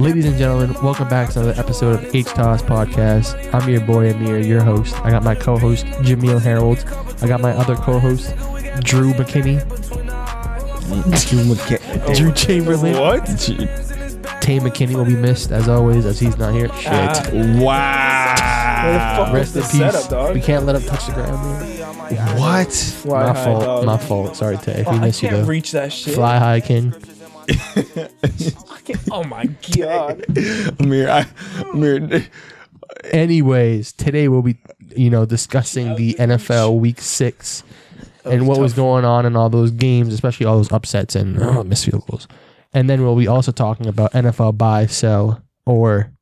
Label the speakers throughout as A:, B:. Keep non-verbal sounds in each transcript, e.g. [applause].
A: Ladies and gentlemen, welcome back to another episode of H Toss Podcast. I'm your boy Amir, your host. I got my co-host Jameel Harold. I got my other co-host Drew McKinney,
B: Drew McKay.
A: Drew Chamberlain.
B: What?
A: Tay McKinney will be missed as always, as he's not here. Shit.
B: Wow.
A: Rest in
C: What's
A: peace.
C: Ah, the setup, dog?
A: We can't let him touch the ground. Man.
B: What?
C: Fly
A: my
C: high,
A: fault.
C: dog.
A: My fault. Sorry, Tay.
C: Oh,
A: we
C: I
A: miss you
C: can't
A: though.
C: reach that shit. [laughs]
A: Fly high, King.
C: I can't- Oh my god.
B: Amir, I, Amir,
A: Anyways, today we'll be, you know, discussing the NFL Week Six and what was going on in all those games, especially all those upsets and oh, missed field goals. And then we'll be also talking about NFL buy, sell, or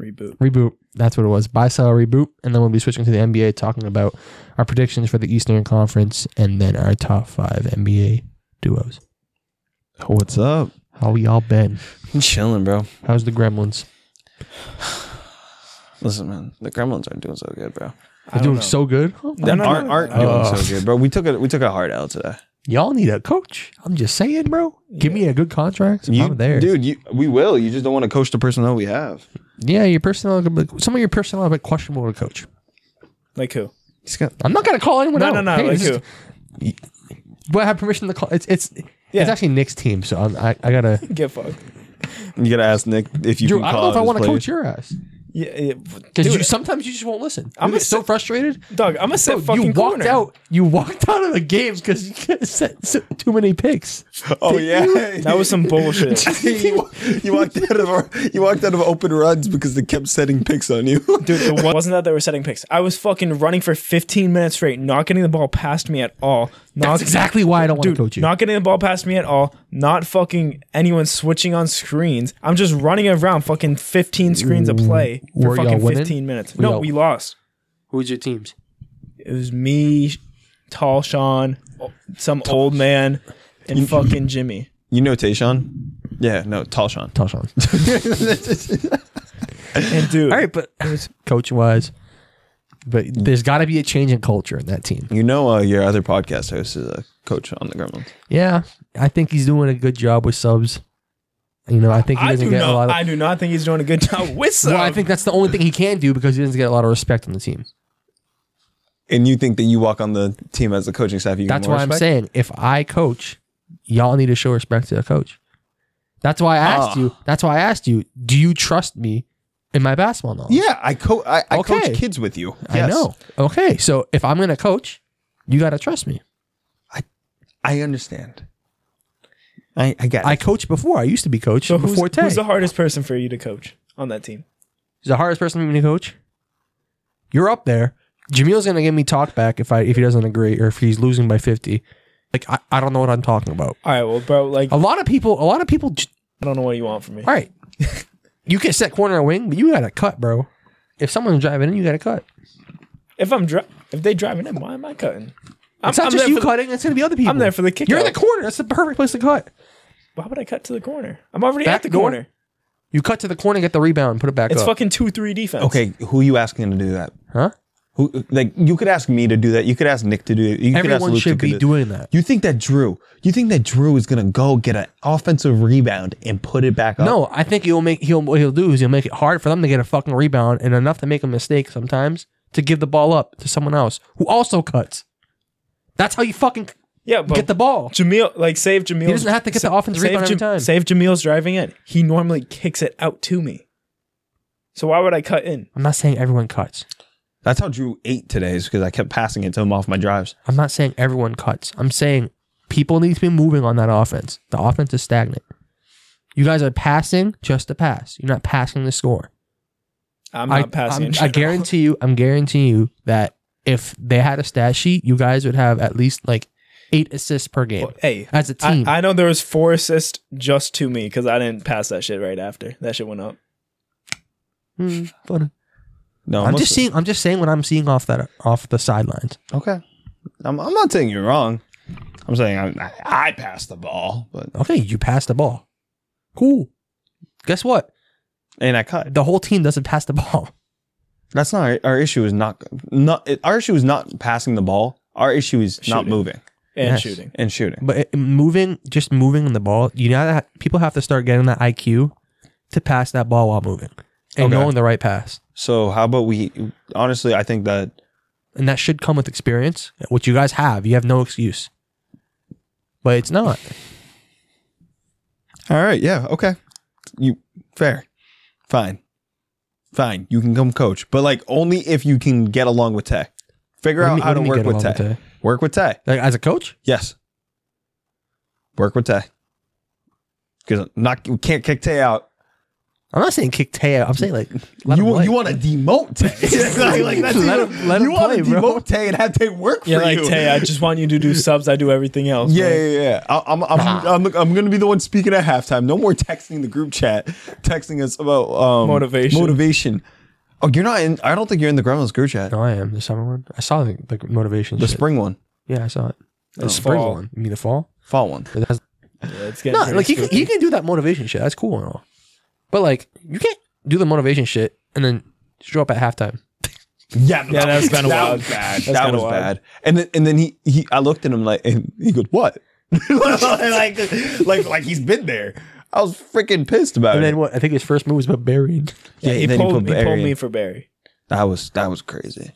C: Reboot.
A: reboot. That's what it was. Buy, sell, reboot. And then we'll be switching to the NBA, talking about our predictions for the Eastern Conference and then our top five NBA duos.
B: what's up?
A: How we all been?
B: I'm chilling, bro.
A: How's the Gremlins?
B: Listen, man, the Gremlins aren't doing so good, bro.
A: They're doing so good.
B: They
C: no,
B: aren't
C: no.
B: aren't
A: Oh.
B: doing so good, bro. We took a we took a hard L today.
A: Y'all need a coach. I'm just saying, bro. Give me a good contract.
B: You,
A: I'm there.
B: dude. You, we will. You just don't want to coach the personnel we have.
A: Yeah, your personnel. Some of your personnel have been questionable to coach.
C: Like who?
B: He's got
A: I'm not gonna call anyone
C: No,
A: out.
C: no, no.
A: Hey,
C: Like
A: this is-
C: who?
A: But I have permission to call. It's it's
C: Yeah.
A: it's actually Nick's team, so I'm, I I gotta.
C: Get fucked.
B: you gotta ask Nick if you
A: Drew,
B: can
A: I don't
B: call
A: know if I want to
B: to
A: coach your ass
C: Yeah, yeah.
A: because you
C: Dude,
A: sometimes you just won't listen. I'm
C: I'm a
A: so
C: s-
A: frustrated.
C: dog, I'm a set
A: Bro,
C: fucking
A: you walked
C: corner.
A: out. You walked out of the games because you can't [laughs] set set too many picks.
B: Oh [laughs] yeah,
C: That was some bullshit.
A: [laughs]
B: you, wa- you walked out of our, you walked out of open runs because they kept setting picks on you. [laughs]
C: Dude, it wa- wasn't that they were setting picks. I was fucking running for 15 minutes straight, not getting the ball past me at all. Not,
A: That's exactly why I don't want to
C: Dude,
A: coach you.
C: not getting the ball past me at all. Not fucking anyone switching on screens. I'm just running around fucking 15 screens a play for
A: Were y'all
C: fucking
A: winning?
C: 15 minutes.
A: Were
C: no,
A: y'all-
C: we lost.
A: Who's your teams?
C: It was me, Tall Sean, some old man, and fucking Jimmy.
B: You know Tayshawn? Yeah, no, Tall Sean.
A: Touchdown.
C: And dude,
A: All right, but coach wise, but
C: Hmm.
A: there's got to be a change in culture in that team.
B: You know uh, your other podcast host is a coach on the Gremlins.
A: Yeah, I think he's doing a good job with subs. You know, I think he
C: I
A: doesn't
C: do
A: get a lot
C: not.
A: of.
C: I do not think he's doing a good job
A: [laughs]
C: with some.
A: well, I think that's the only thing he can do because he doesn't get a lot of respect on the team.
B: And you think that you walk on the team as the coaching staff? You
A: That's
B: get more
A: why I'm
B: respect?
A: saying if I coach, y'all need to show respect to the coach. That's why I asked
B: Ah.
A: you. That's why I asked you. Do you trust me in my basketball knowledge?
B: Yeah, I co- I, I
A: Okay.
B: coach kids with you.
A: I
B: Yes.
A: know. Okay, so if I'm gonna coach, you gotta trust me.
B: I understand. I I got.
A: I coached before. I used to be coach
C: so. Who's,
A: before Tay.
C: who's the hardest person for you to coach on that team?
A: He's the hardest person for me to coach. You're up there. Jameel's gonna give me talk back if I if he doesn't agree or if he's losing by fifty. Like I, I don't know what I'm talking about.
C: All right, well, bro, like
A: A lot of people a lot of people j-
C: I don't know what you want from me.
A: all right. [laughs] you can set corner and wing, but you gotta cut, bro. If someone's driving in, you gotta cut.
C: If I'm dri- if they driving in, why am I cutting? I'm,
A: It's not
C: I'm
A: just
C: there
A: you
C: for the-
A: cutting, it's gonna be other people.
C: I'm there for the kick.
A: You're in the corner. That's the perfect place to cut.
C: why would I cut to the corner? I'm already
A: Back
C: at the
A: door?
C: corner.
A: You cut to the corner, get the rebound, put it back
C: It's
A: up.
C: fucking two three defense.
B: okay, who you asking to do that?
A: huh?
B: Who like you could ask me to do that? You could ask Nick to do it. You could ask
A: Everyone
B: Luke
A: should
B: to
A: be
B: do-
A: doing that.
B: You think that Drew? You think that Drew is gonna go get an offensive rebound and put it back up?
A: No, I think he'll make he'll what he'll do is he'll make it hard for them to get a fucking rebound and enough to make a mistake sometimes to give the ball up to someone else who also cuts. That's how you fucking
C: Yeah, but
A: get the ball.
C: Jameel, like save Jameel.
A: He doesn't have to get the offensive
C: save,
A: rebound every time.
C: Save Jameel's driving in. He normally kicks it out to me. So why would I cut in?
A: I'm not saying everyone cuts.
B: That's how Drew ate today is because I kept passing it to him off my drives.
A: I'm not saying everyone cuts. I'm saying people need to be moving on that offense. The offense is stagnant. You guys are passing just to pass. You're not passing to score.
C: I'm not
A: I,
C: passing.
A: I'm-
C: in
A: I
C: general.
A: guarantee you. I'm guaranteeing you that if they had a stat sheet, you guys would have at least like eight assists per game.
C: Well, [laughs] hey,
A: as a
C: I,
A: team.
C: I know there was four assists just to me because I didn't pass that shit right after. That shit went up.
A: Hmm, funny.
B: No,
A: I'm
B: must-
A: just seeing. I'm just saying what I'm seeing off that off the sidelines.
B: Okay. I'm, I'm not saying you're wrong. I'm saying I, I, I passed the ball, but
A: Okay, you pass the ball. Cool. Guess what?
B: and I cut.
A: The whole team doesn't pass the [laughs] ball.
B: That's not our, our issue. Is not not it- our issue is not passing the ball. Our issue is not
C: Shooting.
B: moving
C: And
A: Yes.
C: shooting.
B: and shooting.
A: But it, moving, just moving the ball, you know, that people have to start getting that IQ to pass that ball while moving and
B: Okay.
A: knowing the right pass.
B: So how about we? Honestly, I think that
A: And that should come with experience, which you guys have. You have no excuse. But it's not.
B: All right. Yeah. Okay. You fair. Fine. Fine. You can come coach, but like only if you can get along with Tay. Figure
A: What do you
B: out
A: mean-
B: how
A: what
B: to
A: do you mean
B: work
A: get
B: with Tay.
A: along with Tay?
B: Work with Tay.
A: Like as a coach?
B: Yes. Work with Tay. Because not we can't kick Tay out.
A: I'm not saying kick Tay out. I'm saying like let him
B: you
A: play.
B: you want to
A: [laughs]
B: demote Tay. It's like, like, that's
A: Let
B: even-
A: him- let
B: you
A: him
B: want to
A: play, bro.
B: demote Tay and have Tay work
C: Yeah,
B: for
C: like
B: you.
C: Tay, I just want you to do subs. I do everything else.
B: Yeah,
C: Like,
B: yeah, yeah. I- I'm, I'm, I'm, I'm going to be the one speaking at halftime. No more texting the group chat, texting us about um,
C: Motivation.
B: Motivation. Oh, you're not in. I don't think you're in the Gremlins group chat.
A: No, I am the summer one. I saw the, the motivation.
B: The
A: shit.
B: spring one,
A: Yeah, I saw it. The spring
C: Fall.
A: one. You mean the Oh, fall?
B: fall one.
A: It has-
C: yeah, it's getting
A: no,
C: pretty
A: like you can,
C: stupid.
A: you can do that motivation shit. That's cool and all. But like you can't do the motivation shit and then show up at halftime.
B: Yeah,
C: Yeah, that was kinda
B: that
C: wild.
B: Was bad.
C: That's
B: That
C: kinda
B: was
C: wild.
B: bad. And then, and then he, he, I looked at him like, and he goes, "What?" [laughs] like, like, like he's been there. I was freaking pissed about
A: And
B: it.
A: then what? I think his first move was about burying.
C: Yeah,
B: Yeah,
C: he,
B: then he
C: pulled,
B: put
C: he pulled
B: Barry
C: me
B: in.
C: for Barry.
B: That was that was crazy.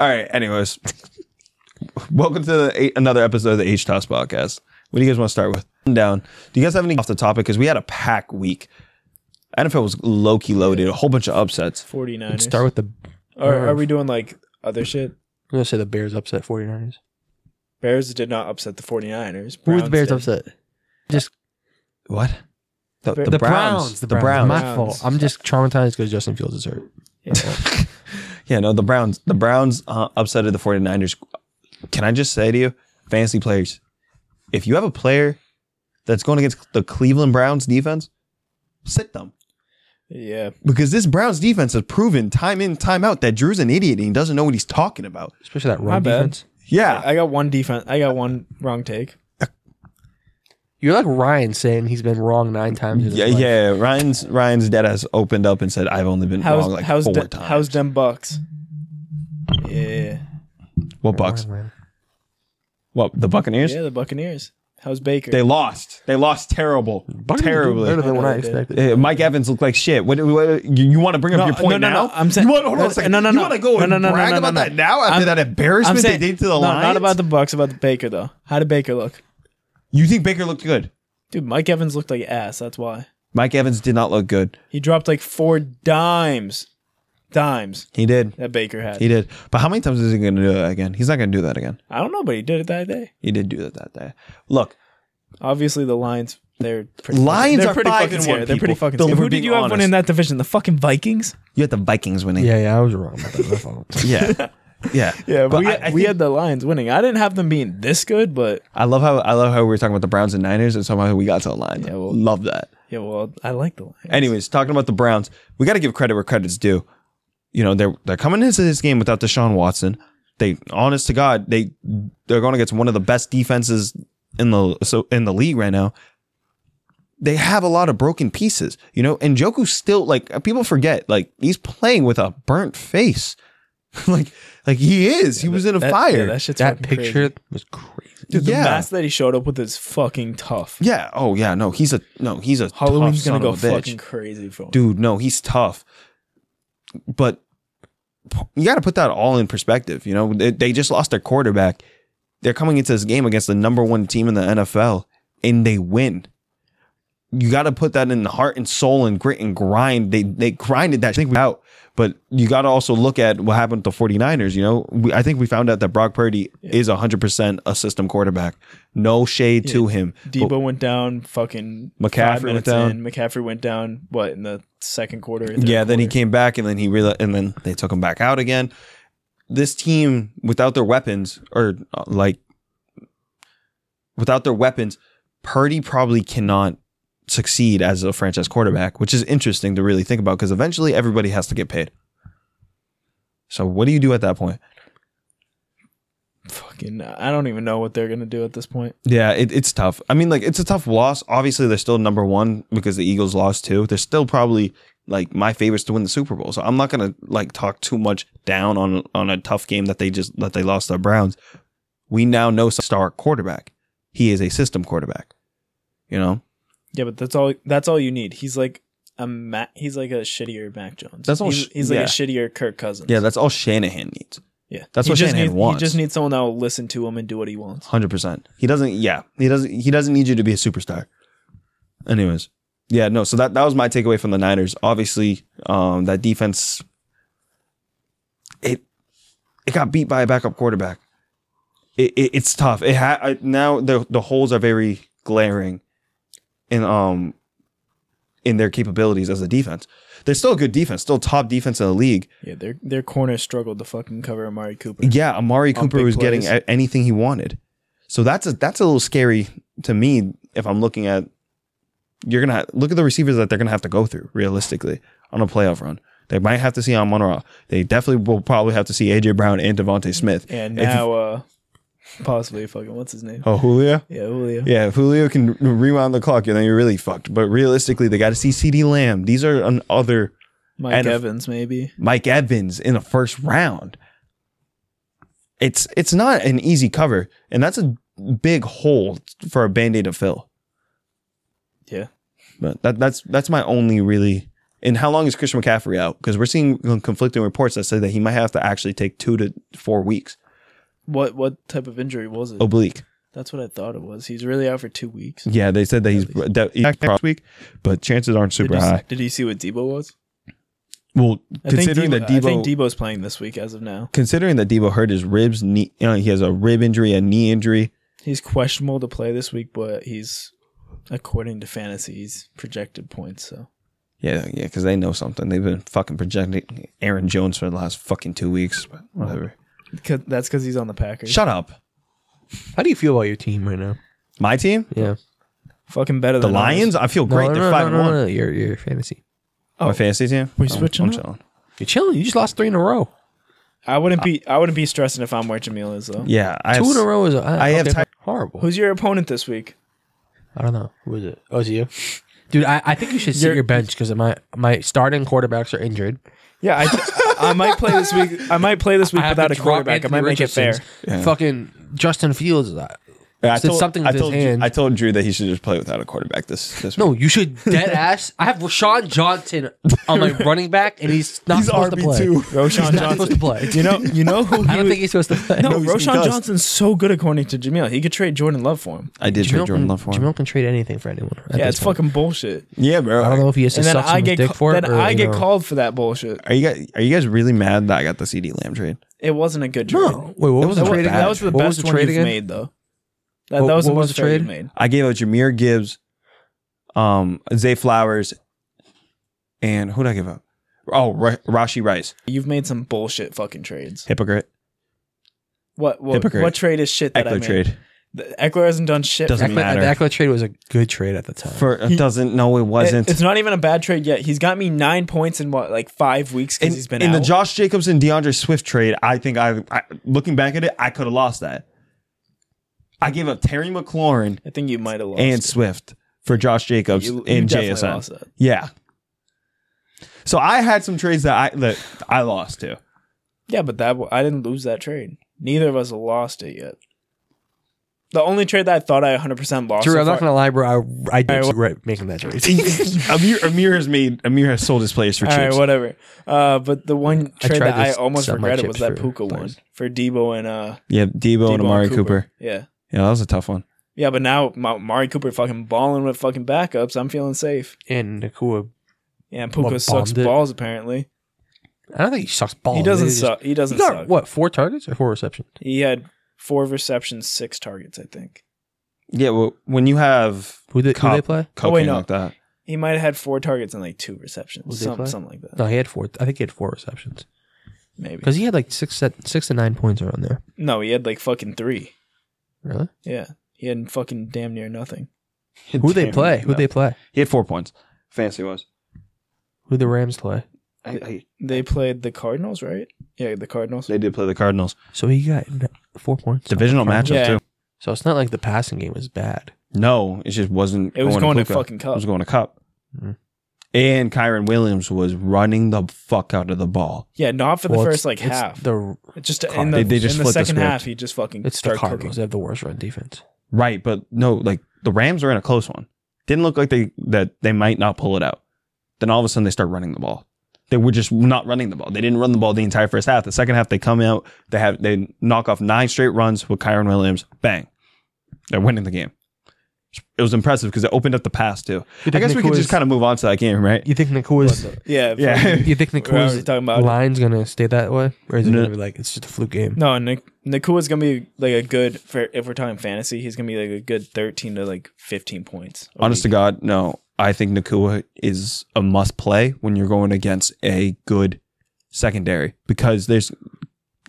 B: All right. Anyways, welcome to the, eight- another episode of the H Toss Podcast. What do you guys want to start with? Down. Do you guys have any off the topic? Because we had a pack week. NFL was low key loaded. A whole bunch of upsets.
C: 49ers.
A: Start with the. I'm
C: Or are we doing like other shit?
A: gonna say the Bears upset 49ers.
C: Bears did not upset the 49ers.
A: Who was the
C: Browns
A: Bears
C: did.
A: upset?
B: What? The,
C: The
B: the Browns.
A: The Browns. My
C: Browns.
A: fault. I'm just traumatized because Justin Fields is hurt.
C: Yeah.
B: Yeah. No. The Browns. The Browns uh, upsetted the 49ers. Can I just say to you, fantasy players, if you have a player that's going against the Cleveland Browns defense, sit them.
C: yeah.
B: Because this Browns defense has proven time in, time out that Drew's an idiot and he doesn't know what he's talking about.
A: Especially that
C: My
A: run
C: bad.
A: defense.
B: Yeah.
C: I got one defense. I got one wrong take.
A: You're like Ryan saying he's been wrong nine times. In his
B: Yeah,
A: life.
B: yeah. Ryan's Ryan's dad has opened up and said, I've only been
C: How's
B: wrong like
C: how's
B: four
C: de-
B: times.
C: how's them Bucks? Yeah.
B: what Bucks?
A: Ryan,
B: What the Buccaneers?
C: Yeah, the Buccaneers. How's Baker?
B: They lost. They lost terrible.
A: Buccaneers did Better
B: Terribly.
A: than what
C: I
A: [laughs] I
C: know they did.
A: expected.
B: Uh, Mike Evans looked like shit. What, what you, you want to bring up
C: No,
B: your point
C: no, no,
B: now?
C: no, I'm saying-
B: you want, hold on a second.
C: No, no, no.
B: You want to go
C: No,
B: and
C: no, no,
B: brag
C: no, no,
B: about
C: no.
B: that now after
C: I'm-
B: that
C: I'm
B: embarrassment
C: saying,
B: they did to the
C: no,
B: Lions?
C: not about the Bucks, about the Baker though. How did Baker look?
B: you think Baker looked good?
C: Dude, Mike Evans looked like ass. That's why
B: Mike Evans did not look good.
C: he dropped like four dimes, dimes
B: He did.
C: that Baker had.
B: He did. But how many times is he going to do that again? He's not going to do that again.
C: I don't know, but he did it that day.
B: He did do that that day. Look,
C: Obviously, the Lions. They're pretty,
B: Lions
C: they're
B: are
C: pretty
B: five
C: fucking
B: and
C: scared.
B: one
C: They're pretty
B: people.
C: fucking
B: Though,
C: scared.
B: if
C: Who
B: we're
C: did
B: being
C: you have winning that division? The fucking Vikings.
B: you had the Vikings winning.
A: Yeah, yeah, I was wrong about [laughs] that. My fault.
C: [laughs]
B: yeah, yeah.
C: Yeah, but we,
B: I,
C: had,
B: I
C: we
B: think-
C: had the Lions winning. I didn't have them being this good, but
B: I love how I love how we were talking about the Browns and Niners, and somehow we got to the Lions.
C: Yeah, well-
B: love that.
C: yeah, well, I like the Lions.
B: Anyways, talking about the Browns, we got to give credit where credit's due. You know, they're they're coming into this game without Deshaun Watson. They, honest to God, they they're going against one of the best defenses in the so in the league right now. They have a lot of broken pieces, you know. And Joku's still like people forget, like he's playing with a burnt face, [laughs] like like he is. he was in a
C: That-
B: fire.
C: Yeah, that shit's
A: that
C: fucking crazy.
A: picture was crazy.
C: Dude,
B: Yeah.
C: the mask that he showed up with is fucking tough.
B: Yeah. Oh yeah. No, he's a no. He's a
C: Halloween's
B: tough
C: gonna
B: son
C: go
B: of a bitch.
C: fucking crazy for him.
B: Dude, no, he's tough. But you got to put that all in perspective. You know, they, they just lost their quarterback. They're coming into this game against the number one team in the NFL, and they win. You got to put that in the heart and soul and grit and grind. They they grinded that thing out. But you got to also look at what happened to 49ers. You know, we, I think we found out that Brock Purdy is 100% a system quarterback. No shade to him.
C: Debo went down. Fucking
B: McCaffrey
C: five
B: went
C: minutes
B: down.
C: In. McCaffrey went down. What in the second quarter? third
B: Yeah, then he
C: quarter?
B: came back and then he realized, and then they took him back out again. This team without their weapons or uh, like without their weapons, Purdy probably cannot succeed as a franchise quarterback, which is interesting to really think about because eventually everybody has to get paid. So what do you do at that point?
C: Fucking, I don't even know what they're gonna do at this point.
B: Yeah, it, it's tough. I mean, like it's a tough loss. Obviously, they're still number one because the Eagles lost too. They're still probably like my favorites to win the Super Bowl. So I'm not gonna like talk too much down on on a tough game that they just that they lost to the Browns. We now know star quarterback. He is a system quarterback. You know,
C: Yeah, but that's all. That's all you need. He's like a Mac. He's like a shittier Mac Jones.
B: That's all
C: He's,
B: sh-
C: he's like
B: yeah.
C: a shittier Kirk Cousins.
B: Yeah, that's all Shanahan needs.
C: yeah.
B: that's
C: he
B: what
C: just
B: Shanahan
C: needs,
B: wants.
C: He just needs someone that will listen to him and do what he wants.
B: Hundred percent. He doesn't. Yeah, he doesn't. He doesn't need you to be a superstar. Anyways, yeah, no. So that that was my takeaway from the Niners. Obviously, um, that defense, it it got beat by a backup quarterback. It, it it's tough. It ha- I, now the the holes are very glaring, in um, in their capabilities as a defense. They're still a good defense, still top defense in the league.
C: Yeah, their their corner struggled to fucking cover Amari Cooper.
B: Yeah, Amari
C: On
B: Cooper
C: big
B: was getting
C: plays.
B: a- anything he wanted. So that's a that's a little scary to me if I'm looking at you're gonna look at the receivers that they're gonna have to go through realistically on a playoff run. They might have to see on Ra. They definitely will probably have to see AJ Brown and Devontae Smith.
C: And
B: If-
C: now, uh, possibly fucking what's his name?
B: oh Julio.
C: Yeah, Julio.
B: Yeah, if Julio can rewind the clock, and then you're really fucked. But realistically, they got to see CD Lamb. These are an other
C: Mike
B: And if-
C: Evans, maybe.
B: Mike Evans in the first round. It's it's not an easy cover, and that's a big hole for a band-aid to fill.
C: Yeah.
B: But that that's that's my only really and how long is Christian McCaffrey out? Because we're seeing conflicting reports that say that he might have to actually take two to four weeks.
C: What what type of injury was it?
B: Oblique.
C: That's what I thought it was. He's really out for two weeks.
B: Oh. Yeah, they said that he's
C: At least.
B: that he's back next week, but chances aren't super
C: did you,
B: high.
C: Did you see what Debo was?
B: Well,
C: I
B: considering
C: think
B: that
C: Debo, I
B: Debo,
C: think Debo's playing this week as of now.
B: considering that Debo hurt his ribs, knee, you know, he has a rib injury, a knee injury.
C: He's questionable to play this week, but he's according to fantasy, he's projected points. So
B: Yeah, yeah, because they know something. They've been fucking projecting Aaron Jones for the last fucking two weeks,
A: Oh,
B: but whatever.
C: 'Cause- that's because he's on the Packers.
B: Shut up.
A: How do you feel about your team right now?
B: My team,
A: Yeah.
C: Fucking better
B: the
C: than ours.
B: Lions. I feel great. They're five and one.
A: Your your fantasy.
B: My fantasy team.
C: We
B: I'm-
C: switching
B: I'm
C: up?
B: chilling.
A: You're chilling. You just lost three in a row.
C: I wouldn't be. I wouldn't be stressing if I'm where Jamil is though.
B: Yeah, I
A: Two
B: have,
A: in a row is uh,
B: I have
A: okay,
B: ti-
A: horrible.
C: Who's your opponent this week?
A: I don't know. Who is it? Oh, is it you? Dude, I, I think you should sit
C: You're-
A: your bench because my my starting quarterbacks are injured.
C: Yeah, I, I might play this week. I might play this week
A: I have
C: without
A: to
C: a
A: drop
C: quarterback. I
A: Anthony
C: might make it fair.
A: Richardson's. Fucking Justin Fields. uh,
B: I
A: said something with
B: I
A: his
B: told
A: hand.
B: Drew, I told Drew that he should just play without a quarterback this this
A: No,
B: week.
A: you should dead ass. I have Rashawn Johnson on my running back, and he's not supposed to play.
C: Roshan
A: [laughs] He's not supposed to
C: Johnson.
A: play.
C: You know. You know who?
A: I
C: He
A: don't
C: was,
A: think he's supposed to play.
C: no,
B: No, he
C: Roshan
B: does.
C: Johnson's so good according to Jamil. He could trade Jordan Love for him.
B: I did trade
A: Jamil
B: Jordan
A: can,
B: Love for him.
A: Jamil can trade anything for anyone. at
C: Yeah,
A: this
C: it's
A: point.
C: fucking bullshit.
B: Yeah, bro.
A: I don't know if he has to
C: And then
A: suck
C: I
A: someone's
C: get
A: dick
C: ca-
A: for it.
C: then
A: or,
C: I
A: you
C: get
A: know.
C: called for that bullshit.
B: Are you guys are you guys really mad that I got the CD Lamb trade?
C: It wasn't a good trade.
A: No, wait, what was
B: That
A: the
C: That,
A: trade?
B: wasn't
C: wa-
B: bad.
A: again?
C: that was the
A: What
C: best
A: was the
C: one
A: trade
C: you've
A: again?
C: made though. That,
A: What-
C: that was the
A: what was
C: most
A: the
C: trade you
A: trade?
C: made.
B: I gave out Jameer Gibbs, um, Zay Flowers, and who did I give up? Oh, Ra- Rashi Rice,
C: You've made some bullshit fucking trades.
B: hypocrite,
C: What what,
B: Hypocrite.
C: what trade is shit that I
B: Eckler
C: made?
B: trade.
C: The- Eckler hasn't done shit.
B: Doesn't
A: Eckler-
B: matter.
A: The Eckler trade was a good trade at the time.
B: For
C: He-
B: doesn't no, it
C: It-
B: wasn't.
C: it's not even a bad trade yet. He's got me nine points in what like five weeks
B: in
C: because he's been
B: in the
C: out.
B: Josh Jacobs and DeAndre Swift trade, I think I, I looking back at it, I could have lost that. I gave up Terry McLaurin
C: I think you might have lost.
B: and
C: it.
B: Swift for Josh Jacobs
C: you, you
B: and
C: definitely
B: JSN.
C: lost that.
B: Yeah. So I had some trades that I that I lost too.
C: Yeah, but that w- I didn't lose that trade. Neither of us lost it yet. The only trade that I thought I 100% lost.
A: Drew,
C: so
A: I'm not
C: far-
A: gonna lie, bro. I I did
C: All right,
A: regret making that trade.
B: Amir Amir has made Amir has sold his players for
C: All right,
B: chips.
C: whatever. Uh, but the one
A: I
C: trade
A: tried
C: that
A: to
C: I
A: s-
C: almost
A: sell my
C: regretted
A: chips
C: was that
A: for
C: Puka one
A: players.
C: for Debo and uh,
B: yeah, Debo,
C: Debo
B: and Amari Cooper.
C: Yeah,
B: Yeah, that was a tough one.
C: yeah. But now Ma- Amari Cooper fucking balling with fucking backups. I'm feeling safe.
A: [laughs] and Nakua,
C: Yeah, and
A: Well,
C: Puka sucks
A: bombed it.
C: balls apparently.
A: I don't think he sucks balls.
C: He doesn't
A: He's just-
C: suck. He
A: He
C: doesn't
A: got
C: suck.
A: what four targets or four receptions?
C: He had four receptions, six targets. I think
B: Yeah, well, when you have
A: Who did who
B: Cop-
A: they play?
C: Oh,
B: cocaine
C: wait, no.
B: like
C: [laughs]
B: that,
C: he might have had four targets and like two
A: Was
C: receptions,
A: they
C: some,
A: play?
C: something like that.
A: No, he had four. I think he had four receptions
C: Maybe
A: because he had like six set, six to nine points around there.
C: no, he had like fucking three.
A: Really?
C: Yeah, he had fucking damn near nothing.
A: Who they play? Who
B: No.
A: they play?
B: He had four points. Fancy was.
A: Who the Rams play?
B: I, I,
C: They played the Cardinals, right? Yeah, the Cardinals.
B: they did play the Cardinals.
A: So he got n- four points.
B: Divisional matchup
C: Yeah.
B: too.
A: So it's not like the passing game was bad.
B: No, it just wasn't.
C: It was going to
B: Puka.
C: fucking
B: It
C: Cup.
B: was going to Cup.
A: Mhm.
B: Mm. And Kyron Williams was running the fuck out of the ball.
C: Yeah, not for the
A: Well, it's-
C: first like
A: it's
C: half.
A: The
C: just in
A: Card-
C: the,
B: They- they just
C: in the
B: flipped the
C: second
B: script.
C: half, he just fucking
A: it's the
C: started
A: Cardinals. They
C: cooking.
A: have the worst run defense.
B: Right, but no, like the Rams were in a close one. Didn't look like they that they might not pull it out. Then all of a sudden they start running the ball. They were just not running the ball. They didn't run the ball the entire first half. The second half they come out, they have they knock off nine straight runs with Kyron Williams. Bang. They're winning the game. It was impressive because it opened up the pass too.
A: You
B: I
A: think
B: guess we could
A: Nkoud's-
B: just kind of move on to that game, right?
A: You think Nakua's
C: Yeah.
B: [laughs] Yeah.
A: you think
C: We're already
A: Nakua's
C: talking about it.
A: line's gonna stay that way, or is it
B: No.
A: gonna be like it's just a fluke game?
C: No, Nik- Nakua's gonna be like a good for if we're talking fantasy, he's gonna be like a good thirteen to like fifteen points. a
B: Honest to
C: week.
B: God, no. I think Nakua is a must play when you're going against a good secondary because there's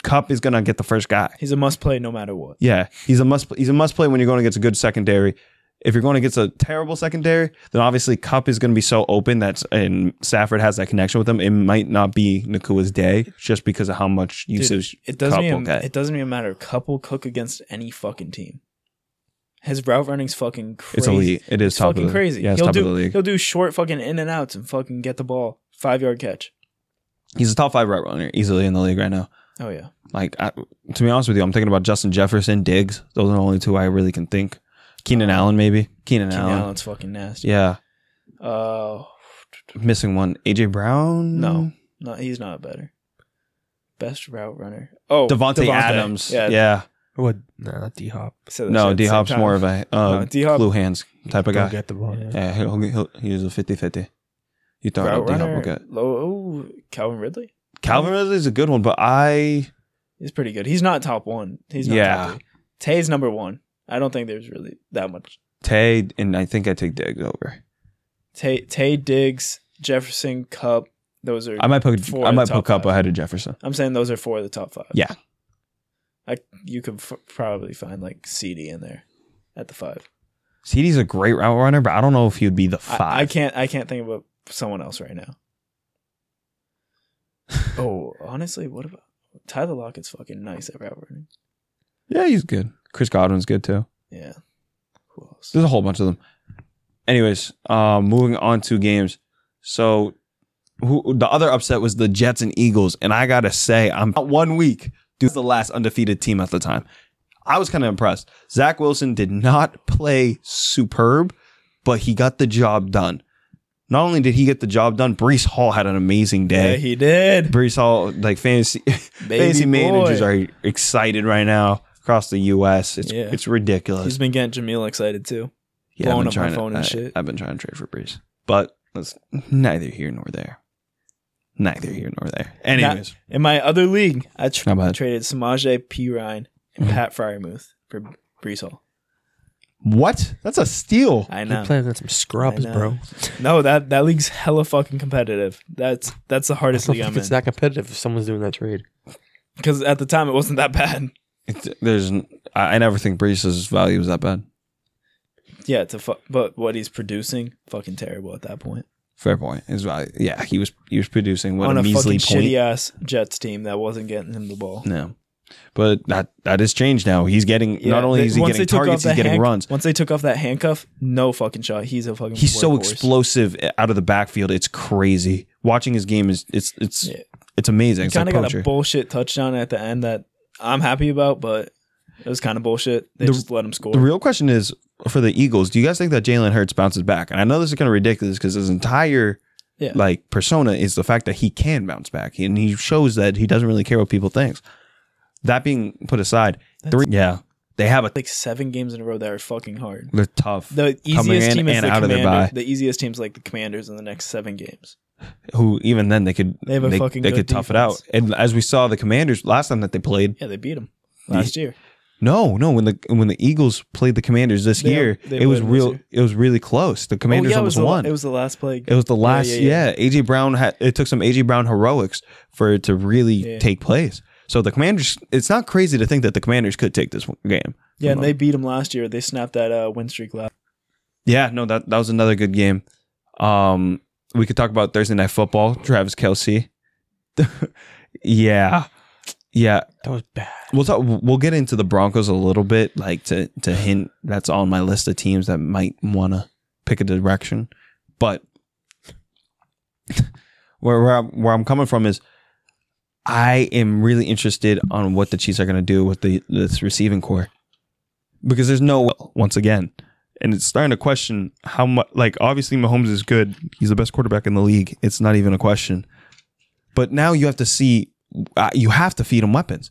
B: Cup is gonna get the first guy.
C: he's a must play no matter what.
B: Yeah, he's a must. He's a must play when you're going against a good secondary. If you're going against a terrible secondary, then obviously Cup is going to be so open that and Safford has that connection with him. It might not be Nakua's day just because of how much usage
C: It doesn't
B: Cup
C: even
B: will get.
C: it doesn't even matter. Cup will cook against any fucking team. His route running's fucking crazy.
B: it's elite. It is
C: It's
B: top
C: fucking
B: of the,
C: crazy.
B: Yeah, it's
C: he'll
B: top
C: do
B: of the league.
C: he'll do short fucking in and outs and fucking get the ball five yard catch.
B: He's a top five route runner easily in the league right now.
C: Oh yeah,
B: Like I, to be honest with you, I'm thinking about Justin Jefferson, Diggs. Those are the only two I really can think. Keenan Allen, maybe Keenan
C: Keenan
B: Allen.
C: Allen's fucking nasty.
B: Yeah,
C: Oh
B: missing one. AJ Brown.
C: no, no, he's not better. Best route runner. Oh,
B: Devontae, Adams.
C: Yeah,
B: yeah.
A: What? Nah, not D Hop.
C: So they
B: No,
C: said
B: D Hop's
C: same time.
B: more of a uh,
C: No, D-Hop-
B: blue hands type of
A: Don't
B: guy.
A: get the ball.
C: Yeah.
B: Yeah, he'll, he'll, he's a 50 50. You
C: route
B: thought D Hop
C: runner.
B: will get.
C: Low, oh, Calvin Ridley.
B: Calvin Ridley's a good one, but I.
C: He's pretty good. He's not top one. He's not
B: Yeah.
C: top three. Tay's number one. I don't think there's really that much.
B: Tay, and I think I take Diggs over.
C: Tay, Tay Diggs, Jefferson, Cup. Those are.
B: I
C: I'm,
B: might put
C: Four
B: I
C: in
B: might
C: top
B: put up
C: five.
B: ahead of Jefferson.
C: saying those are four of the top five.
B: Yeah.
C: I you could f- probably find like CD in there at the five.
B: CD's a great route runner, but I don't know if he'd be the
C: I-
B: five.
C: I, can't. I can't think about someone else
B: [laughs]
C: right now. oh, honestly, what about Tyler Lockett's fucking nice at route running?
B: Yeah, he's good. Chris Godwin's good too.
C: Yeah. Who else?
B: There's a whole bunch of them. Anyways, uh, moving on to games. So, who the other upset was the Jets and Eagles, and I gotta say, I'm one week. Dude's the last undefeated team at the time. I was kind of impressed. Zach Wilson did not play superb, but he got the job done. Not only did he get the job done, Brees Hall had an amazing
C: Yeah,
B: day.
C: he did.
B: Brees Hall, like fantasy,
C: Baby
B: fantasy managers
C: boy.
B: are excited right now across the U.S. It's
C: Yeah.
B: it's ridiculous.
C: He's been getting Jameel excited too.
B: I've
C: blowing
B: been
C: up my
B: trying
C: phone and
B: I-
C: shit.
B: I've been trying to trade for Breeze, but that's neither here nor there. Neither here nor there. Anyways,
C: In my other league, I tra-
B: Not bad. Mm.
C: traded Samaje P. Ryan and Pat Fryermuth for Brees Hall.
B: what? That's a steal.
C: I
A: You're
C: know.
A: playing against some scrubs,
C: I know.
A: bro.
C: No, that that league's hella fucking competitive. That's that's the
A: I
C: hardest
A: don't
C: league I'm
A: think
C: in.
A: it's that competitive if someone's doing that trade.
C: Because at the time it wasn't that bad. [laughs]
B: It's- there's, n- I, I never think Breeze's value was that bad.
C: Yeah, to fu- but what he's producing, fucking terrible at that point.
B: Fair point. His value, yeah, he was he was producing what
C: On
B: a
C: a fucking
B: measly
C: shitty
B: point.
C: ass Jets team that wasn't getting him the ball.
B: No, but that that has changed now. He's getting
C: Yeah,
B: not only
C: they-
B: is he
C: once
B: getting
C: they took off
B: targets, he's
C: that
B: getting
C: handc-
B: runs.
C: Once they took off that handcuff, no fucking shot. He's a fucking.
B: He's so
C: workhorse.
B: explosive out of the backfield. It's crazy. Watching his game is it's it's
C: Yeah.
B: it's amazing. It's
C: kind
B: like
C: of got
B: poetry.
C: a bullshit touchdown at the end that I'm happy about, but it was kind of bullshit. They
B: The-
C: just let him score.
B: The real question is for the Eagles, do you guys think that Jalen Hurts bounces back? And I know this is kind of ridiculous because his entire
C: Yeah.
B: like persona is the fact that he can bounce back and he shows that he doesn't really care what people think. That being put aside, three, yeah, they have a
C: like seven games in a row that are fucking hard.
B: they're tough.
C: The
B: in
C: easiest team is
B: and
C: the
B: out of their bye.
C: commander. The easiest team's like the commanders in the next seven games.
B: who even then they could
C: They have a
B: they,
C: fucking
B: they
C: good
B: could tough it out. And as we saw the Commanders last time that they played,
C: Yeah, they beat them last year.
B: no, no, when the when the Eagles played the Commanders this
C: They-
B: year,
C: they
B: it was
C: played this
B: real.
C: year.
B: It was really close. The
C: Oh,
B: Commanders
C: yeah, it
B: almost
C: was the,
B: won.
C: It was the last play.
B: It was the last, yeah.
C: yeah,
B: AJ Brown had it took some AJ Brown heroics for it to really
C: Yeah.
B: take place. So the Commanders, it's not crazy to think that the Commanders could take this game.
C: yeah, and they beat them last year. They snapped that uh, win streak last.
B: Yeah, no, that that was another good game. Um, we could talk about Thursday night football. Travis Kelsey. [laughs] yeah, yeah.
A: That was bad. [laughs]
B: We'll talk. We'll get into the Broncos a little bit, like to to hint that's on my list of teams that might want to pick a direction. But [laughs] where where I'm, where I'm coming from is, I am really interested on what the Chiefs are going to do with the this receiving core, because there's no once again and it's starting to question how much. Like obviously, Mahomes is good. He's the best quarterback in the league. It's not even a question. But now you have to see. Uh, you have to feed him weapons.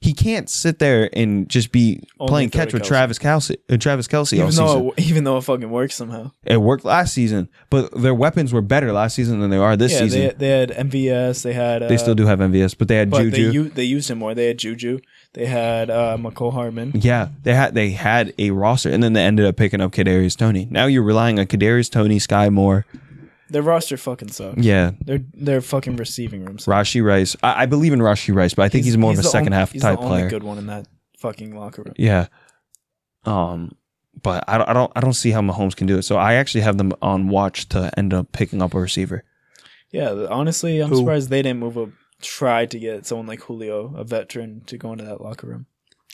B: He can't sit there and just be
C: Only
B: playing
C: throw to
B: catch with
C: Kelce.
B: Travis Kelsey. Uh, Travis Kelsey all
C: even
B: season.
C: though it, even though it fucking works somehow.
B: It worked last season, but their weapons were better last season than they are this
C: yeah,
B: season.
C: they
B: They,
C: they had MVS. They had uh,
B: still do have MVS, but they had
C: but
B: Juju.
C: they u- they used him more. They had Juju. They had uh, McCole Harmon.
B: yeah, they had they had a roster, and then they ended up picking up Kadarius Tony. Now you're relying on Kadarius Tony, Sky Moore,
C: Their roster fucking sucks.
B: yeah,
C: Their their fucking receiving room. sucks.
B: Rashi Rice. I, I believe in Rashi Rice, but I think he's, more of a
C: the
B: second
C: only-
B: half
C: he's
B: type
C: the only
B: player.
C: Good one in that fucking locker room.
B: Yeah. Um, but I don't, I don't I don't see how Mahomes can do it. So I actually have them on watch to end up picking up a receiver.
C: Yeah, th- honestly, I'm
A: Who?
C: surprised they didn't move up. Try to get someone like Julio, a veteran, to go into that locker room.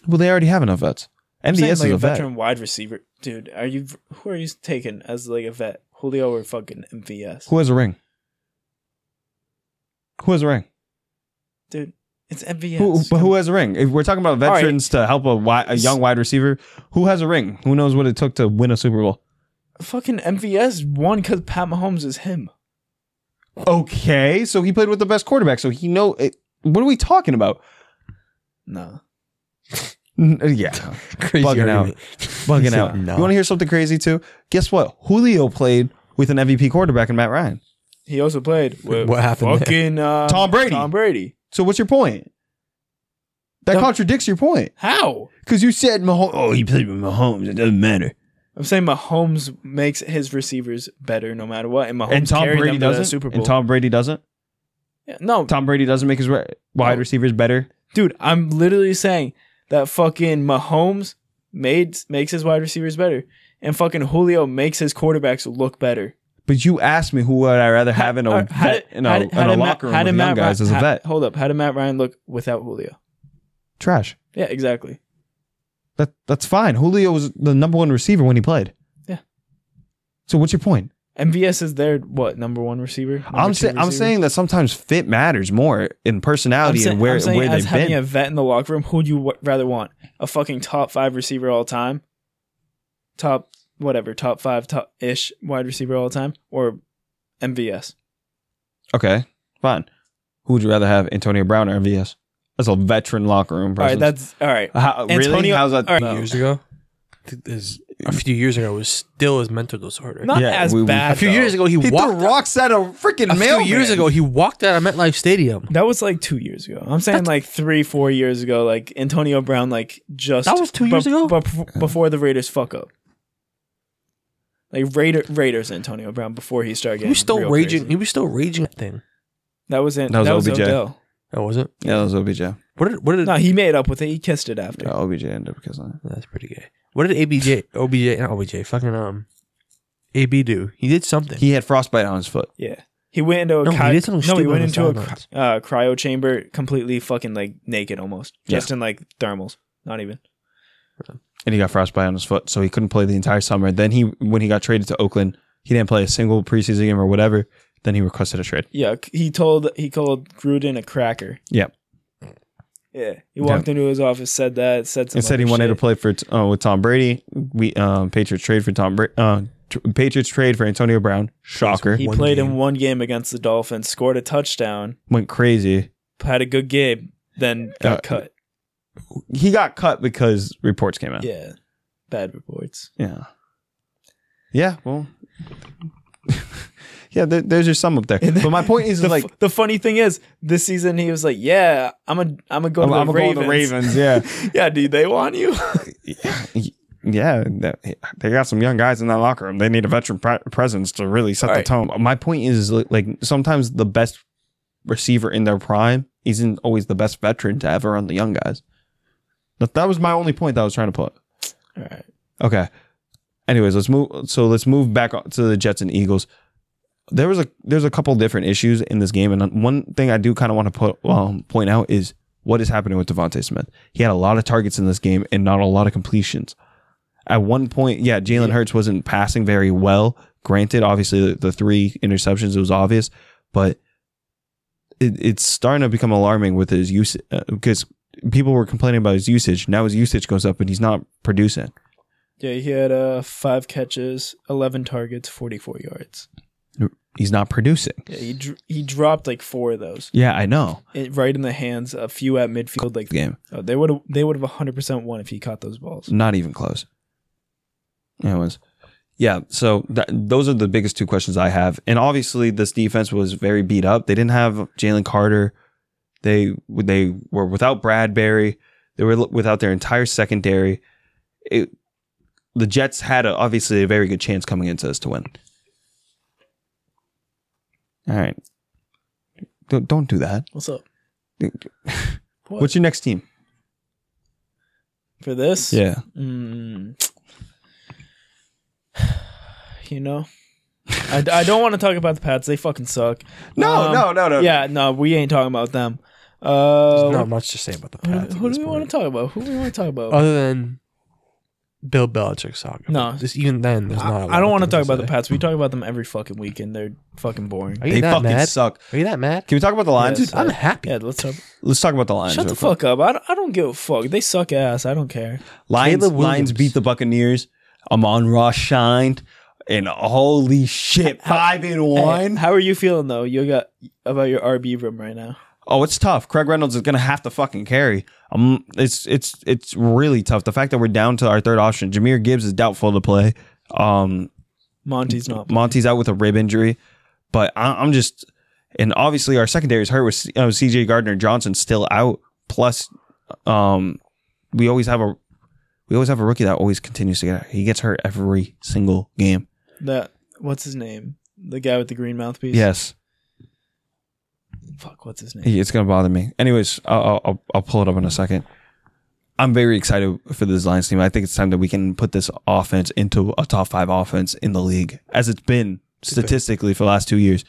B: Well, they already have enough vets.
C: I'm
B: MVS
C: saying,
B: is
C: like
B: a vet.
C: veteran wide receiver, dude. Are you who are you taking as like a vet? Julio or fucking MVS?
B: Who has a ring? Who has a ring?
C: dude, it's MVS.
B: Who, but who has a ring? If we're talking about
C: right.
B: veterans to help a, wi- a young wide receiver, who has a ring? Who knows what it took to win a Super Bowl?
C: fucking MVS won because Pat Mahomes is him.
B: Okay, so he played with the best quarterback, so he know. It, what are we talking about?
C: Nah.
B: N- uh, [laughs] Yeah,
A: Crazy
B: Bugging
A: argument. [laughs]
B: bugging out.
A: No.
B: You want to hear something crazy too? Guess what? Julio played with an MVP quarterback in Matt Ryan.
C: He also played with
A: What happened there?
C: fucking uh,
B: Tom Brady.
C: Tom Brady.
B: So what's your point? That
C: Don't-
B: contradicts your point
C: How?
B: because you said Mahomes. Oh, he played with Mahomes. It doesn't matter.
C: I'm saying Mahomes makes his receivers better no matter what, and Mahomes
B: and Tom
C: carried
B: Brady
C: them to the
B: doesn't.
C: Super Bowl.
B: And Tom Brady doesn't.
C: Yeah, no,
B: Tom Brady doesn't make his re- wide
C: No.
B: receivers better.
C: dude, I'm literally saying that fucking Mahomes made makes his wide receivers better, and fucking Julio makes his quarterbacks look better.
B: But you asked me who would I rather have in a
C: How- how
B: vet,
C: did-
B: in a,
C: how did-
B: in a
C: how did Matt-
B: locker room
C: how
B: with
C: did
B: young
C: Matt
B: guys
C: Ryan-
B: as a
C: how-
B: vet.
C: Hold up, how did Matt Ryan look without Julio?
B: Trash.
C: Yeah, exactly.
B: That that's fine. Julio was the number one receiver when he played.
C: Yeah.
B: So what's your point?
C: MVS is their what number one receiver? Number
B: I'm
C: two
B: saying I'm
C: receiver?
B: saying that sometimes fit matters more in
C: I'm
B: personality
C: saying-
B: and where
C: I'm saying
B: where
C: as
B: they've
C: having
B: been.
C: a vet in the locker room, who'd you w- rather want? A fucking top five receiver all time, top whatever, top five top ish wide receiver all time, or MVS?
B: okay, fine. Who would you rather have, Antonio Brown or MVS? That's a veteran locker room.
C: All right,
B: Presence.
C: that's all right.
B: How, really?
C: Antonio-
B: How's that?
C: all right.
B: No.
A: years ago. I think This, a few years ago was still his mental disorder.
C: Not
B: Yeah,
C: as
B: we- we-
C: bad.
A: a few
C: though.
A: years ago he,
B: He threw
A: walked.
B: rocks at a freaking
A: a few
B: mailman.
A: years ago he walked out of MetLife Stadium.
C: That was like two years ago. I'm saying like three, four years ago. Like Antonio Brown, like just
A: That was two years ago?
C: But before the Raiders fuck up, like Raider Raiders Antonio Brown before he started
A: He
C: getting.
A: was still
C: real
A: raging.
C: crazy.
A: He was still raging at thing.
C: That was in,
B: That
C: that
B: was
C: was,
B: OBJ.
C: Odell.
A: Oh, was it?
B: Yeah, that was OBJ.
A: What did what did
C: No, he made up with it. He kissed it after.
B: Yeah, OBJ ended up because of that.
A: That's pretty gay. What did ABJ OBJ not OBJ fucking um AB do? He did something.
B: He had frostbite on his foot.
C: Yeah, he went into a
A: No, he
C: cry-
A: did something
C: no, he
A: stupid
C: went
A: on the
C: into a
A: sidelines.
C: cry- uh, cryo chamber completely fucking like naked almost,
B: Yeah.
C: just in like thermals. Not even.
B: and he got frostbite on his foot, so he couldn't play the entire summer. Then he, when he got traded to Oakland, he didn't play a single preseason game or whatever. Then he requested a trade.
C: Yeah, c- he told he called Gruden a cracker.
B: Yep.
C: Yeah, he walked into his office, said that, said something.
B: and said he wanted to play for uh, with Tom Brady. We um, Patriots trade for Tom Brady. Uh, tr- Patriots trade for Antonio Brown. Shocker,
C: He
A: One
C: played
A: game.
C: in one game against the Dolphins, scored a touchdown,
B: went crazy.
C: had a good game, then got
B: Uh,
C: cut.
B: He got cut because reports came out.
C: Yeah, bad reports.
B: yeah, yeah. Well, [laughs] yeah. There, there's your sum up there.
C: And then
B: But my point is
C: The,
B: like.
C: f- the funny thing is, this season he was like, "Yeah, I'm a, I'm a go
B: I'm,
C: to the
B: I'm gonna go with
C: Ravens."
B: the Ravens, yeah,
C: yeah, dude, they want you. [laughs]
B: yeah. that- they got some young guys in that locker room. They need a veteran pre- presence to really set the
C: Right.
B: tone. My point is, like, like, sometimes the best receiver in their prime isn't always the best veteran to ever run the young guys. That, that was my only point that I was trying to put.
C: All right.
B: Okay. Anyways, let's move. So let's move back on to the Jets and Eagles. There was a there's a couple different issues in this game, and one thing I do kind of want to put um, point out is what is happening with Devonte Smith. He had a lot of targets in this game and not a lot of completions. At one point, yeah, Jalen Hurts wasn't passing very well. Granted, obviously the, the three interceptions it was obvious, but it, it's starting to become alarming with his use uh, because people were complaining about his usage. Now his usage goes up, and he's not producing.
C: Yeah, he had uh, five catches, 11 targets, 44 yards.
B: He's not producing.
C: Yeah, he, dr- he dropped like four of those
B: Yeah, I know.
C: it, right in the hands, a few at midfield. Like
B: Game.
C: oh, they would have they would have 100% won if he caught those balls.
B: Not even close. Anyways, yeah. So that, those are the biggest two questions I have, and obviously this defense was very beat up. They didn't have Jalen Carter. They they were without Bradbury. They were without their entire secondary. It, the Jets had a, obviously a very good chance coming into this to win. All right. Don't, don't do that.
C: What's up? [laughs] What?
B: What's your next team?
C: For this?
B: Yeah.
C: Mm. [sighs] You know, I, I don't want to talk about the Pats. They fucking suck.
B: No,
C: Um,
B: no, no, no.
C: Yeah, no, we ain't talking about them.
A: There's
C: Uh,
A: not much to say about the
C: who,
A: Pats.
C: who do we want to talk about? Who do we want to talk about?
A: Other than Bill Belichick saga.
C: No.
A: Just even then, there's not.
C: I, I don't want to talk about the Pats. We talk about them every fucking week, and they're fucking boring.
A: Are you
B: They
A: that
B: fucking
A: mad?
B: suck.
A: Are you that mad?
B: Can we talk about the Lions?
C: Yes.
A: I'm happy.
C: Yeah, let's talk.
B: Let's talk about the Lions.
C: Shut
B: real
C: the
B: quick.
C: fuck up. I don't, I don't give a fuck. They suck ass. I don't care.
B: Lions,
A: Caleb Williams.
B: Lions beat the Buccaneers. Amon Ross shined, and holy shit, five and
C: Hey,
B: one.
C: how are you feeling though? You got about your RB room right now.
B: Oh, it's tough. Craig Reynolds is gonna have to fucking carry. Um, it's it's it's really tough. The fact that we're down to our third option, Jameer Gibbs is doubtful to play. Um,
C: Monty's not.
B: Monty's out with a rib injury, but I, I'm just and obviously our secondary is hurt with C- uh, C.J. Gardner Johnson still out. Plus, um, we always have a we always have a rookie that always continues to get hurt. He gets hurt every single game.
C: That what's his name? The guy with the green mouthpiece.
B: Yes,
C: Fuck. What's his name?
B: he- it's gonna bother me. Anyways, I'll- I'll I'll, I'll pull it up in a second. I'm very excited for this Lions team. I think it's time that we can put this offense into a top five offense in the league, as it's been statistically for the last two years.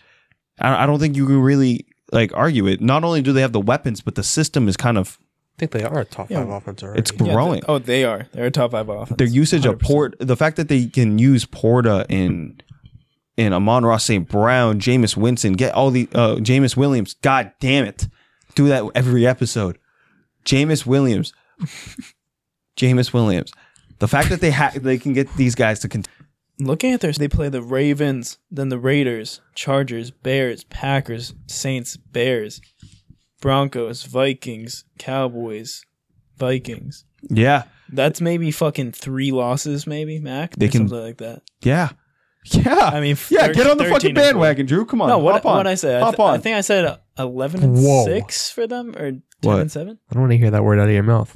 B: I, I don't think you can really like argue it. Not only do they have the weapons, but the system is kind of
A: I think they are a top
C: Yeah.
A: five offense already.
B: it's growing.
C: oh, they are. They're a top five offense.
B: Their usage of
C: 100%.
B: Port, the fact that they can use Porta and and Amon Ross St. Brown, Jameis Winston, get all the uh, Jameis Williams. God damn it, do that every episode. Jameis Williams, [laughs] Jameis Williams. The fact that they ha- they can get these guys to continue.
C: Looking at their, they play the Ravens, then the Raiders, Chargers, Bears, Packers, Saints, Bears, Broncos, Vikings, Cowboys, Vikings.
B: Yeah,
C: That's maybe fucking three losses, maybe Mac.
B: They
C: or
B: can-
C: something like that.
B: yeah, yeah.
C: I mean,
B: yeah,
C: thir-
B: get on the
C: 13
B: fucking
C: and four.
B: bandwagon, Drew. Come on,
C: No, what
B: hop on.
C: what I say? I,
B: hop
C: th-
B: on.
C: I think I said eleven and
A: Whoa.
C: six for them, or ten
B: What?
C: and seven.
A: I don't want to hear that word out of your mouth.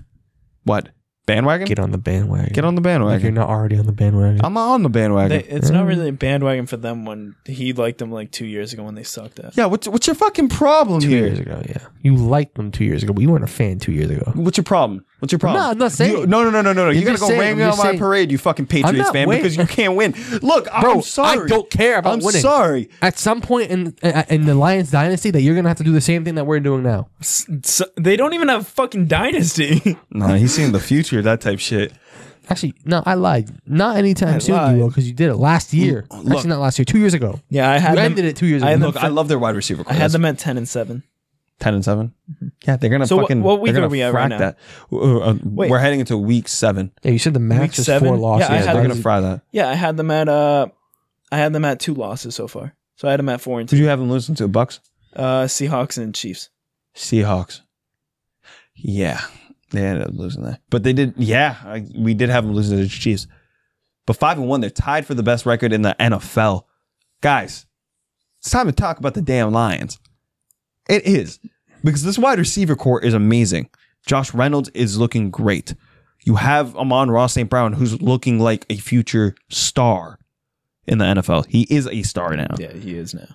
B: what bandwagon? Get
A: Get on the bandwagon.
B: on, the
A: Like you're
B: bandwagon.
A: not already on the bandwagon.
B: I'm not on the bandwagon.
C: They, it's not really a bandwagon for them when he liked them like two years ago when they sucked at.
B: yeah, what's what's your fucking problem
A: two
B: here?
A: years ago, yeah. You liked them two years ago, but you weren't a fan two years ago.
B: What's your problem? What's your problem?
A: No, I'm not saying-
B: You, no, no, no, no, no. no. You gotta
A: just
B: go
A: saying-
B: rain
A: I'm
B: on
A: just
B: my
A: saying-
B: parade, you fucking
A: I'm
B: Patriots
A: not
B: fan,
A: winning.
B: because you can't win. Look, I'm sorry.
A: I don't care about
B: I'm
A: winning.
B: sorry.
A: At some point in uh, in the Lions dynasty, that you're gonna have to do the same thing that we're doing now.
C: S- s- they don't even have
B: [laughs]
C: fucking dynasty.
B: No, he's seeing the future, that type shit.
A: Actually, no, I lied. Not anytime
C: I
A: soon,
C: lied.
A: you will, because you did it last year.
B: look.
A: Actually, not last year, two years ago.
C: yeah, I
A: You
C: had
A: ended
C: them.
A: it two years
C: I
A: ago.
C: had them
B: Look, I Mm-hmm. love their wide receiver.
C: I had them at ten and seven.
B: ten and seven. Yeah, they're gonna
C: So what-
B: fucking.
C: what week
B: they're
C: are
B: gonna
C: we at
B: frack
C: right now?
B: That. Uh, uh,
C: Wait.
B: We're heading into week seven.
A: yeah, you said the max
C: Week
A: is
C: seven?
A: four losses.
C: Yeah, I
B: Yeah,
C: had
B: they're
C: them-
B: gonna fry that.
C: Yeah, I had them at uh, I had them at two losses so far. So I had them at four and
B: Who
C: two.
B: you have them losing to? Bucks,
C: Uh, Seahawks and Chiefs.
B: Seahawks. Yeah, they ended up losing that, but they did. Yeah, I, we did have them losing to the Chiefs. But five and one, they're tied for the best record in the NFL. Guys, it's time to talk about the damn Lions. It is because this wide receiver core is amazing. Josh Reynolds is looking great. You have Amon Ross St. Brown, who's looking like a future star in the NFL. He is a star now.
C: Yeah, he is now.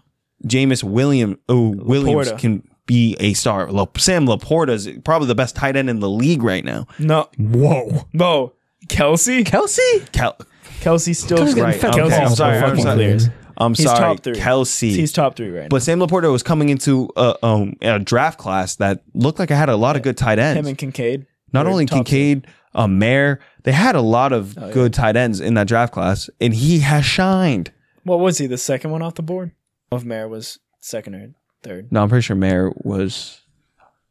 B: Jameis William, oh, Williams
C: Laporta.
B: can be a star. La- Sam Laporta is probably the best tight end in the league right now.
C: No,
A: Whoa,
C: no, Kelsey.
A: Kelsey.
B: Kel-
C: Kelsey still
A: Kelsey's getting
B: right.
A: fed
B: Okay,
A: the
B: I'm
A: ball.
B: sorry. I'm
A: Fucking
B: sorry.
A: clears.
B: I'm
C: He's
B: sorry,
C: top three.
B: Kelsey.
C: He's top three right now.
B: but Sam Laporta was coming into a, um, a draft class that looked like I had a lot of good tight
C: Him
B: ends.
C: and Kincaid.
B: Not
C: were
B: only
C: top Oh,
B: Kincaid, uh, Mayer, they had a lot of good tight ends in that draft class, and he has shined.
C: What was he? The second one off the board? Of Mare was second or third.
B: No, I'm pretty sure Mayer was.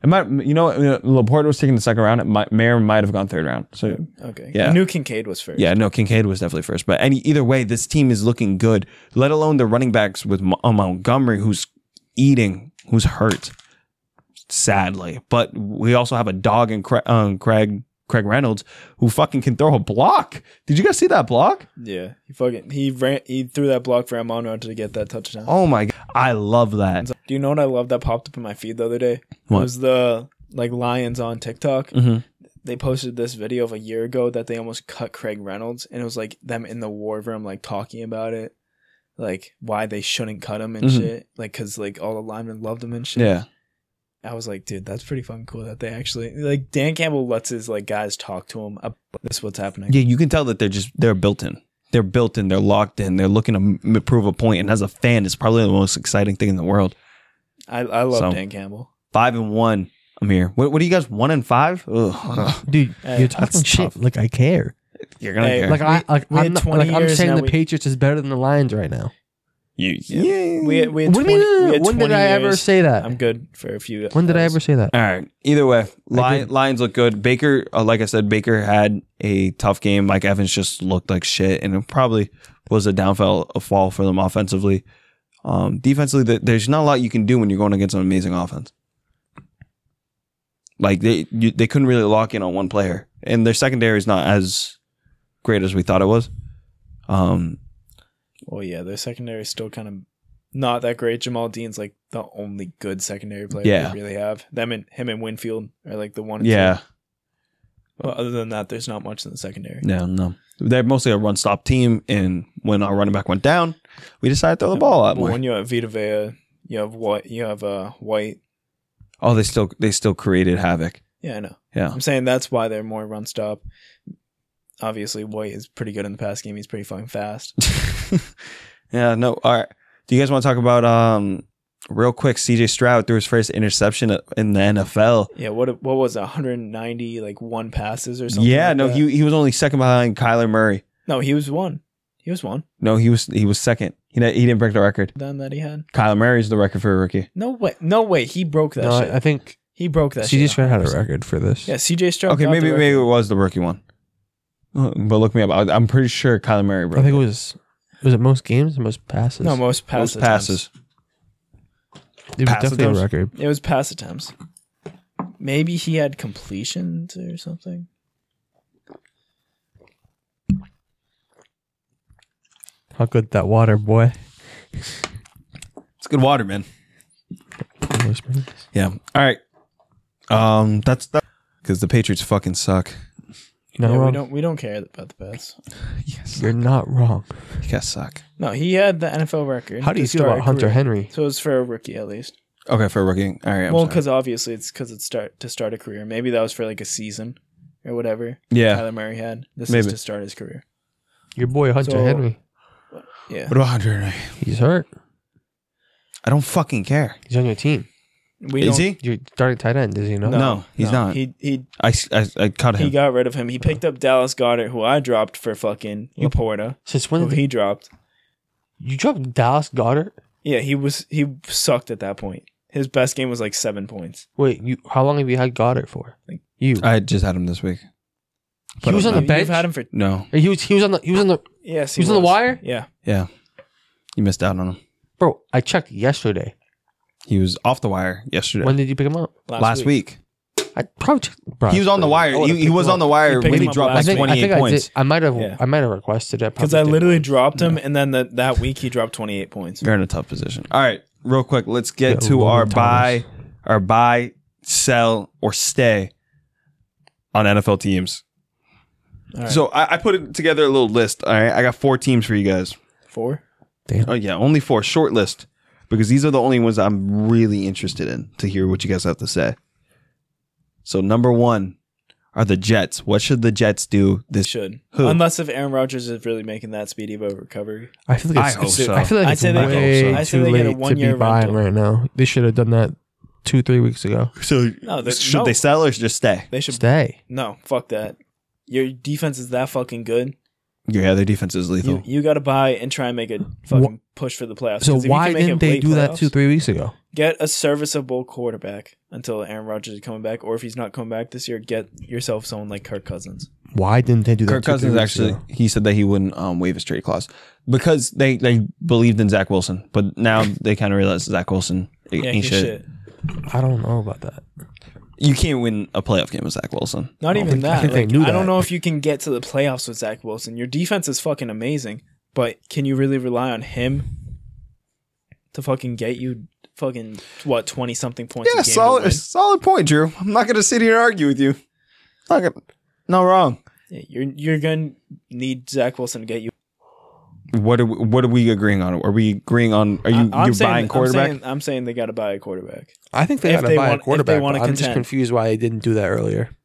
B: It might, you know, uh, Laporte was taken the second round. It might, Mayer might have gone third round. So
C: Okay.
B: Yeah.
C: I knew Kincaid was first.
B: yeah, no, Kincaid was definitely first. But any either way, this team is looking good. Let alone the running backs with Mo- uh, Montgomery, who's eating, who's hurt, sadly. But we also have a dog in Cra- um, Craig Craig Reynolds, who fucking can throw a block. Did you guys see that block?
C: Yeah. He fucking he ran he threw that block for Amon to get that touchdown.
B: Oh my! God. I love that.
C: Do you know what I love that popped up in my feed the other day?
B: What?
C: It was the like Lions on TikTok.
B: Mm-hmm.
C: They posted this video of a year ago that they almost cut Craig Reynolds and it was like them in the war room like talking about it. Like why they shouldn't cut him and
A: Mm-hmm.
B: Mhm.
C: shit. Like cuz like all the linemen loved him and shit.
B: Yeah,
C: I was like, dude, that's pretty fucking cool that they actually like Dan Campbell lets his like guys talk to him up this is what's happening.
B: yeah. You can tell that they're just they're built in. They're built in. They're locked in. They're looking to m- prove a point. And as a fan, it's probably the most exciting thing in the world.
C: I I love
B: So-
C: Dan Campbell.
B: Five and one. I'm here. What, what do you guys? One and five? Ugh.
A: Dude,
C: Hey,
A: you're talking
B: that's
A: shit.
B: tough.
A: Like I care.
B: You're gonna
C: Hey,
B: care.
A: Like I like
C: we had
A: I'm not,
C: 20
A: like I'm
C: years
A: saying
C: now,
A: the
C: we-
A: Patriots is better than the Lions right now.
B: you, yeah.
C: We had, we had
A: What do
C: 20,
A: you mean?
C: we had
A: when
C: 20
A: did I ever
C: years.
A: say that?
C: I'm good for a few.
A: when did I ever say that?
B: All right. Either way, Lion,
A: did.
B: Lions look good. Baker, uh, like I said, Baker had a tough game. Mike Evans just looked like shit, and it probably was a downfall, a fall for them offensively. Um, defensively, th- there's not a lot you can do when you're going against an amazing offense. Like they, you, they couldn't really lock in on one player, and their secondary is not as great as we thought it was. Um,
C: Oh yeah, their secondary is still kind of not that great. Jamal Dean's like the only good secondary player
B: Yeah.
C: they really have. Them and him and Winfield are like the one. and
B: yeah,
C: two. Well, other than that, there's not much in the secondary.
B: Yeah, no. They're mostly a run stop team, and when our running back went down, we decided to throw the ball a lot
C: But
B: more.
C: when you have Vita Vea, you have what you have uh White.
B: Oh, they still they still created havoc.
C: Yeah, I know.
B: Yeah, [laughs]
C: I'm saying that's why they're more run stop. Obviously, White is pretty good in the pass game. He's pretty fucking fast.
B: yeah. No. All right. Do you guys want to talk about um real quick? C.J. Stroud threw his first interception in the NFL.
C: Yeah, what what was it, 190 like one passes or something?
B: Yeah.
C: like
B: No.
C: that?
B: He he was only second behind Kyler Murray.
C: no he was one. He was one.
B: No, he was he was second. He ne- he didn't break the record.
C: Then that he had.
B: Kyler Murray's the record for a rookie.
C: No way. No way. He broke that
A: No,
C: shit.
A: I, I think
C: he broke that
A: CJ
C: shit.
A: Stroud had a
C: 100%.
A: record for this.
C: Yeah, CJ Stroud.
B: okay,
C: got
B: maybe
C: the
B: maybe it
C: record.
B: was the rookie one. Uh, But look me up. I, I'm pretty sure Kyler Murray broke.
A: I think it was was it most games, or most passes.
C: No, most pass
B: Most
C: attempts.
B: passes.
A: it was
B: pass
A: definitely
B: attempts?
A: a record.
C: It was pass attempts. Maybe he had completions or something.
A: How good that water, boy.
B: It's good water, man.
A: Most minutes.
B: Yeah. All right. Um, that's that because the Patriots fucking suck.
A: You're not
C: yeah, we
A: wrong.
C: don't we don't care about the pass.
B: Yes,
A: You're not wrong.
B: you guys suck.
C: No, he had the NFL record.
A: How do you
C: to
A: feel
C: start
A: about
C: a
A: Hunter
C: career.
A: Henry?
C: So it's for a rookie at least.
B: Okay, for a rookie. All right. I'm
C: well,
B: sorry.
C: because obviously it's because it's start to start a career. Maybe that was for like a season or whatever.
B: yeah.
C: Tyler Murray had this
B: Maybe.
C: is to start his career.
A: Your boy Hunter
C: So-
A: Henry.
C: Yeah,
B: What about Hunter?
A: He's hurt.
B: I don't fucking care.
A: He's on your team.
C: we
B: Is
C: don't-
B: he?
A: You're starting tight end, is he not?
B: No, he's not.
C: He he
B: I, s- I, I cut
C: he
B: him.
C: got rid of him. He picked up Dallas Goddard, who I dropped for fucking Laporta,
A: Since
C: who
A: when did
C: he dropped.
A: you dropped Dallas Goddard?
C: Yeah, he was he sucked at that point. His best game was like seven points.
A: Wait, you how long have you had Goddard for?
C: Like-
A: You.
B: I just had him this week.
A: he was on the
C: You-
A: bench.
C: You've had him for
B: No,
A: he was he was on the he was on the
C: yes.
A: He was on the wire?
C: Yeah,
B: you missed out on him.
A: bro. I checked yesterday.
B: He was off the wire yesterday.
A: When did you pick him up?
B: last, week,
A: I probably checked, bro,
B: he was on the wire.
A: I would've
B: He, he
A: picked
B: was
A: him
B: on
A: up.
B: the wire
C: You
B: when
C: picked
B: he
C: him up
B: dropped
A: I
B: like
C: last
A: think, I,
B: twenty eight
A: think I,
B: points.
A: did, I might have
C: Yeah.
A: I might have requested it
C: because
A: probably
C: I
A: didn't.
C: literally dropped him, and then the, that week he dropped twenty eight points.
B: You're in a tough position. All right, real quick, let's get
A: Yeah,
B: to
A: Logan
B: our
A: Thomas.
B: buy, our buy, sell, or stay on NFL teams.
C: All right,
B: So I, I put it together a little list. All right, I got four teams for you guys.
C: four.
B: Oh yeah, only four, short list, because these are the only ones I'm really interested in to hear what you guys have to say. So number one are the Jets. What should the Jets do
C: They
B: this?
C: should
B: Who?
C: unless if Aaron Rodgers is really making that speedy of a recovery.
A: I feel
B: I
A: like it's,
B: hope
A: it's-
B: so.
A: I feel like
C: I'd
A: it's
C: say they-
A: way
B: I
A: too
C: hope so. I'd say they
A: late
C: get a
A: to be
C: one-year
A: buying
C: rental.
A: right now. They should have done that two three weeks ago.
B: So
C: No, they-
B: should
C: no.
B: they sell or just stay?
C: They should
A: Stay.
C: no fuck that. Your defense is that fucking good
B: Yeah, their defense is lethal.
C: You you got to buy and try and make a fucking push for the playoffs.
A: So
C: 'Cause if you
A: why
C: can make it
A: didn't they
C: late
A: do that
C: playoffs-
A: two, three weeks ago?
C: Get a serviceable quarterback until Aaron Rodgers is coming back, or if he's not coming back this year, get yourself someone like Kirk Cousins.
A: Why didn't they do that?
B: Kirk
A: two, three
B: Cousins
A: weeks
B: actually
A: ago?
B: he said that he wouldn't um, waive his trade clause because they, they believed in Zach Wilson, but [laughs] now they kind of realize Zach Wilson ain't
C: Yeah,
B: ain't
C: he's
B: shit.
C: shit.
A: I don't know about that.
B: You can't win a playoff game with Zach Wilson.
C: Not even
A: think- I
C: that.
A: think they
C: like,
A: knew
C: I don't
A: that.
C: know if you can get to the playoffs with Zach Wilson. Your defense is fucking amazing, but can you really rely on him to fucking get you fucking what twenty something points?
B: Yeah,
C: a game to
B: solid
C: win?
B: solid point, Drew. I'm not gonna sit here and argue with you. Not gonna, no wrong.
C: Yeah, You're you're gonna need Zach Wilson to get you.
B: What are we, what are we agreeing on? Are we agreeing on? Are you
C: I- I'm
B: you're
C: saying-
B: buying quarterback?
C: I'm saying, I'm saying they got to buy a quarterback.
A: I think they
C: If
A: got to
C: they
A: buy
C: want-
A: a
C: if they
A: quarterback. but
C: wanna
A: I'm just
C: contend.
A: confused why they didn't do that earlier.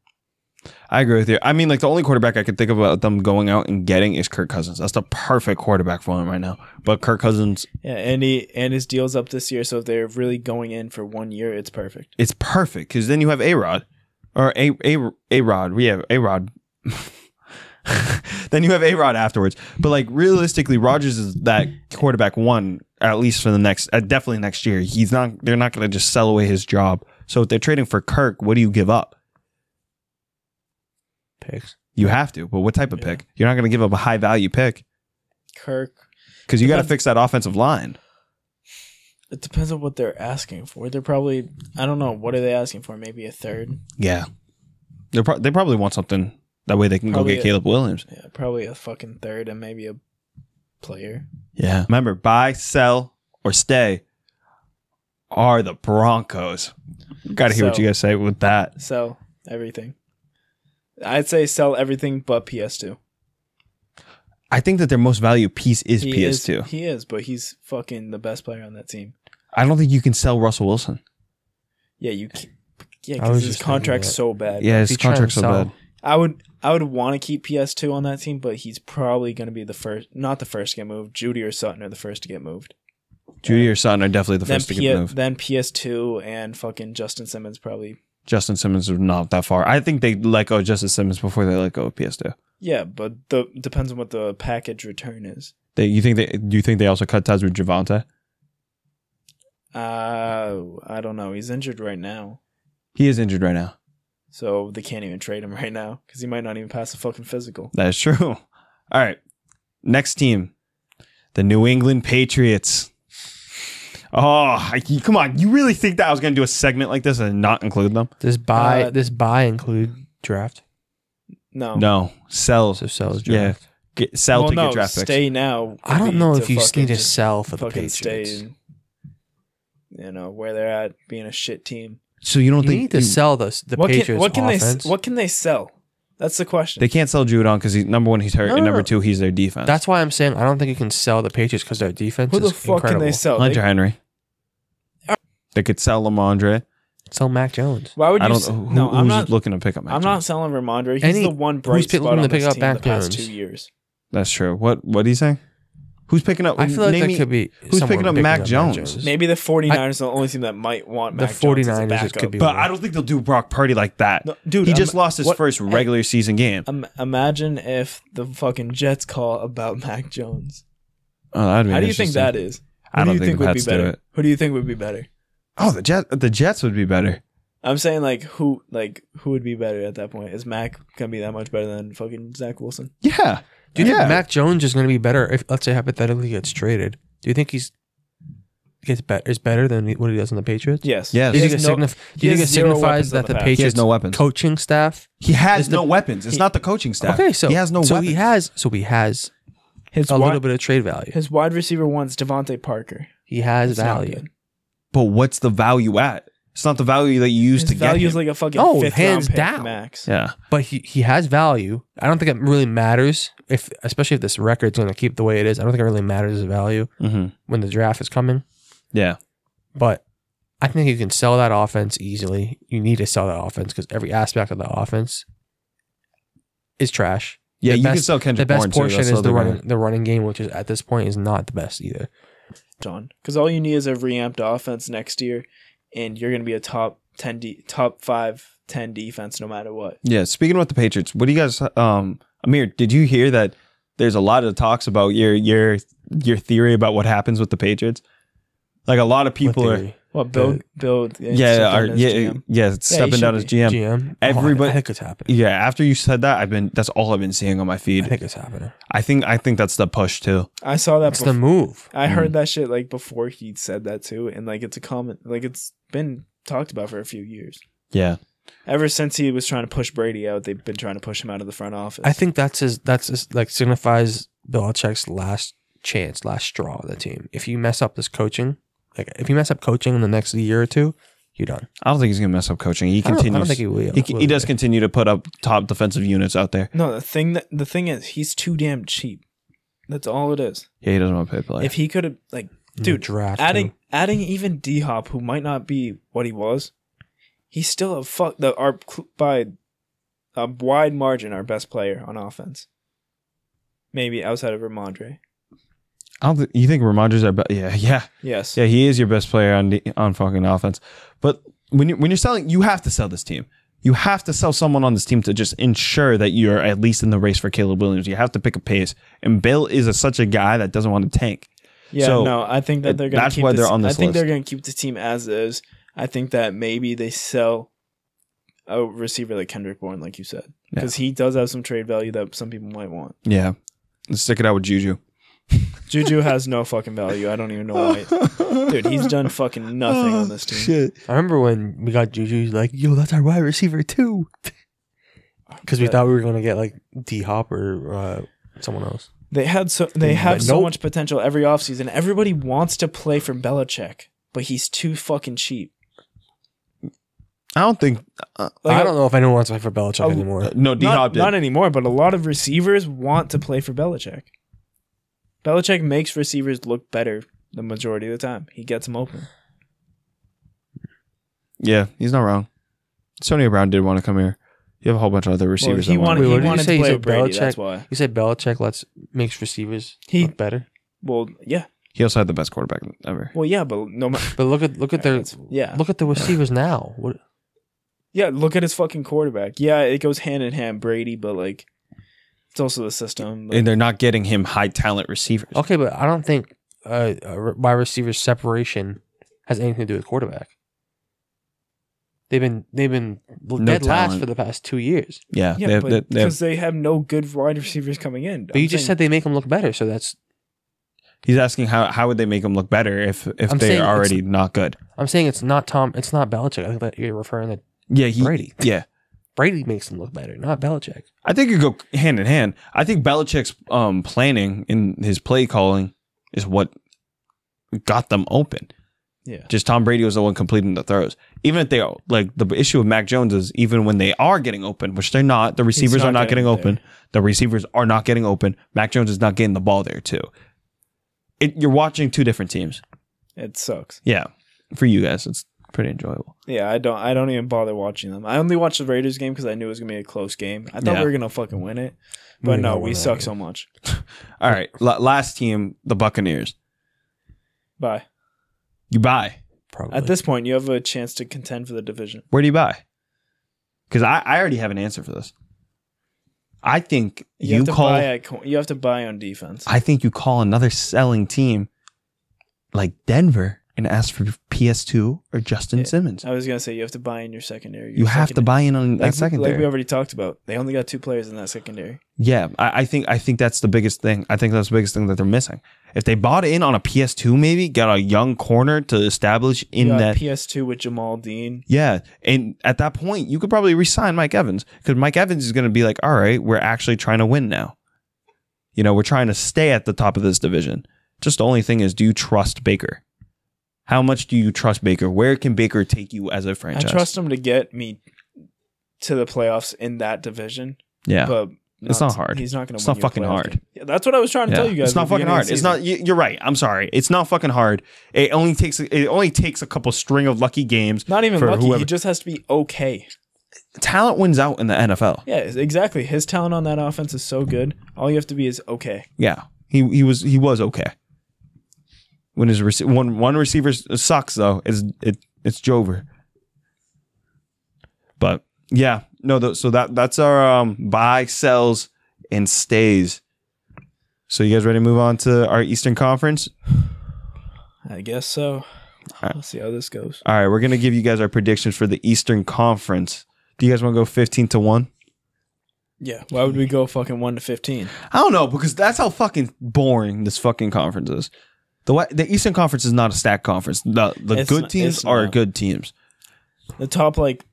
B: I agree with you. I mean, like the only quarterback I could think of about them going out and getting is Kirk Cousins. That's the perfect quarterback for him right now. But Kirk Cousins,
C: Yeah, and he and his deal's up this year, so if they're really going in for one year, it's perfect.
B: it's perfect because then you have A Rod or A A A Rod. We have A Rod. [laughs] then you have A Rod afterwards. But like realistically, Rogers is that quarterback one at least for the next, uh, definitely next year. He's not. They're not going to just sell away his job. So if they're trading for Kirk, what do you give up?
A: Picks.
B: You have to. But what type of
C: Yeah.
B: pick? You're not going to give up a high value pick
C: Kirk.
B: because you got to
C: Depends-
B: fix that offensive line.
C: It depends on what they're asking for. They're probably I don't know what are they asking for. Maybe a third.
B: Yeah. They pro- they probably want something that way they can
C: Probably
B: go get
C: a-
B: Caleb Williams.
C: Yeah, probably a fucking third and maybe a player.
B: Yeah. Remember, buy, sell, or stay are the Broncos. Got to hear what
C: So-
B: you guys say with that.
C: Sell everything. I'd say sell everything but PS2.
B: I think that their most valued piece is
C: He
B: PS2.
C: Is, he is, but he's fucking the best player on that team.
B: I don't think you can sell Russell Wilson.
C: Yeah, you. c- Yeah,
A: I was
C: because his
A: just thinking
C: contract's
A: that.
C: so bad.
B: Yeah, his
A: He's trying to
B: contract's so
A: sell.
B: bad.
C: I would I would want to keep PS2 on that team, but he's probably going to be the first, not the first to get moved. Judy or Sutton are the first to get moved.
B: Judy or Sutton are definitely the
C: then,
B: first to
C: P-
B: get moved.
C: then PS2 and fucking Justin Simmons probably.
B: Justin Simmons is not that far. I think they let go of Justin Simmons before they let go of PS2.
C: Yeah, but the depends on what the package return is.
B: They, you think they? Do you think they also cut ties with Javante?
C: Uh, I don't know. He's injured right now,
B: He is injured right now.
C: so they can't even trade him [laughs] right now because he might not even pass the fucking physical.
B: That is true. [laughs] All right. Next team, the New England Patriots. Oh, I, you- come on. You really think that I was going to do a segment like this and not include them?
A: This buy.
C: Uh,
A: this buy include draft.
C: No,
B: No. Sell.
A: So sells
B: Yeah.
A: draft.
B: Get, sell
C: Well,
B: to
C: no,
B: get draft picks.
C: stay now. would
A: I
C: be
A: don't know
C: to
A: if you just
C: fucking
A: need to
C: just
A: sell for the
C: fucking
A: Patriots.
C: stay. in, You know where they're at, being a shit team.
B: So you don't
A: You
B: think
A: need to
B: you-
A: sell the the
C: what
A: Patriots
C: can what can
A: offense.
C: they what can they sell? That's the question.
B: they can't sell Judon because he's number one, he's hurt,
A: No,
B: and
A: no,
B: number
A: no.
B: two, he's their defense.
A: That's why I'm saying I don't think you can sell the Patriots because their defense
C: Who the
A: is
C: fuck
A: incredible.
C: can they sell? They-
B: Hunter Henry. They could sell Lamondre.
A: Sell Mac Jones.
C: why would you?
B: I don't
C: s-
B: know who,
C: no,
B: who's
C: I'm not.
B: looking to pick up. Mac
C: I'm
B: Jones.
C: not selling Ramondre. He's
A: Any-
C: the one
A: who's
C: bright
A: picking
C: spot
A: to
C: on this
A: pick up
C: team the
A: back
C: past
A: Jones?
C: two years.
B: That's true. What What do you say? Who's picking up?
A: I feel like
B: name
A: that
B: me-
A: could be
B: who's
A: someone
B: picking up
A: picking
B: Mac Jones?
C: Maybe the 49ers are the only team that might want
A: The
C: Mac Jones as a
A: 49ers
C: backup.
A: just could be-
B: But I don't think they'll do Brock Purdy like that.
C: No, dude,
B: he
C: I'm-
B: just lost his
C: what-
B: first regular season game.
C: Im- imagine if the fucking Jets call about [laughs] Mac Jones.
B: Oh, that'd be
C: How do you think that is? Who
B: I don't
C: do you
B: think
C: think,
B: the
C: would be
B: Pats do
C: better?
B: it.
C: Who do you think would be better?
B: Oh, the Jets. The Jets would be better.
C: I'm saying like who like who would be better at that point? Is Mac gonna be that much better than fucking Zach Wilson?
B: Yeah.
A: Do you
B: Yeah.
A: think Mac Jones is going to be better if, let's say, hypothetically gets traded? Do you think he's gets better is better than what he does on the Patriots?
C: Yes.
B: Yes.
A: Do
B: He
A: you think it,
C: has no-
A: signif-
C: he
A: do you think it
C: has zero
A: signifies
C: weapons on
A: that
C: the
A: the
C: path.
A: Patriots
B: He has no weapons.
A: coaching staff?
B: He has
A: It's the-
B: no weapons. It's
A: he-
B: not the coaching staff.
A: Okay, so
B: he has no
A: so
B: weapons.
A: he has so he has
C: His
A: a
C: wi-
A: little bit of trade value.
C: his wide receiver one's Devontae Parker.
A: he has
C: It's not
A: value.
C: good.
B: but what's the value at? It's not the value that you use
C: His
B: to get
C: value
B: him.
C: is like a fucking
A: Oh,
C: fifth
A: hands
C: round pick
A: down.
C: max.
B: yeah.
A: But he, he has value. I don't think it really matters if especially if this record's going to keep the way it is. I don't think it really matters his value
B: hmm
A: when the draft is coming.
B: Yeah.
A: But I think you can sell that offense easily. You need to sell that offense because every aspect of the offense is trash.
B: Yeah.
A: The
B: you can
A: best-
B: sell Kendrick
A: the best
B: Bourne, too.
A: portion
B: That's
A: is the
B: other guy.
A: running the running game, which is at this point is not the best either.
C: John. Because all you need is a reamped offense next year and you're gonna be a top ten de- top five, ten defense no matter what.
B: Yeah. Speaking about the Patriots, what do you guys? Um, Amir, did you hear that there's a lot of talks about your your your theory about what happens with the Patriots. Like a lot of people are
A: theory?
C: What Bill?
A: The-
C: Bill? uh,
B: yeah are, yeah yeah stepping
C: should
B: down as
C: be.
B: GM.
A: GM. Oh,
B: Everybody-
A: I think it's happening.
B: Yeah, after you said that, I've been that's all I've been seeing on my
A: I
B: feed.
A: think it's happening.
B: I think I think that's the push too.
C: I saw that.
A: That's the
C: Before.
A: move.
C: I
B: mm.
C: heard that shit like before he said that too, and like it's a comment. Like it's been talked about for a few years.
B: Yeah.
C: Ever since he was trying to push Brady out, they've been trying to push him out of the front office.
A: I think that's his. That's his, like signifies Belichick's last chance, last straw of the team. If you mess up this coaching, like if you mess up coaching in the next year or two, you're done.
B: I don't think he's gonna mess up coaching. He
A: I don't, I
B: continues.
A: don't think he will.
B: he, he does continue to put up top defensive units out there.
C: no, the thing that the thing is, he's too damn cheap. That's all it is.
B: Oh, Yeah, he doesn't want to pay play.
C: If he could have like
A: In the
C: dude
A: draft
C: adding
A: too.
C: adding even D Hop, who might not be what he was, he's still a fuck the our cl- by a wide margin our best player on offense. Maybe outside of Ramondre.
B: I don't th- you think Ramondra's our best? Yeah, [laughs] yeah,
C: Yes.
B: yeah. He is your best player on the, on fucking offense. But when you when you're selling, you have to sell this team. You have to sell someone on this team to just ensure that you're at least in the race for Caleb Williams. You have to pick a pace, and Bill is a, such a guy that doesn't want to tank.
C: Yeah,
B: So,
C: no, I think that they're going to
B: that's
C: keep
B: why
C: this,
B: they're on this
C: I think
B: list.
C: they're going to keep the team as is. I think that maybe they sell a receiver like Kendrick Bourne, like you said,
B: Yeah.
C: because he does have some trade value that some people might want.
B: Yeah, Let's stick it out with Juju.
C: Juju has no fucking value. I don't even know
B: [laughs]
C: why. Dude, he's done fucking nothing on this team.
B: Oh, Shit.
A: I remember when we got Juju. He's like, "Yo, that's our wide receiver too," because we
C: But
A: thought we were gonna get like D Hop or uh, someone else.
C: they had so they
A: Mm, But
C: have so
A: nope.
C: much potential every offseason. Everybody wants to play for Belichick, but he's too fucking cheap.
B: I don't think
C: Like,
A: I don't know if anyone wants to play for Belichick
C: Oh,
A: anymore.
B: no D
C: not,
B: Hop did.
C: not anymore, but a lot of receivers want to play for Belichick. Belichick makes receivers look better the majority of the time. He gets them open.
B: Yeah, he's not wrong. Antonio Brown did want to come here. You have a whole bunch of other receivers.
C: he
B: that want
C: wanted,
A: Wait,
B: to
C: he
A: what did you
C: wanted
A: say?
C: to
A: You
C: play
A: said
C: with Brady. That's
A: Belichick-
C: why.
A: You said Belichick lets makes receivers
C: He-
A: look better,
C: Well, yeah,
B: He also had the best quarterback ever.
C: well, yeah, but no matter.
A: but look at look at their
C: Yeah,
A: look at the receivers now. What,
C: yeah. Look at his fucking quarterback. Yeah, it goes hand in hand, Brady. But like, it's also the system. Like,
B: And they're not getting him high talent receivers.
A: okay, but I don't think uh, a re- wide receiver separation has anything to do with quarterback. They've been they've been
B: No
A: dead last
B: talent.
A: for the past two years.
B: Yeah,
C: yeah,
B: they have-
C: but
B: they- they have-
C: because they have no good wide receivers coming in.
A: But you just said they make them look better, so that's
B: he's asking how how would they make him look better if if
A: I'm
B: they
A: saying
B: are
A: it's-
B: already not good.
A: I'm saying it's not Tom, it's not Belichick. I think that you're referring that
B: Yeah, he,
A: Brady.
B: Yeah,
A: Brady makes them look better, not Belichick.
B: I think it go hand in hand. I think Belichick's um, planning in his play calling is what got them open.
C: Yeah.
B: Just Tom Brady was the one completing the throws. Even if they are like the issue with Mac Jones is even when they are getting open, which they're not, the
C: He's
B: receivers are not getting,
C: there.
B: open. The receivers are not getting open. Mac Jones is not getting the ball there too. It, you're watching two different teams.
C: It sucks.
B: Yeah, for you guys, it's pretty enjoyable.
C: Yeah, I don't. I don't even bother watching them. I only watched the Raiders game because I knew it was gonna be a close game. I thought
B: Yeah.
C: we were gonna fucking win it, but
A: We're
C: no,
A: gonna
C: we
A: win
C: suck
A: that
C: so much.
B: All right, la- last team, the Buccaneers.
C: Bye.
B: You buy.
A: Probably
C: At this point, you have a chance to contend for the division.
B: Where do you buy? Because I, I already have an answer for this. I think
C: You,
B: you,
C: have to
B: call.
C: buy at, co- you have to buy on defense.
B: I think you call another selling team, like Denver, and ask for PS2 or Justin
C: Yeah. Uh,
B: Simmons.
C: I was gonna say you have to buy in your secondary. Your
B: You have to
C: secondary-
B: buy in on
C: Like,
B: that secondary.
C: like we already talked about. They only got two players in that secondary.
B: Yeah, I, I think I think that's the biggest thing. I think that's the biggest thing that they're missing. If they bought in on a PS2, maybe got a young corner to establish in
C: you got
B: that.
C: PS2 with Jamal Dean.
B: yeah, and at that point, you could probably re-sign Mike Evans because Mike Evans is going to be like, all right, we're actually trying to win now. You know, we're trying to stay at the top of this division. Just the only thing is, do you trust Baker? How much do you trust Baker? Where can Baker take you as a franchise?
C: I trust him to get me to the playoffs in that division,
B: Yeah,
C: but
B: It's not hard.
C: He's not gonna.
B: It's
C: win
B: not
C: you a
B: fucking
C: playoff
B: hard.
C: game. Yeah, that's what I was trying to
B: Yeah.
C: tell you guys.
B: It's
C: at
B: not
C: the
B: fucking
C: beginning of
B: hard.
C: the
B: It's
C: season.
B: not. you- You're right. I'm sorry. It's not fucking hard. It only takes. It only takes a couple string of lucky games.
C: Not even
B: for
C: lucky.
B: whoever-
C: He just has to be okay.
B: Talent wins out in the NFL.
C: Yeah, exactly. His talent on that offense is so good. All you have to be is okay.
B: Yeah. He he was he was okay. When his rece- one one receiver s- sucks though, it's it it's Jover. But yeah, no. Th- so that that's our um buy sells and stays. So you guys ready to move on to our Eastern Conference?
C: I guess so.
B: right.
C: Let's see how this goes.
B: All right, we're gonna give you guys our predictions for the Eastern Conference. Do you guys want to go fifteen to one?
C: Yeah. Why would we go fucking one to fifteen?
B: I don't know because that's how fucking boring this fucking conference is. The wa- the Eastern Conference is not a stack conference. The the
C: It's
B: good
C: not-
B: teams
C: it's
B: are
C: not.
B: good teams.
C: The top like,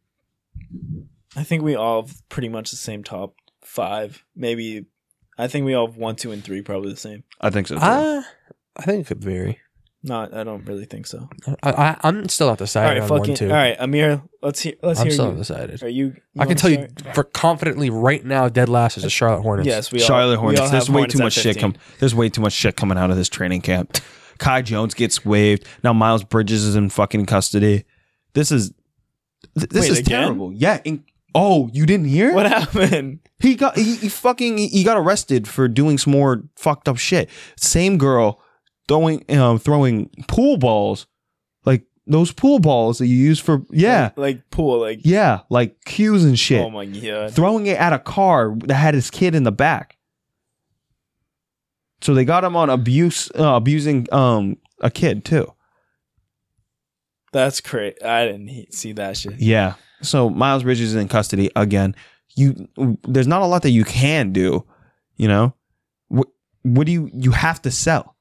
C: I think we all have pretty much the same top five. Maybe, I think we all have one, two, and three probably the same.
B: I think so. Too.
A: Uh, I think it could vary.
C: Not. I don't really think so.
A: I, I, I'm still not
C: All
A: decided
C: right.
A: on
C: Fucking.
A: one, too.
C: All right, Amir. Let's hear. Let's
A: I'm
C: hear
A: still
C: you.
A: undecided.
C: Are you?
A: I can
C: wanna
A: tell you
C: start?
A: for confidently right now, dead last is the Charlotte Hornets.
C: Yes, we all-
B: Charlotte
C: we all
B: Hornets. There's
C: have
B: way
C: Hornets
B: too
C: at
B: much shit
C: 15.
B: come. There's way too much shit coming out of this training camp. Kai Jones gets waived. Now Miles Bridges is in fucking custody. This is th- this
C: Wait,
B: is
C: again?
B: terrible. Yeah. in- oh, you didn't hear?
C: [laughs] What happened?
B: He got he, he fucking he got arrested for doing some more fucked up shit. Same girl throwing um, throwing pool balls, like those pool balls that you use for [laughs] yeah
C: Like, like pool. Like.
B: yeah like cues and shit.
C: Oh my god.
B: throwing it at a car that had his kid in the back. So they got him on abuse, uh, abusing um a kid too.
C: That's crazy. I didn't he- see that shit.
B: Yeah. So Miles Bridges is in custody again. You, there's not a lot that you can do. You know, what, what do you you have to sell?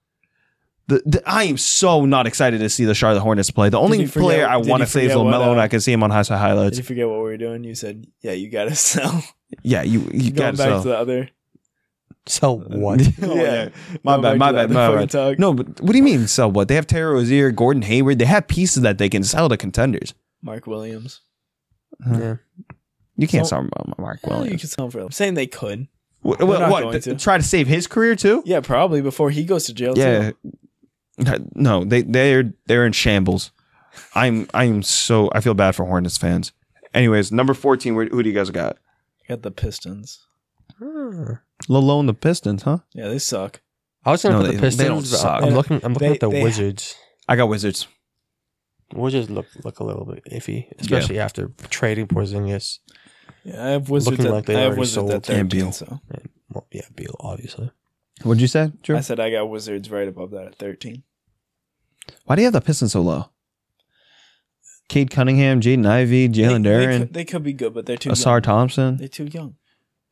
B: The, the, I am so not excited to see the Charlotte Hornets play. The only
C: you forget-
B: player I
C: did
B: want to
C: you
B: say is
C: forget what,
B: Lamelo, and
C: uh,
B: I can see him on high side
C: Did
B: highlights.
C: you forget what we were doing? You said, "Yeah, you gotta [laughs] sell."
B: yeah, you you
C: Going
B: gotta
C: back
B: sell.
C: to the other.
A: So what?
B: [laughs]
C: [laughs]
B: Oh, yeah. my bad, my
C: Going back to the
B: bad,
C: other
B: my
C: fucking
B: bad.
C: talk.
B: No, but what do you mean sell what? They have Terry Rozier, Gordon Hayward. They have pieces that they can sell to contenders.
C: Mark Williams.
A: yeah.
B: You can't
C: So-
B: sell M- Mark
C: Well, you
B: Williams.
C: could sell him for. I'm saying they could.
B: Wh-
C: they're
B: wh-
C: not
B: what?
C: going
B: th-
C: to.
B: Try to save his career too?
C: Yeah, probably before he goes to jail.
B: Yeah.
C: too.
B: No, they they're they're in shambles. I'm I'm so I feel bad for Hornets fans. Anyways, number fourteen. Where, who do you guys got?
C: got the Pistons.
A: Hmm.
B: Lalone the Pistons, huh?
C: Yeah, they suck.
A: I was gonna
B: No,
A: put
B: they-
A: the
B: they
A: Pistons.
B: don't
A: but
B: suck.
A: I'm looking. I'm looking
C: They-
A: at the
C: they-
A: Wizards.
B: I got Wizards.
A: Wizards look look a little bit iffy, especially after trading Porzingis.
C: Yeah, I have Wizards.
A: Looking
C: at,
A: like they
C: I have
A: already
C: Wizards at
A: sold.
B: And Beal.
C: 13. So
A: Well, yeah, Beal obviously.
B: What'd you say? Drew?
C: I said I got Wizards right above that at 13.
B: Why do you have the Pistons so low? Cade Cunningham, Jaden Ivey, Jalen
C: they, They
B: Duran,
C: could, they could be good, but they're too
B: Asar
C: young.
B: Thompson.
C: They're too young.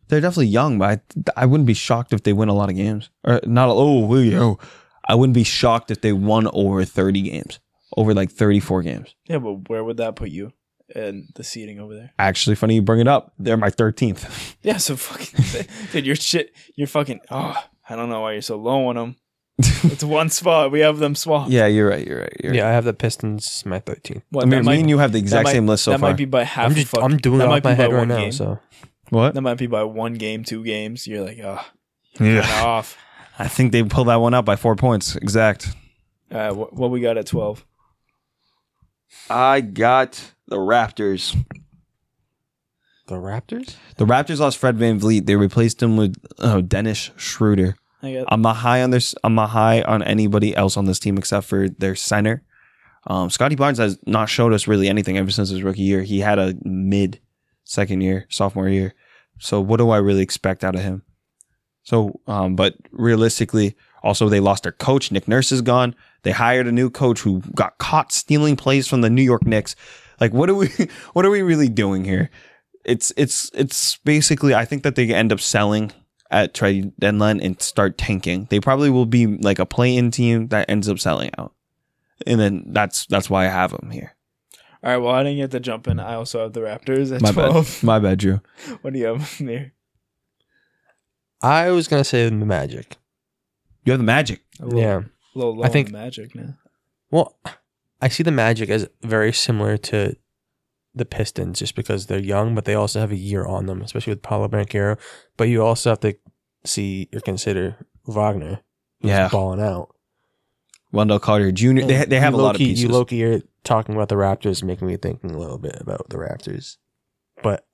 B: They're definitely young, but I, I wouldn't be shocked if they win a lot of games. Or not. a- Oh, woo, yo. I wouldn't be shocked if they won over thirty games, over like thirty-four games.
C: Yeah, but where would that put you? And the seating over there. [laughs]
B: Actually, funny you bring it up. They're my thirteenth.
C: Yeah, so fucking [laughs] dude, your shit, you're fucking. Oh, I don't know why you're so low on them. It's one spot. We have them swapped.
B: [laughs] yeah, you're right. You're right. You're right.
A: Yeah, I have the Pistons. My 13.
C: What,
B: I mean,
C: that
B: me
C: might-
B: and you have the
C: that
B: exact
C: might-
B: same list so
C: that
B: far.
C: might be by half.
A: I'm
C: a
A: just.
C: fuck-
A: I'm doing
C: that
A: it
C: might
A: off my
C: be by
A: head right
C: one
A: now.
C: game.
A: So
B: what?
C: That might be by one game, two games. You're like, ah,
B: Yeah,
C: off.
B: I think they pulled that one out by four points exact.
C: All right, what, what we got at twelve?
B: I got the Raptors.
A: the Raptors.
B: The Raptors lost Fred Van Vliet. They replaced him with uh, Dennis Schroeder.
C: I got
B: I'm not high on this. I'm not high on anybody else on this team except for their center. Um, Scotty Barnes has not showed us really anything ever since his rookie year. He had a mid second year, sophomore year. So what do I really expect out of him? So, um, but realistically, also they lost their coach. Nick Nurse is gone. They hired a new coach who got caught stealing plays from the New York Knicks. Like, what are we? [laughs] What are we really doing here? It's it's it's basically. I think that they end up selling at trade deadline and start tanking. They probably will be like a play-in team that ends up selling out, and then that's that's why I have them here.
C: all right. Well, I didn't get to jump in. I also have the Raptors at
B: My
C: twelve. [laughs]
B: bad, my bad, Drew.
C: What do you have in there?
A: I was gonna say the Magic.
B: You have the Magic.
C: A little,
A: yeah.
C: little low
A: I think-
C: on Magic now.
A: Well, I see the Magic as very similar to the Pistons just because they're young, but they also have a year on them, especially with Paolo Banquero. But you also have to see or consider Wagner, who's
B: Yeah.
A: balling out.
B: Wendell Carter Jr. They, they have a
A: You
B: lot of
A: low-key-
B: pieces.
A: You Loki, you're talking about the Raptors, making me thinking a little bit about the Raptors. But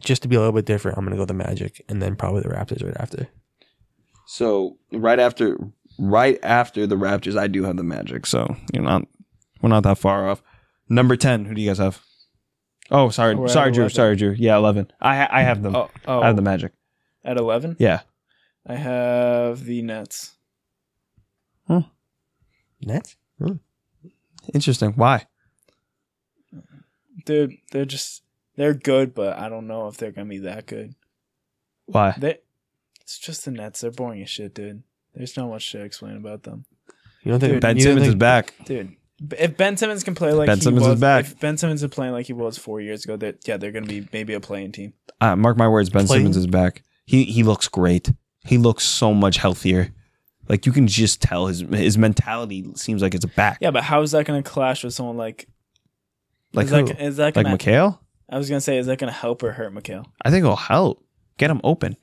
A: just to be a little bit different, I'm going to go the Magic and then probably the Raptors right after.
B: so right after right after the Raptors, I do have the Magic. So you're not we're not that far off. Number ten. Who do you guys have? Oh, sorry,
C: We're at
B: sorry, Drew.
C: 11.
B: Sorry, Drew. Yeah, eleven. I ha- I have them.
C: Oh, oh
B: I have the Magic.
C: at eleven.
B: Yeah.
C: I have the Nets.
A: Nets?
B: Interesting. Why?
C: They're they're just they're good, but I don't know if they're gonna be that good.
B: Why?
C: They it's just the Nets. They're boring as shit, dude. There's not much to explain about them,
A: You don't
C: Dude,
A: think
B: Ben
A: you don't
B: Simmons is
A: think-
B: back.
C: dude. b- If Ben Simmons can play like
B: Ben
C: he
B: Simmons is
C: was,
B: back.
C: if Ben Simmons is playing like he was four years ago, that yeah, they're gonna be maybe a playing team.
B: Uh, mark my words. Ben
A: Playing?
B: Simmons is back. He he looks great. He looks so much healthier. Like you can just tell his his mentality seems like it's back.
C: Yeah, but how is that gonna clash with someone like
B: Like
C: is
B: who?
C: that, is that
B: like
C: gonna
B: Mikhail.
C: I was gonna say is that gonna help or hurt Mikhail?
B: I think it'll help get him open.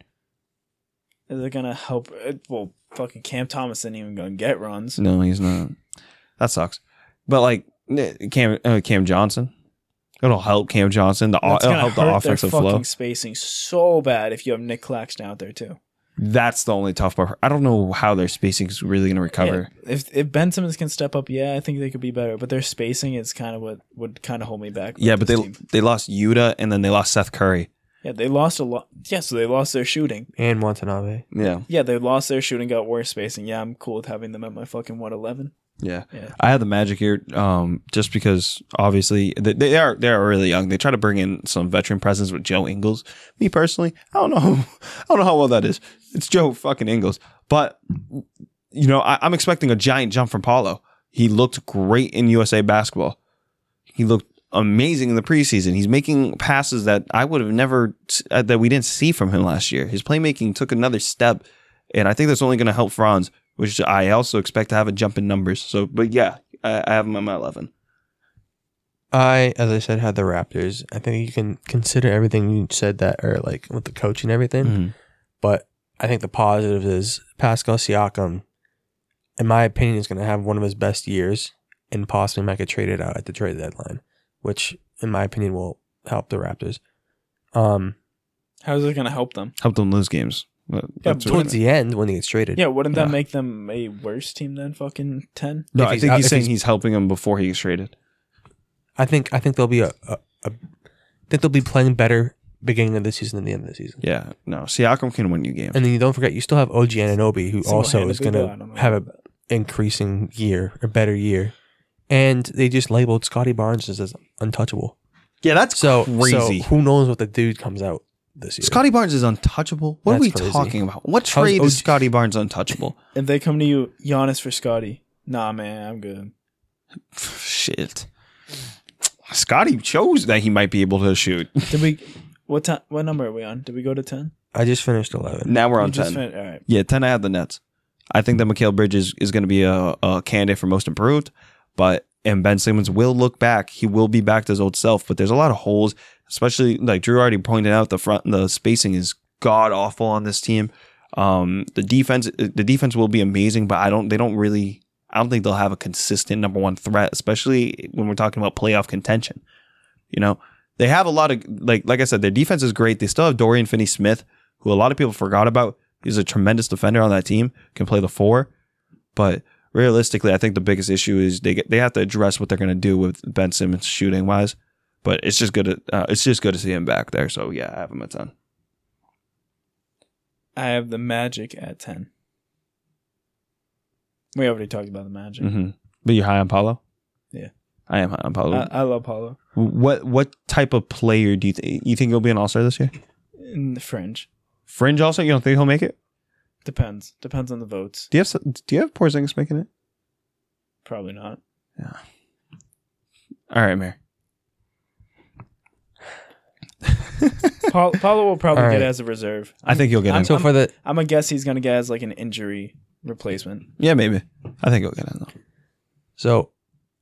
C: Is it gonna help? It, well, fucking Cam Thomas isn't even gonna get runs.
B: No, he's not. That sucks. But like n- Cam uh, Cam Johnson, it'll help Cam Johnson. The
C: That's
B: it'll
C: gonna
B: help the
C: hurt
B: offensive
C: their
B: flow.
C: fucking spacing so bad if you have Nick Claxton out there too.
B: That's the only tough part. I don't know how their spacing is really going to recover.
C: Yeah, if if Ben Simmons can step up, yeah, I think they could be better. But their spacing is kind of what would kind of hold me back. with
B: Yeah, but they
C: this team.
B: they lost Yuta and then they lost Seth Curry.
C: yeah they lost a lot. Yeah, so they lost their shooting.
A: And Watanabe.
B: Yeah,
C: Yeah, they lost their shooting, got worse spacing. Yeah, I'm cool with having them at my fucking what eleven.
B: yeah.
C: Yeah,
B: I had the Magic here, um, just because obviously they, they are they are really young. They try to bring in some veteran presence with Joe Ingles. Me personally, I don't know, [laughs] I don't know how well that is. It's Joe fucking Ingles, but you know I, I'm expecting a giant jump from Paulo. He looked great in USA basketball. He looked amazing in the preseason. He's making passes that I would have never uh, that we didn't see from him last year. His playmaking took another step, and I think that's only going to help Franz, which I also expect to have a jump in numbers. So, but yeah, I, I have him at my eleven.
A: I, as I said, had the Raptors. I think you can consider everything you said that, or like with the coach and everything.
B: Mm. Mm-hmm.
A: But I think the positive is Pascal Siakam, in my opinion, is going to have one of his best years and possibly might get traded out at the trade deadline, which, in my opinion, will help the Raptors. Um,
C: how's it gonna help them?
B: Help them lose games. But that's what-
A: towards the end when he gets traded.
C: Yeah, wouldn't that
B: Yeah.
C: make them a worse team than fucking ten?
B: no,
A: if
B: I
A: he's
B: think
A: out-
B: he's
A: if
B: saying he's,
A: he's-
B: helping him before he gets traded.
A: I think I think they'll be a, a, a I think they'll be playing better beginning of the season than the end of the season.
B: Yeah, no, Siakam can win you games.
A: And then you don't forget you still have OG Ananobi who also is going
C: Single-handedly, but I
A: to
C: don't know
A: have
C: about
A: a
C: that.
A: increasing year, a better year. And they just labeled Scotty Barnes as, as untouchable.
B: yeah, that's
A: So
B: crazy.
A: So who knows what the dude comes out this year?
B: Scotty Barnes is untouchable. What are
A: That's
B: we
A: crazy.
B: talking about? What
A: How's
B: trade is
A: OG
B: Scotty Barnes untouchable?
C: If they come to you, Giannis for Scotty. Nah, man,
B: [laughs]
C: I'm good.
B: Shit. Scotty chose that he might be able to [laughs] shoot.
C: Did we? What time? What number are we on? Did we go to ten?
A: I just finished eleven.
B: Now we're on
C: You just
B: 10.
C: fin- all right.
B: Yeah, 10 I have the Nets. I think that Mikhail Bridges is going to be a, a candidate for most improved, but and Ben Simmons will look back. He will be back to his old self, but there's a lot of holes, especially like Drew already pointed out the front the spacing is god awful on this team. Um the defense the defense will be amazing, but I don't they don't really I don't think they'll have a consistent number 1 threat, especially when we're talking about playoff contention. You know, they have a lot of like like I said, their defense is great. They still have Dorian Finney Smith, who a lot of people forgot about. He's a tremendous defender on that team, can play the four. But realistically, I think the biggest issue is they get, they have to address what they're going to do with Ben Simmons shooting wise. But it's just good. To, uh, it's just good to see him back there. So yeah, I have him at ten.
C: I have the Magic at ten. We already talked about the Magic.
B: Mm-hmm. But you're high on Paulo.
C: Yeah. Uh,
B: I am high on Paulo.
C: I, I love Paulo
B: what what type of player do you think you think he'll be an All Star this year?
C: in the fringe.
B: Fringe All Star? You don't think he'll make it?
C: Depends. Depends on the votes.
B: Do you have Do you have Porzingis making it?
C: Probably not.
B: All right, Mayor.
C: Paul, Paulo will probably
A: All
C: get
A: right.
C: as a reserve.
B: I think he'll get in.
A: So for the
C: I'm gonna guess he's gonna get as like an injury replacement.
B: Yeah, maybe. I think he'll get in though.
A: so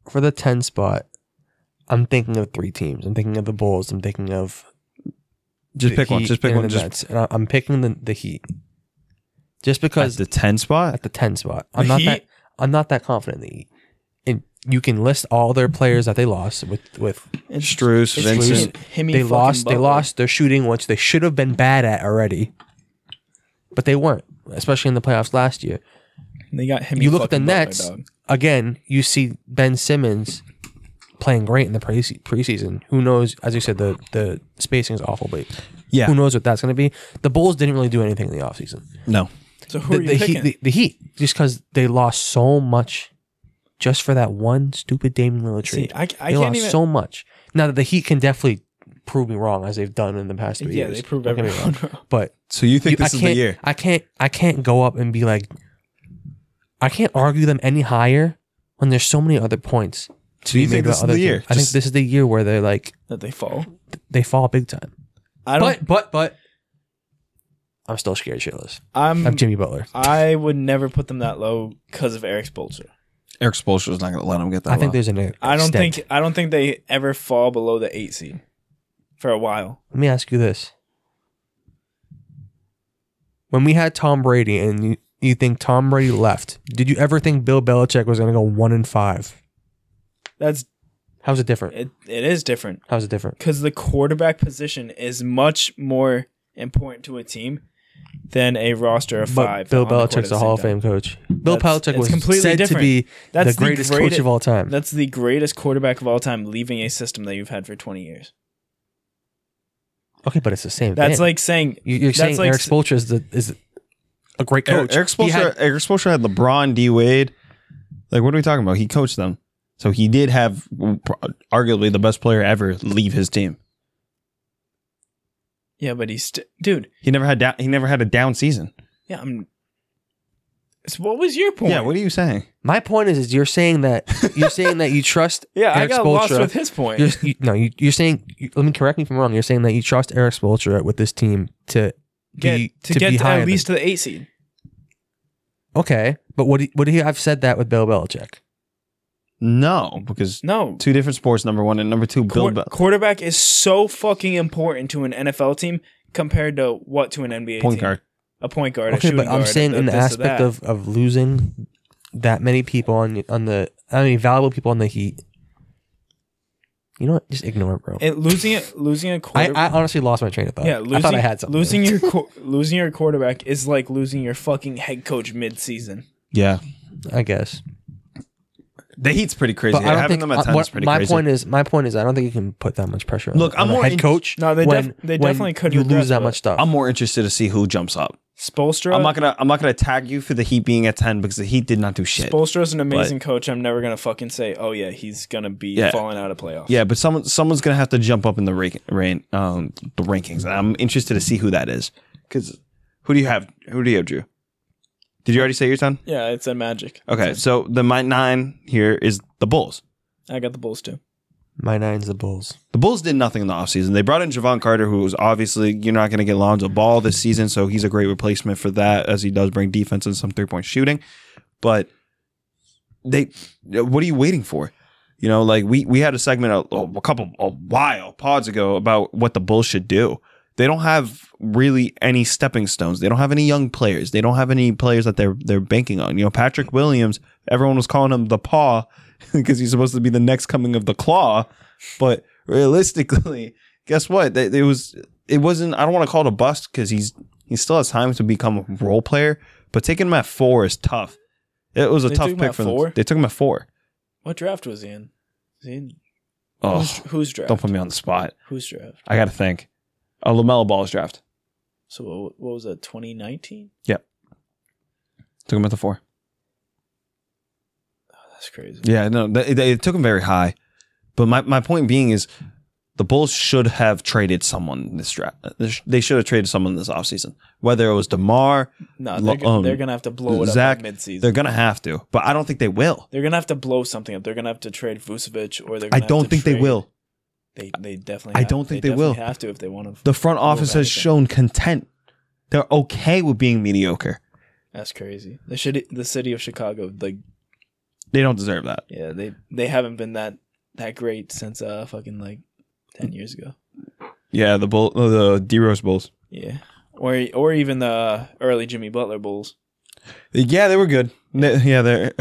A: for the ten spot, I'm thinking of three teams. I'm thinking of the Bulls. I'm thinking of
B: Just
A: the
B: pick one.
A: Heat
B: Just pick
A: and
B: one.
A: the
B: Just
A: Nets. and I- I'm picking the, the Heat, just because
B: at the ten spot.
A: at the ten spot.
C: The
A: I'm not
C: Heat?
A: that I'm not that confident in the Heat. And you can list all their players that they lost with with
C: It's,
B: Struess,
C: it's
B: Vincent.
C: him- Himmy
A: they
C: fucking
A: lost they
C: Butler.
A: lost their shooting which they should have been bad at already. But they weren't, especially in the playoffs last year.
C: They got him.
A: You look at the Nets. Again, you see Ben Simmons playing great in the pre- preseason. Who knows? As you said, the the spacing is awful, but
B: Yeah.
A: who knows what that's going to be? The Bulls didn't really do anything in the offseason.
B: No.
C: So who
A: the,
C: are you
A: the heat,
C: picking?
A: the, the Heat, just because they lost so much, just for that one stupid Damian Lillard
C: See,
A: trade.
C: I, c- I
A: they
C: can't
A: lost
C: even.
A: so much. Now that the Heat can definitely prove me wrong, as they've done in the past three
C: yeah,
A: years.
C: they prove
A: Don't get me wrong.
C: everyone wrong.
A: But
B: So you think
A: you-
B: this
A: I
B: is
A: can't,
B: the year?
A: I can't. I can't go up and be like. I can't argue them any higher when there's so many other points. to
B: So you
A: be made
B: think
A: about
B: this is
A: other
B: the year?
A: teams. I think
B: Just-
A: this is the year where they're like
C: that they fall.
A: they fall big time.
C: I don't.
A: But but but I'm still scared shitless
C: I'm.
A: of Jimmy Butler.
C: I would never put them that low because of Eric Spolster.
B: Eric Spoelstra is not going to let him get that.
A: I think
B: low.
A: there's an.
C: Oh, I don't
A: extent.
C: think. I don't think they ever fall below the eight seed for a while.
A: Let me ask you this: When we had Tom Brady, and you, you think Tom Brady left, did you ever think Bill Belichick was going to go one and five?
C: That's
A: How's it different?
C: it. It is different
A: How's it different?
C: because the quarterback position is much more important to a team than a roster of five.
A: But Bill
C: on the court at
A: Belichick's
C: the
A: a
C: same
A: Hall of
C: time.
A: Fame coach. Bill
C: That's-
A: Belichick
C: it's
A: was
C: completely
A: said
C: different.
A: to be
C: That's
A: the greatest coach of all time.
C: That's the greatest quarterback of all time, leaving a system that you've had for twenty years.
A: Okay, but it's the same.
C: That's
A: thing.
C: like saying
A: You- you're
C: that's
A: saying
C: like
A: Eric
C: s-
A: Spoelstra is the, is a great
B: Eric,
A: coach.
B: Eric
A: He
B: Spoelstra.
A: had-
B: Eric Spoelstra had LeBron, D Wade. Like, what are we talking about? He coached them, so he did have arguably the best player ever leave his team.
C: yeah, but he's st- dude.
B: He never had down. He never had a down season.
C: Yeah, I'm. So what was your point?
B: Yeah. What are you saying?
A: My point is, is you're saying that you're saying that
C: [laughs]
A: you trust.
C: Yeah, I
A: Eric
C: got lost
A: Spoelstra.
C: with his point.
A: You're, you, no, you, you're saying. You, let me correct me if I'm wrong. You're saying that you trust Eric Spoelstra with this team to
C: get,
A: be
C: to, get
A: be
C: to
A: higher
C: at
A: than-
C: least to the eight seed.
A: okay, but would he, would he have said that with Bill Belichick?
B: No, because
C: No,
B: two different sports. Number one and number two. Bill.
C: Quar-
B: Bel-
C: quarterback is so fucking important to an NFL team compared to what to an NBA
B: point
C: team?
B: guard.
C: a point guard. a
A: Okay,
C: shooting
A: but I'm
C: guard,
A: saying
C: a
A: in the
C: this or
A: aspect
C: that.
A: of, of losing that many people on on the I mean valuable people on the Heat. You know what? Just ignore it, bro.
C: It- losing it, losing a
A: I,
C: quarter.
A: I honestly lost my train of thought.
C: yeah, losing,
A: I thought I had something. [laughs]
C: losing your qu- losing your quarterback is like losing your fucking head coach mid season.
B: Yeah.
A: I guess.
B: The Heat's pretty crazy.
A: But I don't
B: Having
A: think
B: them at
A: uh,
B: ten
A: what-
B: is pretty
A: my
B: crazy.
A: point is my point is I don't think you can put that much pressure.
B: Look,
A: on,
B: I'm
A: on a
B: more
A: head
B: in-
A: coach.
C: No, they
A: when-
C: def- they
A: when
C: definitely could
A: You
C: regress,
A: lose that
C: but
A: much stuff.
B: I'm more interested to see who jumps up.
C: Spolstra,
B: I'm not gonna. I'm not gonna tag you for the Heat being at ten because the Heat did not do shit.
C: Spolstra is an amazing coach. I'm never gonna fucking say, oh yeah, he's gonna be
B: Yeah.
C: falling out of playoffs.
B: Yeah, but someone someone's gonna have to jump up in the rank, rank um the rankings. And I'm interested to see who that is. Cause who do you have? Who do you have, Drew? Did you already say your ten?
C: yeah, it's a magic.
B: Okay, so the my nine here is the Bulls.
C: I got the Bulls too.
A: My nine's the Bulls.
B: The Bulls did nothing in the offseason. They brought in Javon Carter, who was obviously you're not going to get Lonzo Ball this season, so he's a great replacement for that, as he does bring defense and some three point shooting. But they, what are you waiting for? You know, like we we had a segment a, a couple a while pods ago about what the Bulls should do. They don't have really any stepping stones. They don't have any young players. They don't have any players that they're they're banking on. You know, Patrick Williams. Everyone was calling him the paw [laughs] because he's supposed to be the next coming of the claw, but realistically, [laughs] guess what? That- It was it wasn't. I don't want to call it a bust because he's he still has time to become a role player. But taking him at four is tough. It was a
C: They took
B: tough
C: him
B: pick
C: at
B: for
C: four?
B: them. They took him at four.
C: What draft was he in? Was he in-
B: Oh,
C: who's, who's draft?
B: don't put me on the spot.
C: Who's draft?
B: I got to think. A Lamelo Ball's draft
C: So what, what was that? 2019?
B: took him at the four.
C: That's crazy.
B: Yeah, no, they, they took him very high. But my, my point being is, the Bulls should have traded someone this draft. They should have traded someone this offseason. Whether it was Demar,
C: No,
B: Lo-
C: they're, go-
B: um,
C: they're gonna have to blow it
B: Zach,
C: up at midseason.
B: they're
C: They're,
B: gonna have to. But I don't think they will.
C: gonna have to blow something up. They're gonna have to trade Vucevic, or they're.
B: I
C: Gonna have to
B: don't think they
C: trade-
B: will.
C: They they definitely.
B: I
C: have-
B: don't think they
C: definitely
B: will.
C: Have to if they want to.
B: The front office has
C: anything.
B: shown content. They're okay with being mediocre.
C: That's crazy. The city, the city of Chicago. Like
B: They don't deserve that.
C: yeah, they they haven't been that that great since uh fucking like ten years ago.
B: Yeah, the bull, uh, the D Rose Bulls.
C: Yeah, or or even the uh, early Jimmy Butler Bulls.
B: Yeah, they were good. They- yeah, they're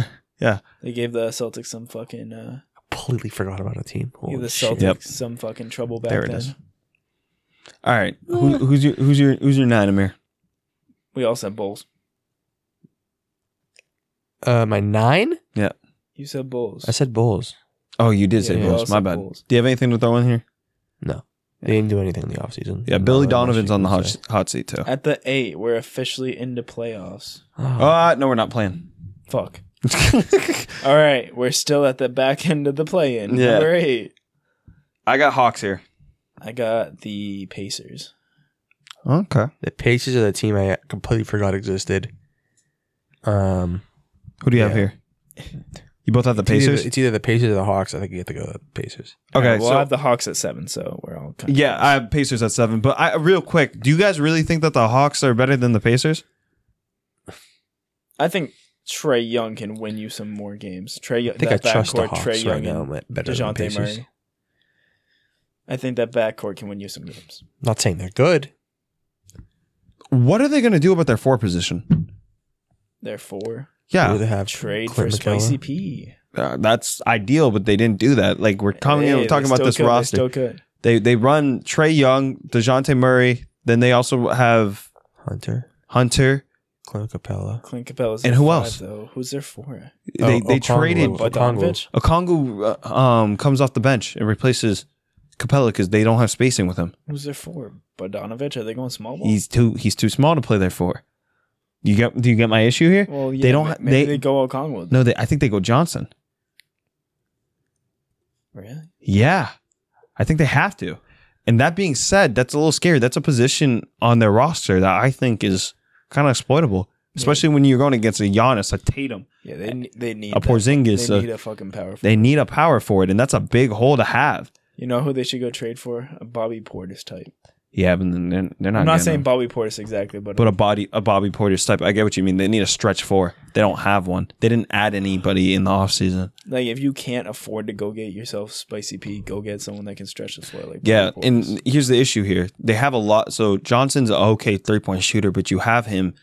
C: They gave the Celtics some fucking uh,
A: Completely forgot about a team. Holy
C: gave the
A: shit.
C: Celtics
B: Yep.
C: some fucking trouble back
B: There it
C: then.
B: is. all right. Who, who's your who's your who's your nine, Amir?
C: We all said Bulls.
A: Uh, my nine.
C: You said Bulls.
A: I said Bulls.
B: Oh, you did say
A: Yeah,
B: Bulls.
C: also
B: My bad.
C: Bulls.
B: Do you have anything to throw in here?
A: No.
B: Yeah,
A: They didn't do anything in the offseason.
B: Yeah, Billy
A: Not really much
B: Donovan's
A: you
B: on the
A: can
B: hot,
A: say.
B: hot seat too.
C: At the eight, we're officially into playoffs.
A: Ah,
B: Uh, no, we're not playing.
C: Fuck. All right, we're still at the back end of the play-in.
B: Yeah.
C: Number eight.
B: [laughs] I got Hawks here.
C: I got the Pacers.
B: Okay.
A: The Pacers are the team I completely forgot existed. Um,
B: Who do you have
A: Yeah.
B: here? You both have the
A: it's either-
B: Pacers.
A: It's either the Pacers or the Hawks. I think you have to go with the Pacers.
C: All
B: Okay,
C: right, we'll
B: so-
C: have the Hawks at seven, so we're all kind of
B: Yeah, I have Pacers at seven. But I real quick, do you guys really think that the Hawks are better than the Pacers?
C: I think Trey Young can win you some more games. Trey,
A: I think I trust the Hawks right now but better than the
C: DeJounte
A: Pacers.
C: Murray. I think that backcourt can win you some games.
A: Not saying they're good.
B: What are they going to do about their four position?
C: Therefore,
A: Who do
B: Yeah,
A: they have
C: trade
A: Clint
C: for
A: McCullough?
C: Spicy P.
B: uh, that's ideal, but they didn't do that. Like we're coming
C: Hey,
B: in, we're talking about
C: they still
B: this
C: could, they
B: roster.
C: Still could.
B: They they run Trey Young, Dejounte Murray. Then they also have
A: Hunter,
B: Hunter.
A: Clint Capella.
C: Clint Capella's
B: And
C: their
B: who
C: five,
B: else?
C: Though. Who's there for?
B: They they traded
C: What, Bogdanovich?
B: Okongu. uh, Um, comes off the bench and replaces Capella because they don't have spacing with him.
C: Who's there for? Bogdanovich? Are they going small ball?
B: He's too he's too small to play there for. You get do you get my issue here?
C: well, yeah,
B: they don't
C: ma-
B: ha-
C: Maybe
B: they-
C: they, go Okongwu.
B: No, they, I think they go Johnson.
C: Really?
B: Yeah, I think they have to. And that being said, that's a little scary. That's a position on their roster that I think is kind of exploitable, especially when you're going against a Giannis, a Tatum, Eh,
C: Yeah, they ne- they need
B: a
C: that.
B: Porzingis. uh, They
C: They need
B: need a,
C: a fucking power.
B: they need a power forward, and that's a big hole to have.
C: You know who they should go trade for? A Bobby Portis type.
B: Yeah, but then they're, they're not.
C: I'm not
B: getting
C: saying
B: him.
C: Bobby Portis exactly, but,
B: but a body, a Bobby Porter's type. I get what you mean. They need a stretch four. They don't have one. They didn't add anybody in the offseason.
C: like if you can't afford to go get yourself Spicy P, go get someone that can stretch the floor. Like
B: Yeah,
C: Bobby Portis.
B: and here's the issue here. They have a lot. So Johnson's an okay three point shooter, but you have him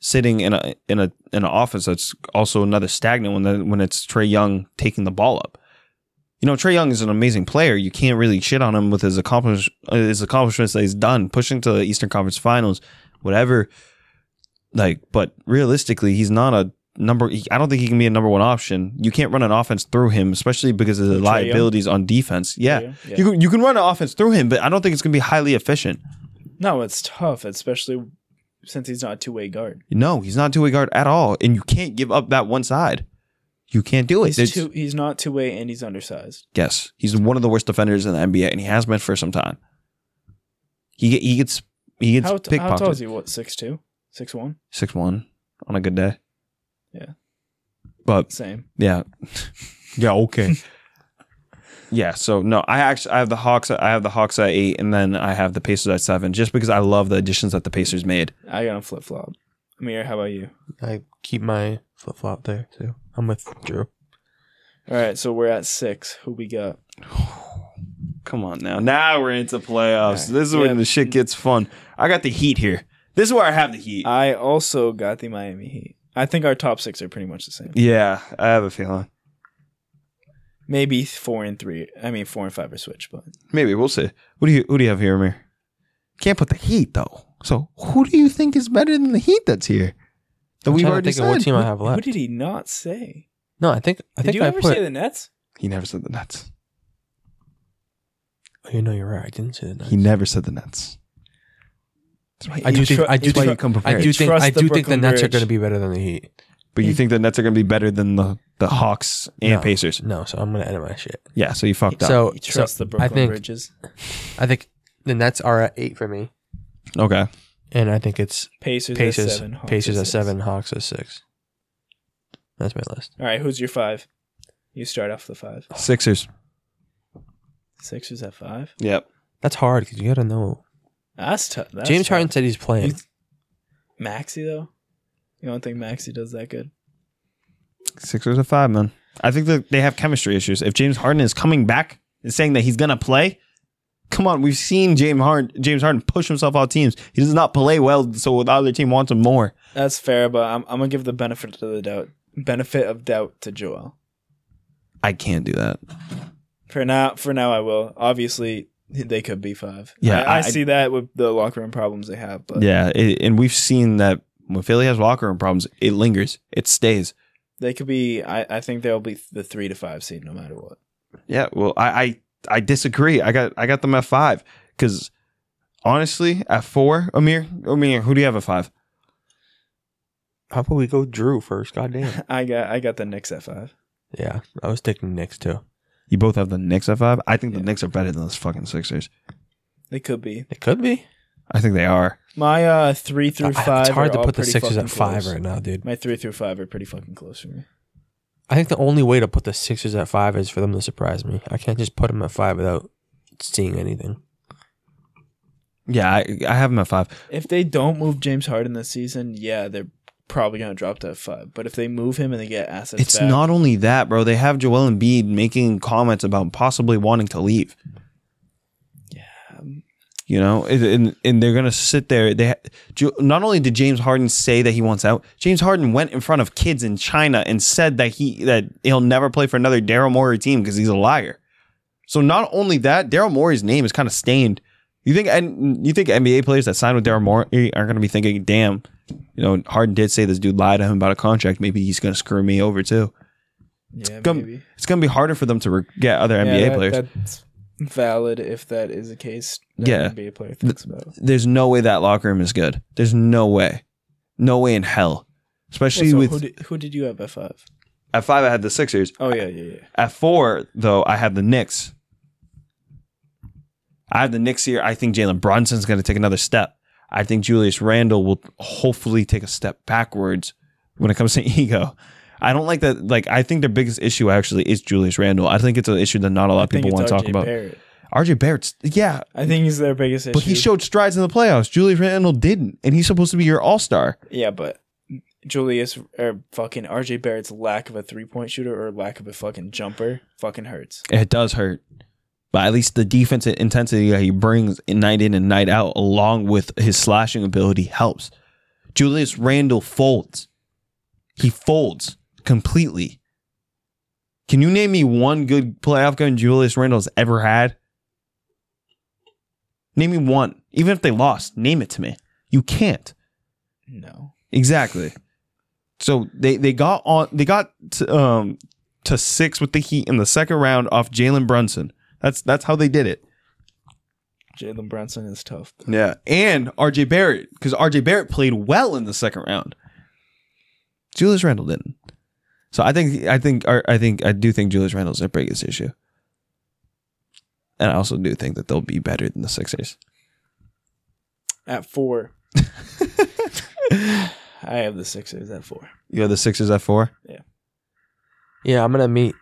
B: sitting in a in a in an offense that's also another stagnant when the, when it's Trey Young taking the ball up. You know, Trey Young is an amazing player. You can't really shit on him with his accomplish uh, his accomplishments that he's done, pushing to the Eastern Conference Finals, whatever. Like, but realistically, he's not a number. he- I don't think he can be a number one option. You can't run an offense through him, especially because of the
C: Trey Young?
B: liabilities on defense. Yeah.
C: yeah.
B: You can, you can run an offense through him, but I don't think it's going to be highly efficient.
C: no, it's tough, especially since he's not a two way guard.
B: No, he's not two way guard at all, and you can't give up that one side. You can't do it.
C: He's
B: There's-
C: two. He's not two way, and he's undersized.
B: yes, he's one of the worst defenders in the NBA, and he has been for some time. He get- he gets he gets
C: How, t- how tall is
B: pickpocketed
C: he? What six two, six one?
B: six one on a good day.
C: Yeah.
B: but
C: Same.
B: yeah, [laughs] yeah, okay, [laughs] yeah. So no, I actually I have the Hawks. I have the Hawks at eight, and then I have the Pacers at seven, just because I love the additions that the Pacers made.
C: I got a flip flop. Amir, how about you?
A: I keep my flip flop there too. I'm with Drew.
C: All right, so we're at six. Who we got?
B: Come on now. Now we're into playoffs.
C: All right.
B: This is
C: Yeah.
B: when the shit gets fun. I got the heat here. This is where I have the heat.
C: I also got the Miami Heat. I think our top six are pretty much the same.
B: yeah, I have a feeling.
C: Maybe four and three. I mean, four and five are switch, but
B: Maybe we'll see. What do you who do you have here, Amir? Can't put the heat though. So who do you think is better than the heat that's here? That
A: I'm
B: we've
A: trying to
B: already
A: think of what
B: said.
A: team I have
C: who
A: left.
C: did he not say?
A: No, I think I
C: did
A: think
C: you
A: I
C: ever
A: put.
C: say the Nets?
B: He never said the Nets.
A: Oh, you know, you're right. I didn't say the Nets.
B: He never said the Nets. That's why
A: I do
C: You
A: think
C: tru-
A: I do
C: you
B: that's why you
A: think
B: come
A: I
B: prepared.
A: do think
C: trust
A: I
C: the
A: do think the
C: Brooklyn
A: Nets are
C: Bridge.
A: going to be better than the Heat.
B: but you think the Nets are going to be better than the the Hawks and
A: No.
B: Pacers?
A: No, so I'm going to edit my shit.
B: Yeah. So you fucked up.
A: So,
C: You
A: so
C: trust the Brooklyn
A: I think
C: Bridges,
A: I think the Nets are at eight for me,
B: Okay.
A: and I think it's
C: Pacers, at
A: Pacers.
C: seven, Hawks
A: Pacers at
C: six.
A: seven, Hawks at six. That's my list.
C: All right, who's your five? You start off the five.
B: Sixers.
C: Sixers at five.
B: Yep.
A: That's hard because you got to know.
C: That's tough. That's
A: James
C: tough.
A: Harden said he's playing.
C: You- Maxi though. You don't think Maxi does that good?
B: Sixers are five, man. I think that they have chemistry issues. If James Harden is coming back and saying that he's gonna play, come on, we've seen James Harden James Harden push himself out teams. He does not play well, so the other team wants him more.
C: That's fair, but I'm, I'm gonna give the benefit of the doubt benefit of doubt to Joel.
B: I can't do that.
C: For now, for now, I will. Obviously, they could be five.
B: Yeah,
C: I, I
B: I-
C: see that with the locker room problems they have. But
B: Yeah, it, and we've seen that when Philly has locker room problems, it lingers. It stays.
C: they could be. I, I think they'll be the three to five seed no matter what.
B: Yeah. Well, I I, I disagree. I got I got them at five. Because honestly, at four, Amir, Amir, who do you have at five?
D: How about we go Drew first?
A: [laughs]
D: Goddamn.
C: [laughs] I got I got the Knicks at five.
D: yeah, I was thinking Knicks too.
B: You both have the Knicks at five. I think
C: Yeah.
B: the Knicks are better than those fucking Sixers.
C: They could be
D: It could be.
B: I think they are.
C: my uh three through
D: I-
C: five.
D: it's hard
C: are
D: to
C: all
D: put the
C: pretty
D: Sixers
C: fucking
D: at five
C: close.
D: right now, dude.
C: My three through five are pretty fucking close for me.
D: I think the only way to put the Sixers at five is for them to surprise me. I can't just put them at five without seeing anything.
B: Yeah, I, I have them at five.
C: If they don't move James Harden this season, yeah, they're probably gonna drop to five. But if they move him and they get assets,
B: it's
C: back-
B: not only that, bro. They have Joel Embiid making comments about possibly wanting to leave.
C: Um,
B: You know, and and, and they're gonna sit there. They ha- Jo- not only did James Harden say that he wants out. James Harden went in front of kids in China and said that he that he'll never play for another Daryl Morey team because he's a liar. So not only that, Daryl Morey's name is kind of stained. You think and you think NBA players that sign with Daryl Morey aren't gonna be thinking, damn, you know, Harden did say this dude lied to him about a contract. Maybe he's gonna screw me over too.
C: yeah,
B: gum-
C: maybe.
B: It's gonna be harder for them to re- get other
C: Yeah,
B: NBA
C: that-
B: players.
C: That's valid if that is a case. That
B: Yeah.
C: an NBA player thinks about.
B: there's no way that locker room is good. There's no way, no way in hell. Especially
C: Also,
B: with
C: who, did, who did you have at five?
B: at five, I had the Sixers.
C: Oh yeah, yeah, yeah.
B: At four, though, I had the Knicks. I have the Knicks here. I think Jalen Brunson's going to take another step. I think Julius Randle will hopefully take a step backwards when it comes to [laughs] ego. I don't like that. Like, I think their biggest issue actually is Julius Randle. I think it's an issue that not a lot of people want to talk about.
C: Barrett.
B: RJ Barrett's, yeah,
C: I think he's their biggest issue.
B: but he showed strides in the playoffs. Julius Randle didn't, and he's supposed to be your all star.
C: Yeah, but Julius or fucking RJ Barrett's lack of a three point shooter or lack of a fucking jumper fucking hurts.
B: It does hurt. But at least the defensive intensity that he brings in night in and night out, along with his slashing ability, helps. Julius Randle folds. He folds completely. Can you name me one good playoff game Julius Randle's ever had? Name me one. Even if they lost, name it to me. You can't.
C: No.
B: Exactly. So they they got on they got to, um to six with the Heat in the second round off Jalen Brunson. That's that's how they did it.
C: Jalen Brunson is tough.
B: Yeah, and RJ Barrett because RJ Barrett played well in the second round. Julius Randle didn't. So I think I think or I think I do think Julius Randle's their biggest issue. And I also do think that they'll be better than the Sixers.
C: At
B: [laughs]
C: four. I have the Sixers at four.
B: You have the Sixers at four.
D: Yeah, I'm gonna meet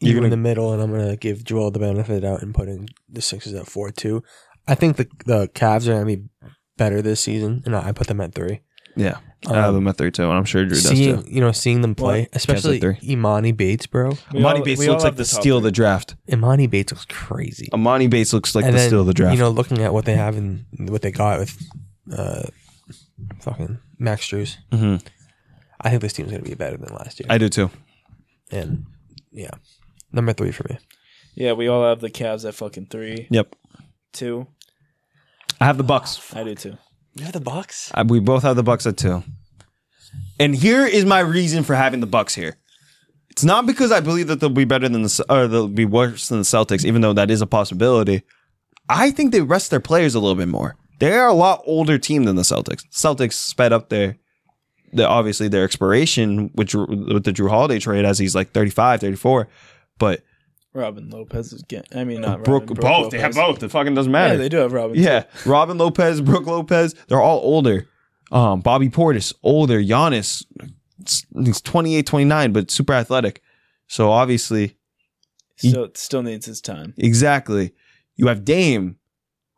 D: you
B: You're
D: in
B: gonna-
D: the middle, and I'm gonna give Joel the benefit of the doubt and put in the Sixers at four too. I think the the Cavs are gonna be better this season, and I I put them at three.
B: Yeah, I have
D: Um,
B: them at three too, and I'm sure Drew does too.
D: seeing you know seeing them play,
B: Well, Cavs at
D: especially
B: three.
D: Imani Bates, bro.
B: Amani Bates looks like the steal of the draft.
D: Imani Bates looks crazy.
B: Amani Bates looks like
D: And
B: the
D: then,
B: steal of the draft.
D: You know, looking at what they have and what they got with uh, fucking Max Drews,
B: Mhm.
D: I think this team's gonna be better than last year.
B: I do too.
D: and yeah, number three for me.
C: Yeah, we all have the Cavs at fucking three.
B: Yep.
C: Two.
B: I have the Bucks.
C: I do too.
D: You have the Bucks.
B: I- we both have the Bucks at two. And here is my reason for having the Bucks here. It's not because I believe that they'll be better than the Ce- or they'll be worse than the Celtics, even though that is a possibility. I think they rest their players a little bit more. They are a lot older team than the Celtics. Celtics sped up their, their obviously their expiration with Drew, with the Drew Holiday trade as he's like 35, 34. but
C: Robin Lopez is getting. I mean, not
B: Brook,
C: Robin,
B: both
C: Brook
B: they have
C: Lopez.
B: both. It fucking doesn't
C: Yeah,
B: matter.
C: they do have Robin.
B: Yeah, Robin Lopez, Brooke Lopez, they're all older. Um, Bobby Portis, older. Giannis, s- he's 28, 29, but super athletic. So obviously,
C: Still, still needs his time.
B: exactly. You have Dame,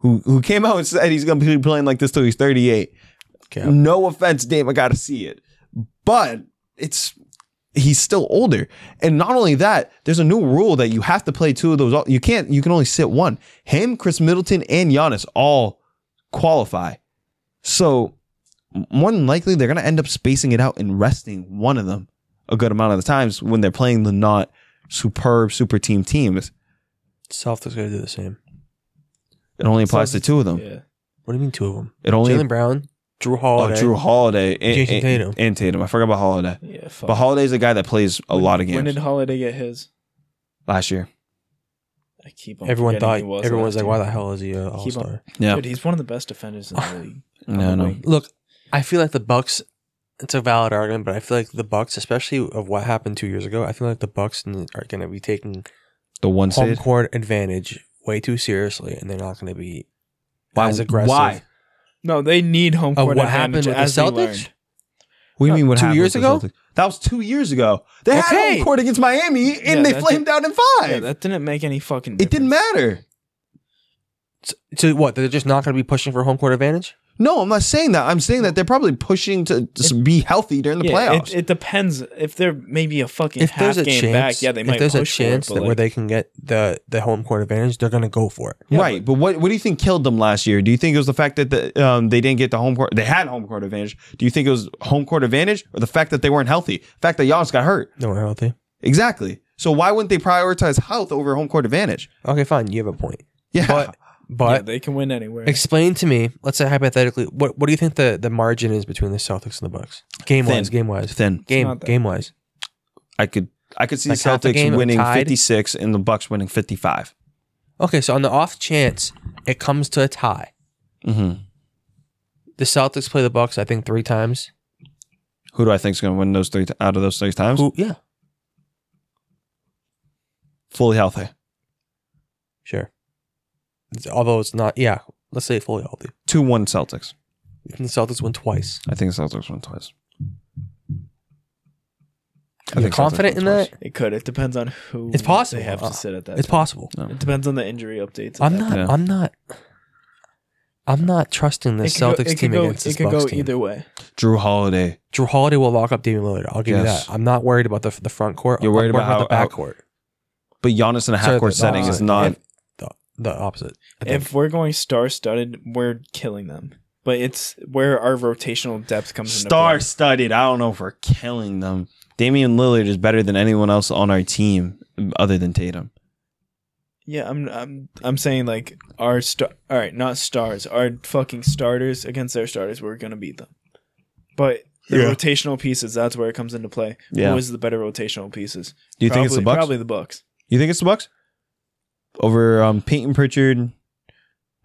B: who who came out and said he's going to be playing like this till he's 38.
D: Okay.
B: No offense, Dame, I got to see it. But it's he's still older. And not only that, there's a new rule that you have to play two of those. You can't you can only sit one. Him, Chris Middleton, and Giannis all qualify. So more than likely they're gonna end up spacing it out and resting one of them a good amount of the times when they're playing the not superb super team teams.
D: Celtics gonna do the same.
B: It only applies to two of them.
C: Yeah.
D: What do you mean two of them?
B: It only
D: Jalen Brown, Drew
B: oh,
D: Holiday.
B: Drew
A: eh?
B: Holiday and,
D: Jason
B: and-
D: Tatum.
B: and Tatum. I forgot about Holiday.
C: Yeah. Fuck.
B: But Holiday's a guy that plays a lot of games
C: When did Holiday get his?
B: last year.
C: I keep on
A: Everyone
C: forgetting
A: thought
C: he was
A: everyone
C: on
A: was
C: that
A: like, "Why
C: team.
A: the hell is he an all star?"
B: Yeah.
C: Dude, he's one of the best defenders in the league.
B: No, no.
C: Like,
A: Look, I feel like the Bucks. It's a valid argument, but I feel like the Bucks, especially of what happened two years ago, I feel like the Bucks are going to be taking
B: The one
A: home
B: seed.
A: court advantage way too seriously, and they're not going to be
B: Why-
A: as aggressive.
B: why?
C: No, they need home
A: Of
C: court
A: what happened
C: advantage
A: with the
C: as we
A: Celtics?
C: learned.
B: What do you mean? What
A: two
B: happened
A: years
B: with the
A: ago?
B: Celtics? That was two years ago. They had
A: Okay.
B: home court against Miami, and
C: Yeah,
B: they
C: that
B: flamed out in five.
C: Yeah, that didn't make any fucking.
B: it didn't
C: difference.
B: matter.
A: So what? They're just not going to be pushing for home court advantage.
B: No, I'm not saying that. I'm saying that they're probably pushing to just be healthy during the
C: Yeah,
B: playoffs.
C: It, it depends if they're maybe a fucking
A: if
C: half
A: there's a
C: game
A: chance,
C: back. Yeah, they might
A: if there's a
C: push for it,
A: chance
C: but,
A: that where
C: like,
A: they can get the the home court advantage, they're going to go for it.
C: yeah,
B: right, but, what what do you think killed them last year? Do you think it was the fact that the, um, they didn't get the home court? They had home court advantage. Do you think it was home court advantage or the fact that they weren't healthy? The fact that Giannis got hurt.
A: They weren't healthy.
B: Exactly. So why wouldn't they prioritize health over home court advantage?
A: Okay, fine. You have a point,
B: Yeah. [laughs]
A: but
C: yeah,
A: but
C: they can win anywhere.
A: Explain to me, let's say hypothetically, what what do you think the, the margin is between the Celtics and the Bucks? Game wise,
B: Thin.
A: game wise.
B: Thin.
A: Game
C: not that-
A: game wise.
B: I could I could see
A: Like half the
B: Celtics
A: game
B: winning
A: tied?
B: 56 and the Bucks winning 55.
A: Okay, so on the off chance it comes to a tie.
B: Mm-hmm.
A: The Celtics play the Bucks, I think, three times.
B: Who do I think is going to win those three t- out of those three times?
A: Who yeah.
B: Fully healthy.
A: Sure. It's- although it's not yeah, let's say fully healthy.
B: 2 1 Celtics.
A: The Celtics win twice.
B: I think Celtics won twice. I
A: You're
B: think Celtics
A: confident in
B: won twice.
A: that?
C: It could. It depends on who
A: It's possible.
C: they have
A: Uh,
C: to sit at that.
A: It's
C: time.
A: possible.
C: It depends on the injury updates. at
A: I'm
C: that
A: not
B: Yeah.
A: I'm not I'm not trusting the
C: It could go-
A: Celtics
C: it could
A: team
C: go-
A: against this
C: It could
A: Bucks
C: go
A: team.
C: either way.
B: Drew Holiday.
A: Drew Holiday will lock up Damian Lillard. I'll give
B: Yes.
A: you that. I'm not worried about the the front court.
B: You're
A: I'm
B: worried about
A: the
B: how- how-
A: back court.
B: But Giannis in
A: Sorry,
B: a half court
A: the- the
B: setting is
A: opposite.
B: not.
A: If- the, the opposite. I think.
C: Uh, If we're going star studded, we're killing them. But it's where our rotational depth comes into
B: Star studded. I don't know if we're killing them. Damian Lillard is better than anyone else on our team other than Tatum.
C: play. Yeah, I'm I'm I'm saying like our star. All right, not stars. Our fucking starters against their starters, we're gonna beat them. But the
B: Yeah.
C: rotational pieces, that's where it comes into play.
B: Yeah.
C: Who is the better rotational pieces?
B: Do you think it's the
C: Probably-
B: Bucks?
C: Probably the Bucks.
B: You think it's the Bucks? Over um, Peyton Pritchard,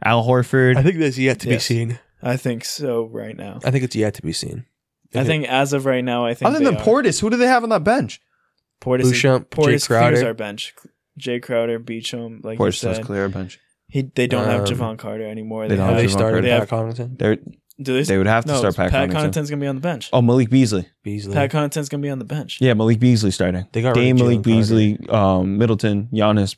B: Al Horford.
A: I think that's yet to
C: Yes.
A: be seen.
C: I think so. Right now,
A: I think it's yet to be seen.
C: I think as of right now, I think
B: Other than
C: they are.
B: Portis, who do they have on that bench?
C: Portis, is-
A: Bouchamp, Jay
C: Portis clears
A: Crowder.
C: our bench. Jay Crowder, Beecham, like
B: Portis
C: you
B: does
C: said,
B: clear a bench.
C: he they don't have
A: Um,
C: Javon Carter anymore.
B: they don't
A: Have
B: have
A: they
B: Javon
A: started
B: Carter.
A: Pat Connaughton?
B: They
C: Do they,
B: they would have to
C: no,
B: start Pat, Connaughton.
C: Connaughton's gonna be on the bench.
B: Oh, Malik Beasley.
A: Beasley.
C: Pat Connaughton's gonna be on the bench.
B: Yeah, Malik Beasley starting.
A: They got rid
B: Dame
A: of Jalen
B: Malik
A: Carter.
B: Beasley, um, Middleton, Giannis,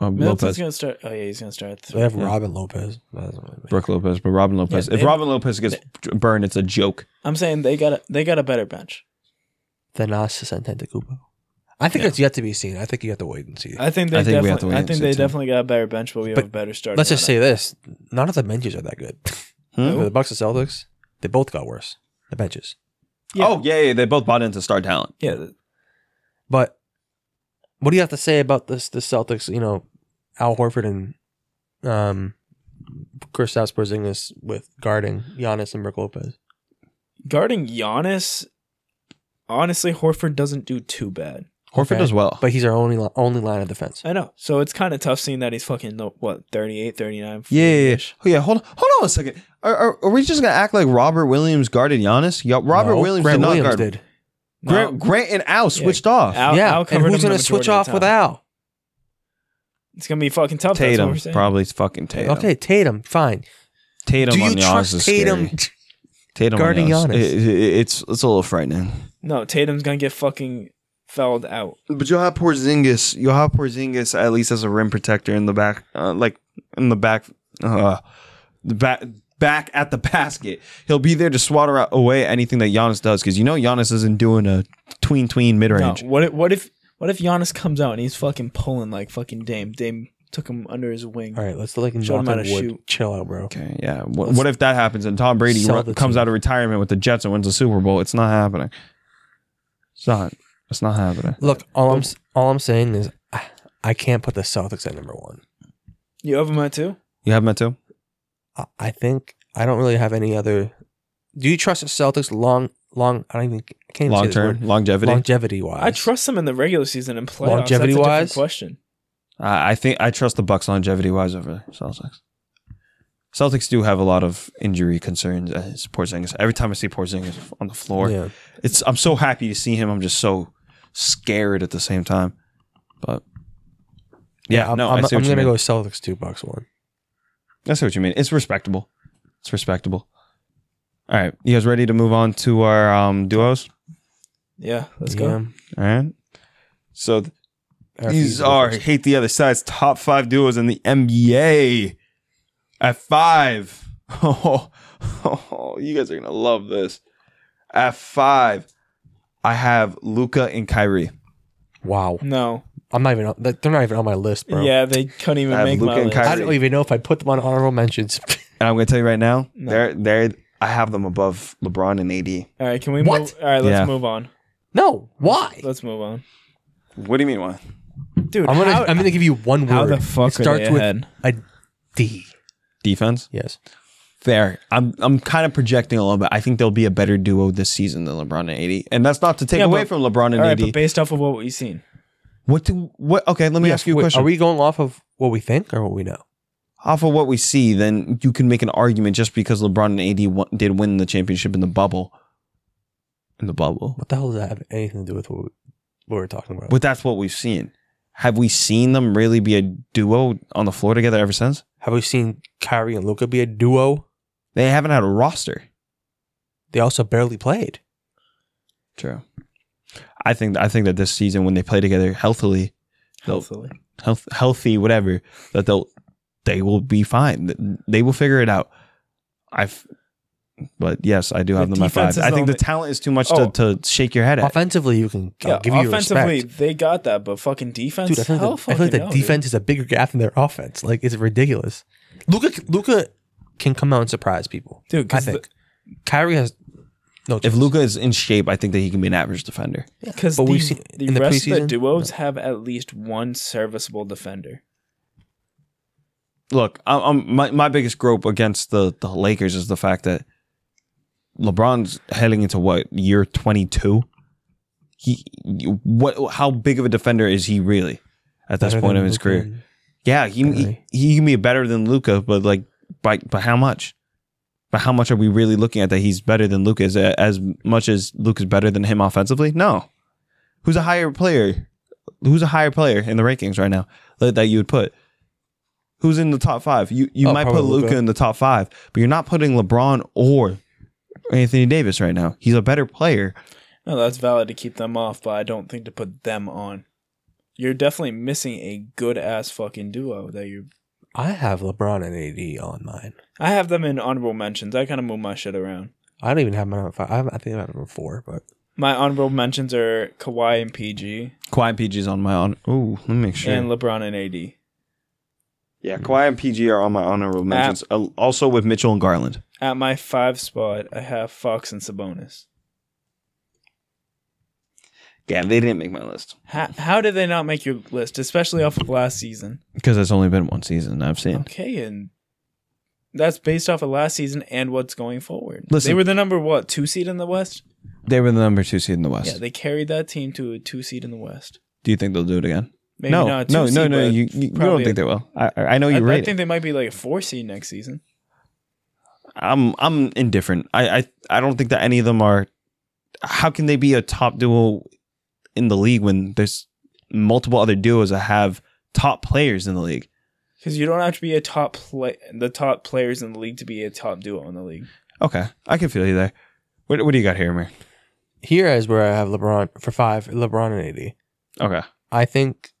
B: um,
C: Middleton's
B: Lopez,
C: gonna start. Oh yeah, he's gonna start. at
A: They
C: Three.
A: have
B: Yeah.
A: Robin Lopez. That doesn't really matter.
B: Brooke Lopez. But Robin Lopez.
C: Yeah,
B: if
C: they-
B: Robin Lopez gets burned, it's a joke.
C: I'm saying they got a they got a better bench.
A: Thanasis and Antetokounmpo. I think it's yet to be seen. I think you have to wait and see.
C: I think they
B: I think we have to
C: definitely.
B: wait
C: I
B: and
C: think
B: see,
C: they
B: too.
C: definitely got a better bench, but we have
A: But
C: a better starting.
A: Let's just
C: lineup.
A: say this: none of the benches are that good.
B: Hmm?
A: the Bucks and Celtics, they both got worse. The benches,
C: Yeah.
B: Oh yeah, yeah, they both bought into star talent.
C: Yeah, th-
A: but what do you have to say about this? The Celtics, you know, Al Horford and um, Kristaps Porzingis with guarding Giannis and Brooke Lopez.
C: guarding Giannis. Honestly, Horford doesn't do too bad.
B: Horford
A: Okay.
B: does well.
A: But he's our only li- only line of defense.
C: I know. So it's kind of tough seeing that he's fucking no- what 38, 39.
B: yeah, yeah, yeah.
C: 40-ish.
B: Oh, yeah. Hold on, hold on a second. Are, are, are we just gonna act like Robert Williams guarded Giannis? Yeah, Robert
A: No,
B: Williams
A: Grant
B: did not
A: Williams
B: guard.
A: did.
B: Grant, Grant and Al switched off.
C: Al,
A: yeah,
C: Al
A: and
C: covered him
A: who's
C: the
A: gonna
C: majority
A: switch
C: of
A: off
C: the
A: with
C: time.
A: Al?
C: It's gonna be fucking tough. That's what
B: Tatum
C: we're saying.
B: probably it's fucking Tatum.
A: Okay, Tatum, fine.
B: Tatum
A: Do you
B: on Giannis is
A: trust
B: Tatum?
A: Tatum?
B: Scary. Tatum
A: guarding
B: on Giannis.
A: Giannis?
B: It- it- it's it's a little frightening.
C: No, Tatum's gonna get fucking fouled out.
B: But you'll have Porzingis. You'll have Porzingis at least as a rim protector in the back, uh, like in the back, uh, the back back at the [laughs] basket. He'll be there to swat ar- away anything that Giannis does because you know Giannis isn't doing a tween tween mid
C: No,
B: range.
C: what if, what if what if Giannis comes out and he's fucking pulling like fucking Dame? Dame took him under his wing.
A: All right, let's like knock
C: Showed him
A: on
C: how
A: wood.
C: to shoot.
A: Chill out, bro.
B: Okay, yeah. What, what if that happens and Tom Brady
A: Sell
B: ru-
A: the
B: comes
A: team.
B: out of retirement with the Jets and wins the Super Bowl? It's not happening. It's not. It's not happening.
A: Look, all I'm s- all I'm saying is I- I can't put the Celtics at number one.
C: You have him at two?
B: You have Meto?
A: I- I think I don't really have any other. Do you trust the Celtics long long? I don't even I can't even say
B: Long
A: this
B: term
A: word.
B: longevity.
A: longevity wise.
C: I trust him in the regular season and playoffs. That's a
A: Longevity-wise?
C: different question.
B: I I think I trust the Bucks longevity wise over Celtics. Celtics do have a lot of injury concerns. uh, It's Porzingis. Every time I see Porzingis on the floor,
A: yeah.
B: it's I'm so happy to see him. I'm just so scared at the same time. But yeah,
A: I'm,
B: no, i
A: I'm,
B: see
A: I'm
B: what you
A: gonna
B: mean.
A: go Celtics two bucks one.
B: I see what you mean. It's respectable. It's respectable. All right, you guys ready to move on to our um, duos?
C: Yeah, let's
A: Yeah.
C: go.
B: All right. So th-
A: Or if
B: these
A: you go
B: are
A: first.
B: hate the other side's top five duos in the NBA at five. [laughs] Oh, you guys are gonna love this. At five, I have Luca and Kyrie.
A: wow.
C: No.
A: I'm not even. on- that- They're not even on my list, bro.
C: Yeah, they couldn't
B: I
C: even
B: have
C: make
B: Luka
C: my
B: and
C: list.
B: Kyrie.
A: I don't even know if I put them on honorable mentions. [laughs]
B: And I'm gonna tell you right now,
C: No.
B: they're they're I have them above LeBron and AD.
C: All right, can we
A: What?
C: move? All right, let's
B: Yeah.
C: move on.
A: no, why?
C: Let's move on.
B: What do you mean why?
C: Dude,
A: I'm gonna.
C: how,
A: I'm gonna give you one word.
C: how the fuck
A: it starts
C: are they
A: with
C: ahead?
A: a D.
B: Defense?
A: Yes.
B: Fair. I'm I'm kind of projecting a little bit. I think they'll be a better duo this season than LeBron and AD. And that's not to take
C: Yeah,
B: away
C: but-
B: from LeBron and
C: All right,
B: AD.
C: but based off of what we've seen.
B: what do what okay, let me
A: Yes,
B: ask you a
A: wait,
B: question.
A: Are we going off of what we think or what we know?
B: off of what we see, then you can make an argument just because LeBron and AD won- did win the championship in the bubble. In the bubble.
A: What the hell does that have anything to do with what, we, what we're talking about?
B: But that's what we've seen. Have we seen them really be a duo on the floor together ever since?
A: Have we seen Kyrie and Luca be a duo?
B: They haven't had a roster.
A: They also barely played.
B: True. I think I think that this season when they play together healthily, they'll
C: Hopefully.
B: health, healthy whatever, that they'll they will be fine. Th- They will figure it out. I've but yes, I do have
C: The
B: them at
C: defense
B: five.
C: is
B: I
C: the
B: think the
C: only-
B: talent is too much
C: Oh.
B: to, to shake your head at.
A: Offensively, you can I'll
C: Yeah,
A: give you
C: offensively,
A: respect.
C: they got that, but fucking defense.
A: Dude, I feel
C: hell
A: like the, I feel like
C: fucking
A: the
C: no, dude.
A: defense is a bigger gap than their offense. Like, it's ridiculous. Luca, Luca can come out and surprise people.
C: Dude,
A: I
C: 'cause
A: think Kyrie has no.
B: If
A: chance.
B: Luca is in shape, I think that he can be an average defender.
C: Because
A: But
C: the,
A: we've seen-
C: the
A: in the
C: rest of the
A: preseason?
C: duos have at least one serviceable defender.
B: Look, I'm, I'm- my my biggest grope against the the Lakers is the fact that LeBron's heading into what year 22. He what? How big of a defender is he really at this
A: Better
B: point
A: than
B: of his
A: Luka
B: career?
A: and-
B: Yeah, he, he
A: Kyrie.
B: he can be better than Luca, but like by by how much? But how much are we really looking at that he's better than Luca? Is it as much as Luca's better than him offensively? No. Who's a higher player? Who's a higher player in the rankings right now that, that you would put? Who's in the top five? You you
A: Oh,
B: might put
A: probably Luka.
B: Luca in the top five, but you're not putting LeBron or Anthony Davis right now. He's a better player.
C: No, that's valid to keep them off, but I don't think to put them on. You're definitely missing a good ass fucking duo that you.
A: I have LeBron and AD on mine.
C: I have them in honorable mentions. I kind of move my shit around.
A: I don't even have mine on five. I, have, I think I have number four, but
C: My honorable mentions are Kawhi and PG
B: Quiet PG's on my on. Oh, let me make sure.
C: and LeBron and AD.
B: yeah, Kawhi and PG are on my honorable Uh,
C: mentions,
B: Also with Mitchell and Garland.
C: At my five spot, I have Fox and Sabonis.
B: Yeah, they didn't make my list
C: How, how did they not make your list, especially off of last season?
B: because it's only been one season I've seen.
C: Okay, and that's based off of last season and what's going forward. they
B: Listen-
C: were the number what two seed in the West.
B: They were the number two seed in the West.
C: Yeah, they carried that team to a two seed in the West.
B: do you think they'll do it again?
C: Maybe
B: no,
C: not a
B: no,
C: two
B: no,
C: seed,
B: no.
C: but
B: You, you, you don't
C: probably
B: think
C: a-
B: they will. I, I know
C: I,
B: you're
C: I
B: right.
C: think they might be like a four seed next season.
B: I'm I'm indifferent. I, I I don't think that any of them are. How can they be a top duo in the league when there's multiple other duos that have top players in the league?
C: Because you don't have to be a top play, the top players in the league to be a top duo in the league.
B: Okay, I can feel you there. What, what do you got here, Amir?
A: here is where I have LeBron for five. LeBron and AD.
B: Okay,
A: I think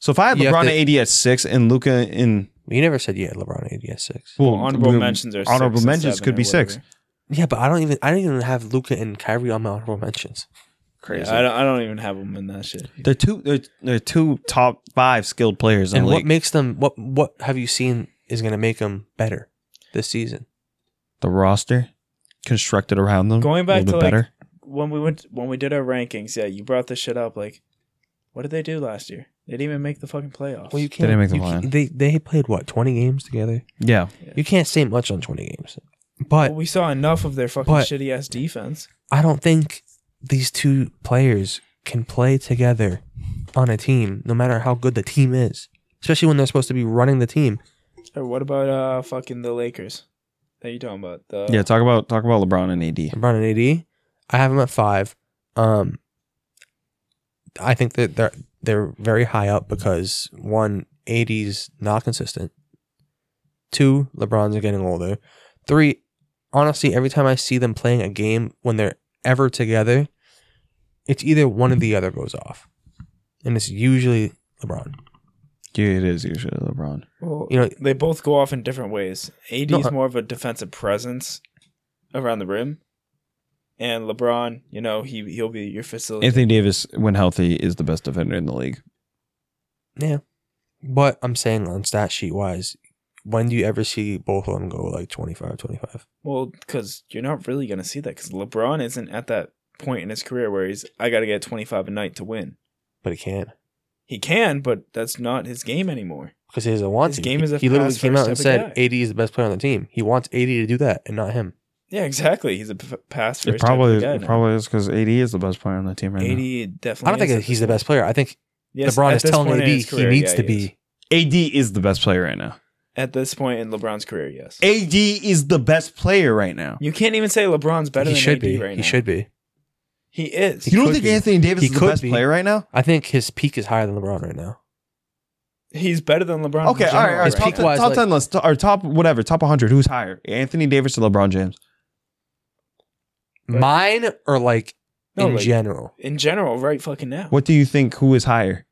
B: so if I had
A: You have
B: LeBron
A: to-
B: and AD at six and Luca in
A: you never said you had LeBron and AD at six.
B: well,
C: Honorable
B: we-
C: mentions are
B: honorable
C: six and
B: mentions
C: seven
B: could
C: or
B: be six.
C: whatever.
A: Yeah, but I don't even I don't even have Luca and Kyrie on my honorable mentions.
B: Crazy.
C: Yeah, I, don't, I don't even have them in that shit.
B: They're two. They're, they're two top five skilled players in
A: and
B: the
A: what
B: league.
A: makes them what what have you seen is going to make them better this season?
B: the roster constructed around them.
C: Going back
B: a little
C: to,
B: bit
C: like-
B: better.
C: When we went when we did our rankings, yeah, you brought this shit up. Like, what did they do last year? They didn't even make the fucking playoffs.
A: Well, you
B: They
A: can't.
B: didn't make the
A: you
B: line.
A: can't- They they played what twenty games together.
B: Yeah,
A: You can't say much on twenty games, but
C: Well, we saw enough of their fucking
A: But-
C: shitty ass defense.
A: I don't think these two players can play together on a team, no matter how good the team is. especially when they're supposed to be running the team.
C: Or what about uh fucking the Lakers? That you talking about? The,
B: yeah, talk about talk about LeBron and AD.
A: LeBron and AD, I have them at five. Um, I think that they're they're very high up because one, AD's not consistent. Two, LeBron's getting older. Three, honestly, every time I see them playing a game when they're ever together, it's either one or the other goes off, and it's usually LeBron.
B: Yeah, it is usually LeBron.
C: Well,
A: You know,
C: they both go off in different ways. AD's
A: No, uh I-
C: more of a defensive presence around the rim, and LeBron, you know, he he'll be your facility.
B: Anthony Davis, when healthy, is the best defender in the league.
A: Yeah. But I'm saying on stat sheet wise, when do you ever see both of them go like 25, 25?
C: Well, because you're not really gonna see that because LeBron isn't at that point in his career where he's I gotta get 25 a night to win.
A: But he can't
C: He can, but that's not his game anymore.
A: because he doesn't want
C: His
A: to.
C: game
A: he,
C: is a
A: he literally
C: pass
A: came
C: first
A: out and
C: type
A: said
C: of guy.
A: AD is the best player on the team. He wants AD to do that and not him.
C: Yeah, exactly. He's a p- pass
B: It
C: first.
B: probably
C: type of
B: it
C: guy
B: probably is because AD is the best player on the team
C: now.
B: right now.
C: 80 definitely.
A: I don't think
C: is at
A: he's
C: this
A: the best player. I think
C: point. Yes,
A: LeBron
C: at
A: is
C: this
A: telling
C: point
A: AD
C: in his
A: he
C: career,
A: needs
C: yeah,
A: to
C: he
A: be.
C: is.
B: AD is the best player right now.
C: At this point in LeBron's career, yes.
B: AD is the best player right now.
C: You can't even say LeBron's better
A: he
C: than
A: should
C: AD
A: be.
C: right now.
A: he should be.
C: He is.
B: you don't
A: could
B: think
A: be.
B: Anthony Davis
A: He
B: is the
A: could
B: best
A: be.
B: player right now?
A: I think his peak is higher than LeBron right now.
C: He's better than LeBron.
B: Okay,
C: in
B: all
C: general
B: right, all right.
A: His
B: Top,
A: peak
C: now.
A: peak-wise,
B: top
A: like-
B: ten list or top whatever, top 100. Who's higher, Anthony Davis or LeBron James?
C: Right.
A: Mine or like
C: No,
A: in
C: like-
A: general,
C: in general, right fucking now.
B: What do you think? Who is higher?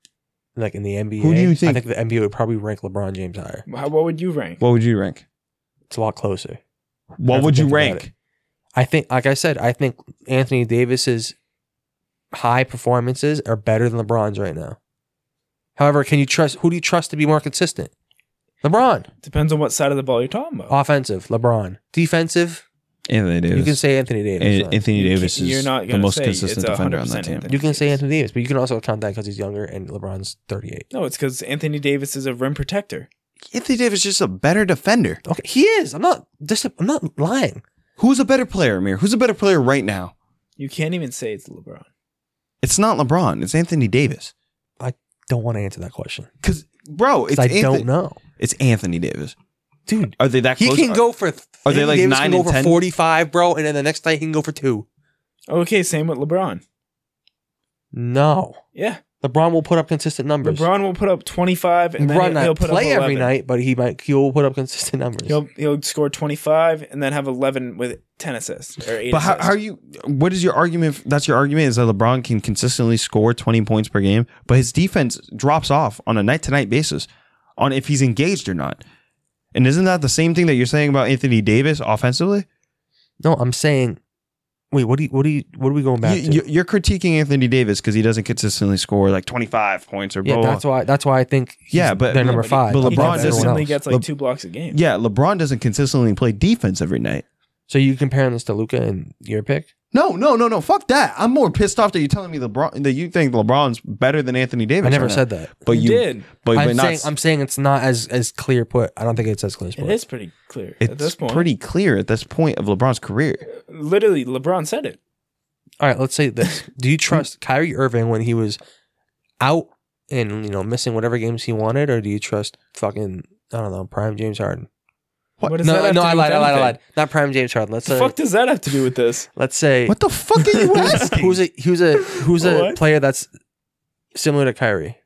A: like in the NBA.
B: Who do you
A: I
B: think-
A: think the NBA would probably rank LeBron James higher.
C: How, what would you rank?
B: What would you rank?
A: It's a lot closer.
B: What
A: Have to
B: would you
A: think about
B: rank?
A: I think, like I said, I think Anthony Davis's high performances are better than LeBron's right now. However, can you trust? Who do you trust to be more consistent? LeBron,
C: Depends on what side of the ball you're talking
A: Uh,
C: about.
A: offensive. LeBron, defensive.
B: Anthony Davis.
A: You can say Anthony Davis.
B: An-
A: though.
B: Anthony
C: You can't-
B: Davis
C: you're
B: is
C: not
B: the
C: gonna
B: most
C: say
B: consistent
C: it's a
B: defender on that
C: 100%
B: team.
C: Anthony.
A: you can say Anthony Davis, but you can also count that because he's younger and LeBron's thirty-eight.
C: No, it's because Anthony Davis is a rim protector.
B: Anthony Davis is just a better defender.
A: Okay, he is. I'm not. Dis- I'm not lying.
B: Who's a better player, Amir? Who's a better player right now?
C: You can't even say it's LeBron.
B: It's not LeBron. It's Anthony Davis.
A: Don't want to answer that question.
B: Because bro,
A: 'Cause
B: it's
A: I
B: Anthony,
A: don't know,
B: It's Anthony Davis.
A: dude.
B: Are they that
A: He
B: close?
A: can go for.
B: Are they,
A: Anthony
B: like,
A: Davis can
B: nine
A: go
B: and
A: for
B: 10?
A: forty-five, bro, and then the next night he can go for two.
C: Okay, same with LeBron.
A: No.
C: Yeah,
A: LeBron will put up consistent numbers. LeBron,
C: LeBron will put up 25, and then he'll,
A: not
C: he'll put
A: play
C: up 11.
A: every night, but he might he will put up consistent numbers.
C: He'll he'll score 25 and then have 11 with 10 assists or eight.
B: But how,
C: assists.
B: how are you? What is your argument? f- That's your argument is that LeBron can consistently score twenty points per game, but his defense drops off on a night to night basis, on if he's engaged or not. And isn't that the same thing that you're saying about Anthony Davis offensively?
A: No, I'm saying, wait, what do you, what do you, what are we going back to?
B: You, you're critiquing Anthony Davis because he doesn't consistently score like twenty five points or blah.
A: yeah,
B: blah,
A: that's why that's why I think he's-
B: Yeah, but-
A: they're
B: Yeah,
A: number
C: but he-
A: five.
B: but
A: above
B: LeBron
C: he
A: everyone
C: consistently
A: else.
C: gets like
B: Le-
C: two blocks a game.
B: Yeah, LeBron doesn't consistently play defense every night.
A: So you comparing this to Luca and your pick?
B: No, no, no, no. Fuck that. I'm more pissed off that you're telling me LeBron that you think LeBron's better than Anthony Davis.
A: I never
B: right now.
A: said that.
B: but
C: you,
B: you
C: did.
B: But, but
A: I'm
B: not,
A: saying I'm saying it's not as as clear put. I don't think it's as clear
C: It
A: put.
C: is pretty clear
B: it's
C: at this point.
B: pretty clear at this point of LeBron's career.
C: Literally, LeBron said it.
A: All right, let's say
B: [laughs]
A: this: Do you trust Kyrie Irving when he was out and you know missing whatever games he wanted, or do you trust fucking I don't know Prime James Harden?
B: What?
C: What does that
A: No,
C: have
A: no,
C: to do
A: I
C: with
A: lied, I lied, I
C: anything?
A: lied. Not Prime James Harden. Let's
C: The
A: say,
C: fuck does that have to do with this?
A: let's say,
B: What the fuck are
A: [laughs]
B: you asking?
A: who's a who's a who's a
C: What?
A: player that's similar to Kyrie?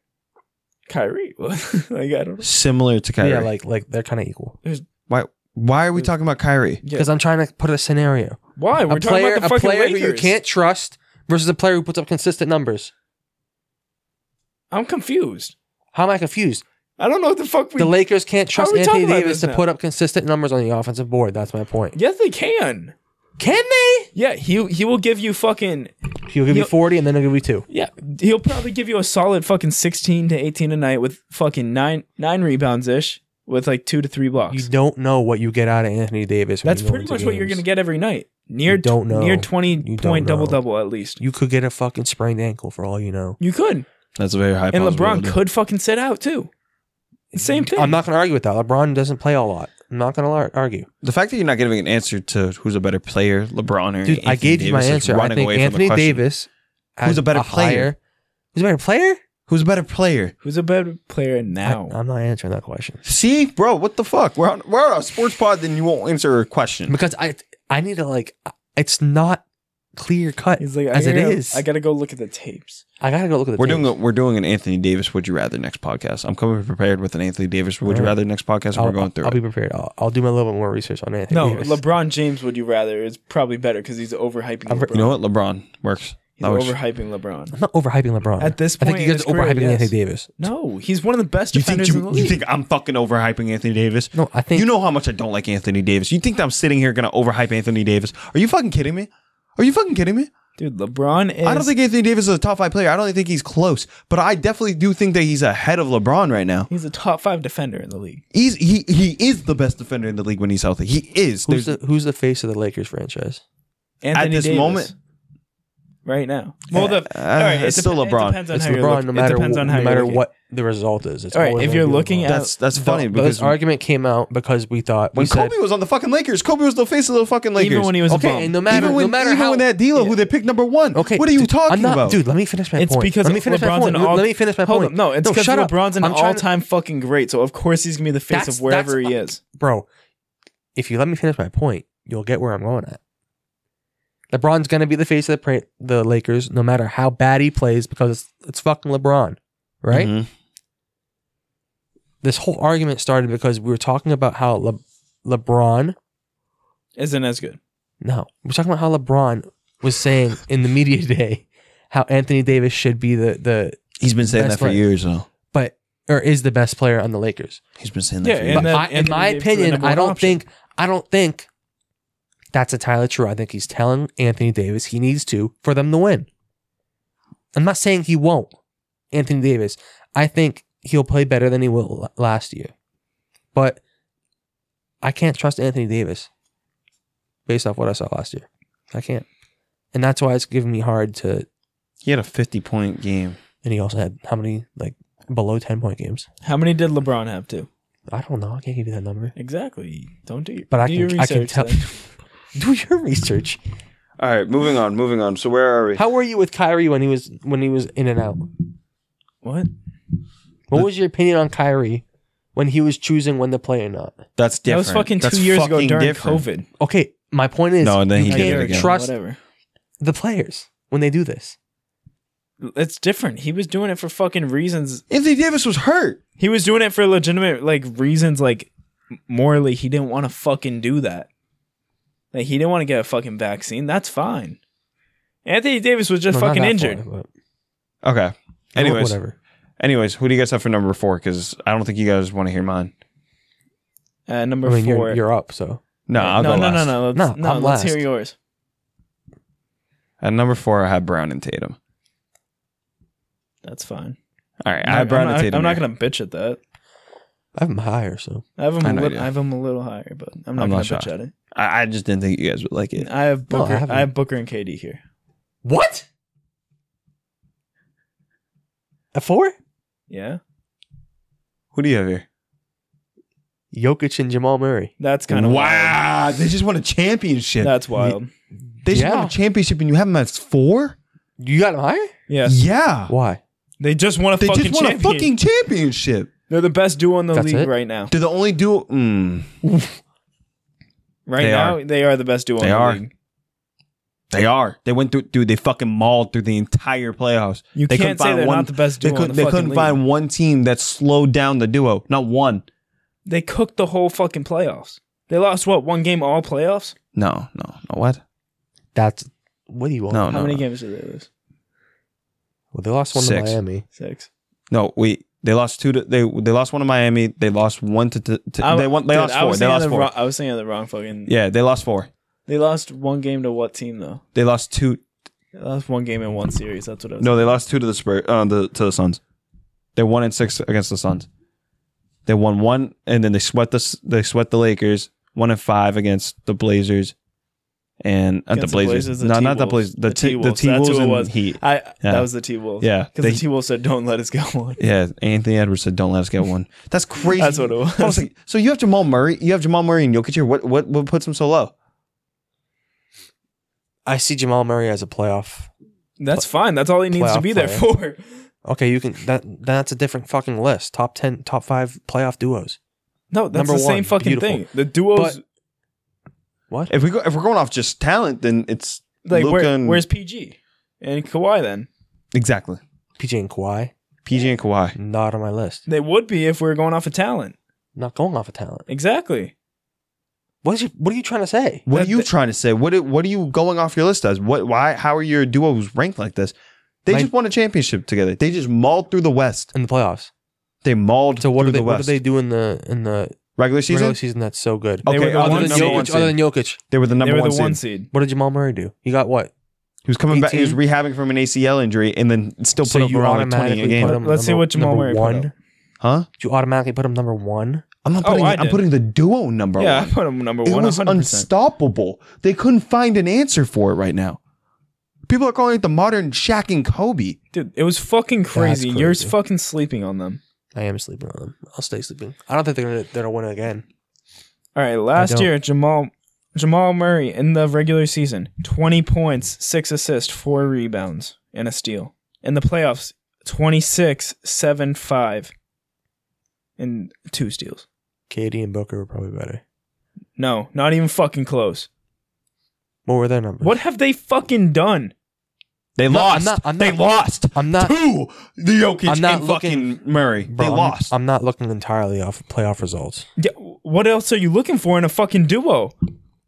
C: Kyrie. [laughs] What? like I don't know.
B: Similar to Kyrie.
A: Yeah, like like they're kind of equal.
B: why? Why are we talking about Kyrie?
C: Yeah.
A: Because I'm trying to put a scenario:
C: Why? We're
A: a
C: talking
A: player,
C: about the
A: a
C: fucking
A: player
C: Lakers.
A: who you can't trust versus a player who puts up consistent numbers.
C: I'm confused.
A: How am I confused?
C: I don't know what the fuck we.
A: the Lakers can't
C: How are
A: trust
C: we
A: Anthony
C: talking about
A: Davis
C: this
A: to
C: now?
A: put up consistent numbers on the offensive board. That's my point.
C: yes, they can.
A: Can they?
C: Yeah, he he will give you fucking
A: He'll give you
C: He'll-
A: 40 and then he'll give you two.
C: yeah. He'll probably give you a solid fucking sixteen to eighteen a night with fucking nine nine rebounds ish with like two to three blocks.
A: You don't know what you get out of Anthony Davis. when
C: That's
A: you go
C: pretty much
A: into
C: what you're
A: games.
C: gonna get every night. Near
A: You don't know.
C: near
A: You
C: twenty
A: don't
C: point
A: know.
C: double double at least.
A: You could get a fucking sprained ankle for all you know.
C: You could,
B: That's a very high.
C: and LeBron
B: possibility.
C: could fucking sit out too. Same thing.
A: I'm not going to argue with that. LeBron doesn't play a lot. I'm not going to argue.
B: The fact that you're not giving an answer to who's a better player, LeBron or
A: Dude, I
B: Anthony
A: gave you my
B: Davis is
A: answer. I
B: Running
A: think
B: away from the
A: Anthony
B: question.
A: Davis
B: Who's
A: has
B: a better player?
A: higher- who's a better player?
B: Who's a better player?
C: Who's a better player
A: I,
C: now?
A: I'm not answering that question
B: See, bro, what the fuck? We're on, we're on a sports pod, then you won't answer a question.
A: because I I need to like it's not clear cut
C: He's like, I
A: as it
C: gotta-
A: is.
C: I gotta go look at the tapes.
A: I gotta go look at the.
B: We're doing a,
A: teams.
B: we're doing an Anthony Davis Would You Rather next podcast. I'm coming prepared with an Anthony Davis Would You
A: Alright.
B: Rather next podcast. And
A: I'll,
B: we're going through
A: I'll
B: it.
A: be prepared. I'll, I'll do my little bit more research on anything.
C: No,
A: Davis.
C: LeBron James would you rather is probably better because he's overhyping.
A: I'm re-
C: LeBron.
B: You know what? LeBron works.
C: He's
B: That works.
C: overhyping LeBron.
A: I'm not overhyping LeBron.
C: At this
A: I
C: point
A: think you
C: in
A: guys
C: his
A: are overhyping
C: career, yes.
A: Anthony Davis.
C: No, he's one of the best
B: You think
C: defenders in the
B: you,
C: league.
B: you think I'm fucking overhyping Anthony Davis?
A: No, I think
B: you know how much I don't like Anthony Davis. You think that I'm sitting here gonna overhype Anthony Davis? Are you fucking kidding me? Are you fucking kidding me?
C: Dude, LeBron is.
B: I don't think Anthony Davis is a top five player. I don't think he's close, but I definitely do think that he's ahead of LeBron right now.
C: he's a top five defender in the league.
B: He's he he is the best defender in the league when he's healthy. He is.
A: who's
B: There's-
A: the who's the face of the Lakers franchise.
C: Anthony
B: this
C: Davis.
B: moment-
C: right now. Well, the
B: Uh,
C: all right,
B: it's
C: it
B: still
C: dep-
B: LeBron.
C: It depends on
A: It's
C: how you're
A: LeBron,
C: look-
A: no
C: it
A: matter
C: depends
A: wh-
C: on
A: no
C: how you're
A: matter
C: looking.
A: what the result is. It's
C: All right,
A: always
C: if
A: gonna
C: you're
A: be
C: looking
A: LeBron.
C: at-
B: that's that's
C: the-
B: funny
A: But
B: because
A: this argument came out because we thought we
B: when
A: said
B: Kobe was on the fucking Lakers, Kobe was the face of the fucking Lakers.
C: even when he was
A: Okay,
C: a bum.
A: and no matter
B: even when,
A: no matter
B: even
A: how
B: when that dealer who they picked number one.
A: Okay,
B: what are you
A: dude,
B: talking
A: I'm not,
B: about,
A: dude? Let me finish my
C: It's
A: point.
C: because
A: let me finish my
C: LeBron's
A: point.
C: an all.
A: let me finish my
C: Hold
A: point.
C: up, no, it's
A: no,
C: because
A: shut up.
C: LeBron's an
A: I'm trying to-
C: all-time fucking great. So of course he's gonna be the face
A: That's-
C: of wherever
A: that's-
C: he is.
A: bro. If you let me finish my point, you'll get where I'm going at. LeBron's gonna be the face of the pra- the Lakers, no matter how bad he plays, because it's it's fucking LeBron, right?
B: Mhm.
A: This whole argument started because we were talking about how Le- LeBron
C: Isn't as good.
A: No, we're talking about how LeBron was saying in the media [laughs] today how Anthony Davis should be the the
B: He's been saying
A: Best
B: that for
A: player.
B: years though.
A: but or is the best player on the Lakers.
B: He's been saying that
C: Yeah,
B: for
C: and
B: years.
A: But
C: then
A: I, in
C: Anthony
A: my
C: Davis is the
A: opinion,
C: number
A: I
C: one
A: don't
C: option.
A: think I don't think that's entirely true. I think he's telling Anthony Davis he needs to for them to win. I'm not saying he won't, Anthony Davis. I think he'll play better than he will l- last year, but I can't trust Anthony Davis based off what I saw last year. I can't, and that's why it's giving me hard to
B: he had a 50 point game.
A: And he also had how many like below ten point games?
C: How many did LeBron have too?
A: I don't know. I can't give you that number.
C: Exactly. Don't do. Your,
A: But I
C: do your
A: can I can
C: research
A: tell
C: then.
A: [laughs] Do your research.
B: All right, moving on, moving on. So where are we?
A: How were you with Kyrie when he was when he was in and out?
C: What?
A: What was your opinion on Kyrie when he was choosing when to play or not?
B: That's
C: That
B: different.
C: was fucking two
B: That's
C: years ago
B: fucking
C: during
B: different.
C: COVID.
A: Okay, my point is
B: No, and then
A: you
B: he did it
A: can't
B: again.
A: trust
C: Whatever.
A: the players when they do this.
C: It's different. He was doing it for fucking reasons.
B: Anthony Davis was hurt.
C: He was doing it for legitimate like reasons. Like morally, he didn't want to fucking do that. Like he didn't want to get a fucking vaccine. That's fine. Anthony Davis was just
A: No, not
C: fucking
A: that
C: injured.
A: far, but-
B: Okay. Anyways,
A: whatever.
B: anyways, who do you guys have for number four? Because I don't think you guys want to hear mine.
C: Uh, number
A: I mean,
C: four.
A: you're, you're up. So
B: No, I'll
C: no,
B: go
C: no,
B: last.
C: no, no, no,
A: No,
C: no.
A: I'm
C: Let's hear
A: last.
C: yours.
B: At number four, I have Brown and Tatum.
C: That's fine.
B: All right, I
C: I'm
B: have Brown
C: not,
B: and Tatum.
C: I'm not
B: here.
C: gonna bitch at that.
A: I'm higher. So
C: I have him.
B: I
C: I,
B: know
C: a
B: you
C: li-
B: do.
C: I have him a little higher, but I'm not
B: I'm
C: gonna
B: not
C: bitch
B: shocked.
C: at it.
B: I, I just didn't think you guys would like it.
C: I have
A: No, I
C: Booker.
A: haven't.
C: I have Booker and KD here.
A: what? At four,
C: Yeah,
B: Who do you have here?
A: Jokic and Jamal Murray.
C: that's kind of Wild.
B: wow, they just won a championship.
C: That's wild.
B: they just won
A: Yeah.
B: a championship, and you have them at four.
A: You got him higher?
C: Yeah,
B: Yeah,
A: Why?
C: they just won a
B: they
C: fucking
B: just won
C: champion.
B: a fucking championship.
C: They're the best duo in the
A: That's
C: league
A: it?
C: right now.
B: They're the only duo. Mm,
C: Right
B: They
C: now,
B: are.
C: they are the best duo.
B: They
C: in the
B: are.
C: League.
B: they are. They went through, dude. They fucking mauled through the entire playoffs.
C: You
B: They couldn't
C: can't say
B: find
C: they're
B: one-
C: not the best
B: They,
C: duo.
B: could,
C: in the
B: they
C: fucking
B: couldn't
C: league.
B: find one team that slowed down the duo. Not one.
C: They cooked the whole fucking playoffs. They lost what one game all playoffs?
B: No, no, no. What?
A: That's what do you want?
B: No,
C: How
B: Oh, no,
C: many
B: no.
C: games did they lose?
A: Well, they lost one
B: Six.
A: to Miami.
C: Six.
B: No, wait. They lost two. To, they they lost one to Miami. They lost one to. to, to-
C: I-
B: they won. They
C: dude,
B: lost
C: I
B: four.
C: was
B: They
C: thinking
B: lost
C: the
B: four.
C: wrong- I was thinking of the wrong fucking.
B: yeah, they lost four.
C: They lost one game to what team though?
B: They lost two.
C: They lost one game in one series. That's what I was.
B: No, they lost two to the Spurs. Uh, the to the Suns. They won in six against the Suns. They won one, and then they sweat the S- they sweat the Lakers. One and five against the Blazers, and at the
C: Against the
B: Blazers.
C: Blazers, the
B: no, not the
C: T-Wolves.
B: Blazers. The
C: The
B: T the
C: T-Wolves,
B: T
C: that's
B: Wolves
C: who it
B: and
C: was.
B: Heat.
C: I
B: Yeah.
C: that was the T Wolves.
B: Yeah,
C: because
B: they-
C: the T Wolves said, "Don't let us
B: [laughs]
C: get one."
B: Yeah, Anthony Edwards said, "Don't let us get one." That's crazy.
C: That's what it was.
B: I was like, so you have Jamal Murray, you have Jamal Murray and Jokic here. What what what puts him so low?
A: I see Jamal Murray as a playoff.
C: That's fine. That's all he needs to
A: Playoff
C: be there for.
A: Okay, you can that that's a different fucking list. Top ten, top five playoff duos.
C: No, that's
A: Number
C: the same
A: one,
C: fucking
A: beautiful.
C: thing. The duos,
A: What?
B: If we go, if we're going off just talent, then it's
C: like,
B: Luka
C: where,
B: and-
C: where's PG and Kawhi? Then
B: exactly
A: PJ and Kawhi
B: PG and Kawhi.
A: not on my list.
C: they would be if we were going off of talent.
A: Not going off of talent.
C: Exactly.
A: What is you? What are you trying to say?
B: What
C: That-
B: are you
C: that-
B: trying to say? What what are you going off your list as? What why how are your duos ranked like this? They
A: My-
B: just won a championship together. They just mauled through the West.
A: In the playoffs.
B: They mauled
A: So what
B: through
A: do they?
B: the
A: What do
B: West.
A: they do in the in the
B: regular season?
A: regular season that's so good?
C: They were
B: okay,
C: the
B: other
C: one
B: than,
A: other, than
B: Jokic,
C: number one
A: Jokic, other than Jokic,
B: they were the
C: They
B: number
C: were
B: one,
C: the one
B: seed.
C: seed.
A: what did Jamal Murray do? He got what?
B: He was coming back. He was
A: 18?
B: rehabbing from an ACL injury and then still put
A: So
B: up
A: you
B: around like twenty a
A: automatically
B: game.
A: put him
C: Let's see
A: number-
C: what Jamal
A: number
C: Murray put
A: one.
C: up.
B: huh?
A: Did you automatically put him number one?
B: I'm not
C: Oh,
B: putting.
C: I
B: I'm
C: did.
B: putting the duo number.
C: Yeah, I
B: one.
C: put them number
B: It
C: one.
B: was
C: 100%.
B: unstoppable. They couldn't find an answer for it right now. People are calling it the modern Shaq and Kobe.
C: Dude, it was fucking crazy. You're
A: crazy.
C: fucking sleeping on them.
A: I am sleeping on them. I'll stay sleeping. I don't think they're gonna they're gonna win again.
C: All right, last
A: don't.
C: year Jamal Jamal Murray in the regular season, 20 points, 6 assists, 4 rebounds, and a steal. In the playoffs, 26, 7, 5 and 2 steals.
A: Katie and Booker were probably better.
C: No, not even fucking close.
A: What were their numbers?
C: What have they fucking done?
B: They
A: No, I'm
B: lost.
A: not- I'm
B: they
A: not-
B: lost.
A: I'm not.
B: Two. The Jokic
A: I'm not
B: and fucking Murray.
A: Bro,
B: they
A: I'm-
B: lost.
A: I'm, not looking entirely off of playoff results.
C: Yeah, What else are you looking for in a fucking duo?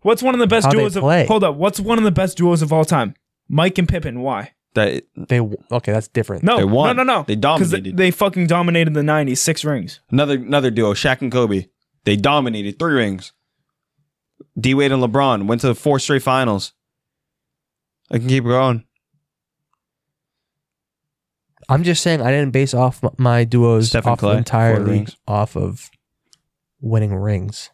C: What's one of the best
A: How they
C: duos of
A: play.
C: Hold up, what's one of the best duos of all time? Mike and Pippen, why?
B: They-
A: They w- okay, that's different.
C: No,
B: They won.
C: no, no, no.
B: They
C: 'Cause
B: dominated.
C: They, they fucking dominated the 90s, 6 rings.
B: another another duo, Shaq and Kobe. They dominated three rings. D Wade and LeBron went to four straight finals. I can keep going.
A: I'm just saying I didn't base off m- my duos
B: Steph and
A: off
B: Clay, four
A: entirely
B: rings.
A: off of winning rings.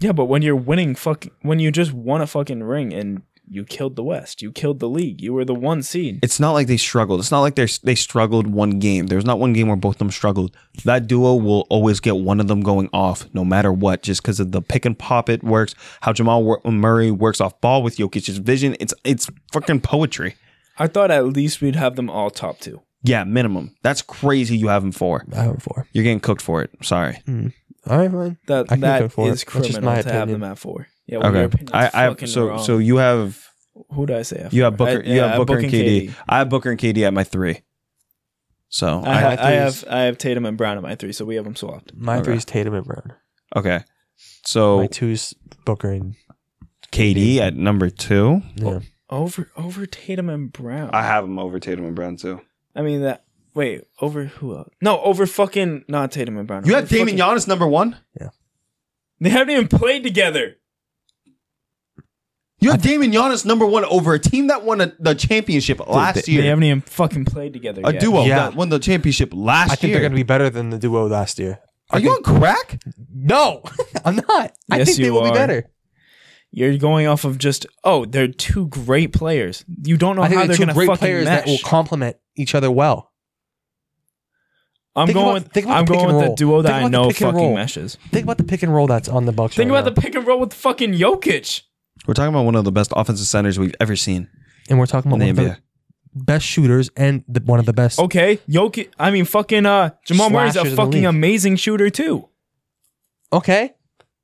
C: Yeah, but when you're winning fucking when you just won a fucking ring and you killed the West, you killed the league. You were the one seed.
B: It's not like they struggled. It's not like they they struggled one game. There was not one game where both of them struggled. That duo will always get one of them going off, no matter what, just because of the pick and pop it works. How Jamal Wor- Murray works off ball with Jokic's vision. It's it's fucking poetry.
C: I thought at least we'd have them all top two.
B: Yeah, minimum. That's crazy. You have him for.
A: I have four.
B: You're getting cooked for it. Sorry.
A: All right, fine.
C: That
A: I can
C: that
A: go for it. That's
C: is
A: just
C: criminal
A: my
C: to have
A: opinion.
C: them at four. Yeah, well, your
B: Okay.
C: opinion's
B: I, I have-
C: fucking
B: so
C: wrong.
B: so you have
C: who did I say? at
B: You have
C: four?
B: Booker.
C: I-
B: you
C: yeah, I
B: have Booker, and KD.
C: KD.
B: I have Booker and KD at my three. So
C: I,
B: Oh, I,
C: have, I
A: threes.
C: have I have Tatum and Brown at my three, so we have them swapped.
A: My
B: Okay.
A: three's Tatum and Brown.
B: okay. So
A: My two's Booker and
B: KD at number two.
A: yeah.
C: Over over Tatum and Brown.
B: I have him over Tatum and Brown too.
C: I mean that. Wait, over who else? No, over fucking not Tatum and Brown.
B: You
C: Over
B: have Damian
C: fucking-
B: Giannis number one.
C: They haven't even played together.
B: You have Damian Giannis number one over a team that won a, the championship last
A: they-
B: year.
C: They haven't even fucking played together.
B: a
C: yet.
B: duo
A: Yeah.
B: that won the championship last
A: I think
B: year.
A: they're gonna be better than the duo last year.
B: Are you on crack?
A: No, [laughs] I'm not. I
C: Yes,
A: think they
C: you
A: will
C: are.
A: be better.
C: You're going off of just oh, they're two great players. You don't know
A: I think
C: how
A: they're
C: they're
A: two
C: going to
A: great
C: fucking
A: players
C: mesh.
A: that will complement each other well.
C: I'm
A: think
C: going
A: about-
C: with
A: think about
C: I'm
A: the pick
C: going
A: and
C: with the
A: roll.
C: duo that
A: Think
C: I
A: about the
C: know
A: pick and
C: fucking
A: roll.
C: meshes.
A: Think about the pick and roll that's on the Bucks.
C: Think
A: right
C: about the pick and roll with fucking Jokic.
B: We're talking about one of the best offensive centers we've ever seen
A: the and we're talking
B: in
A: about
B: the
A: one of
B: NBA.
A: the best shooters and the, one of the best.
C: Okay, Jokic. I mean, fucking uh, Jamal Murray's a
A: Slashers in the
C: fucking
A: league.
C: amazing shooter too.
A: Okay,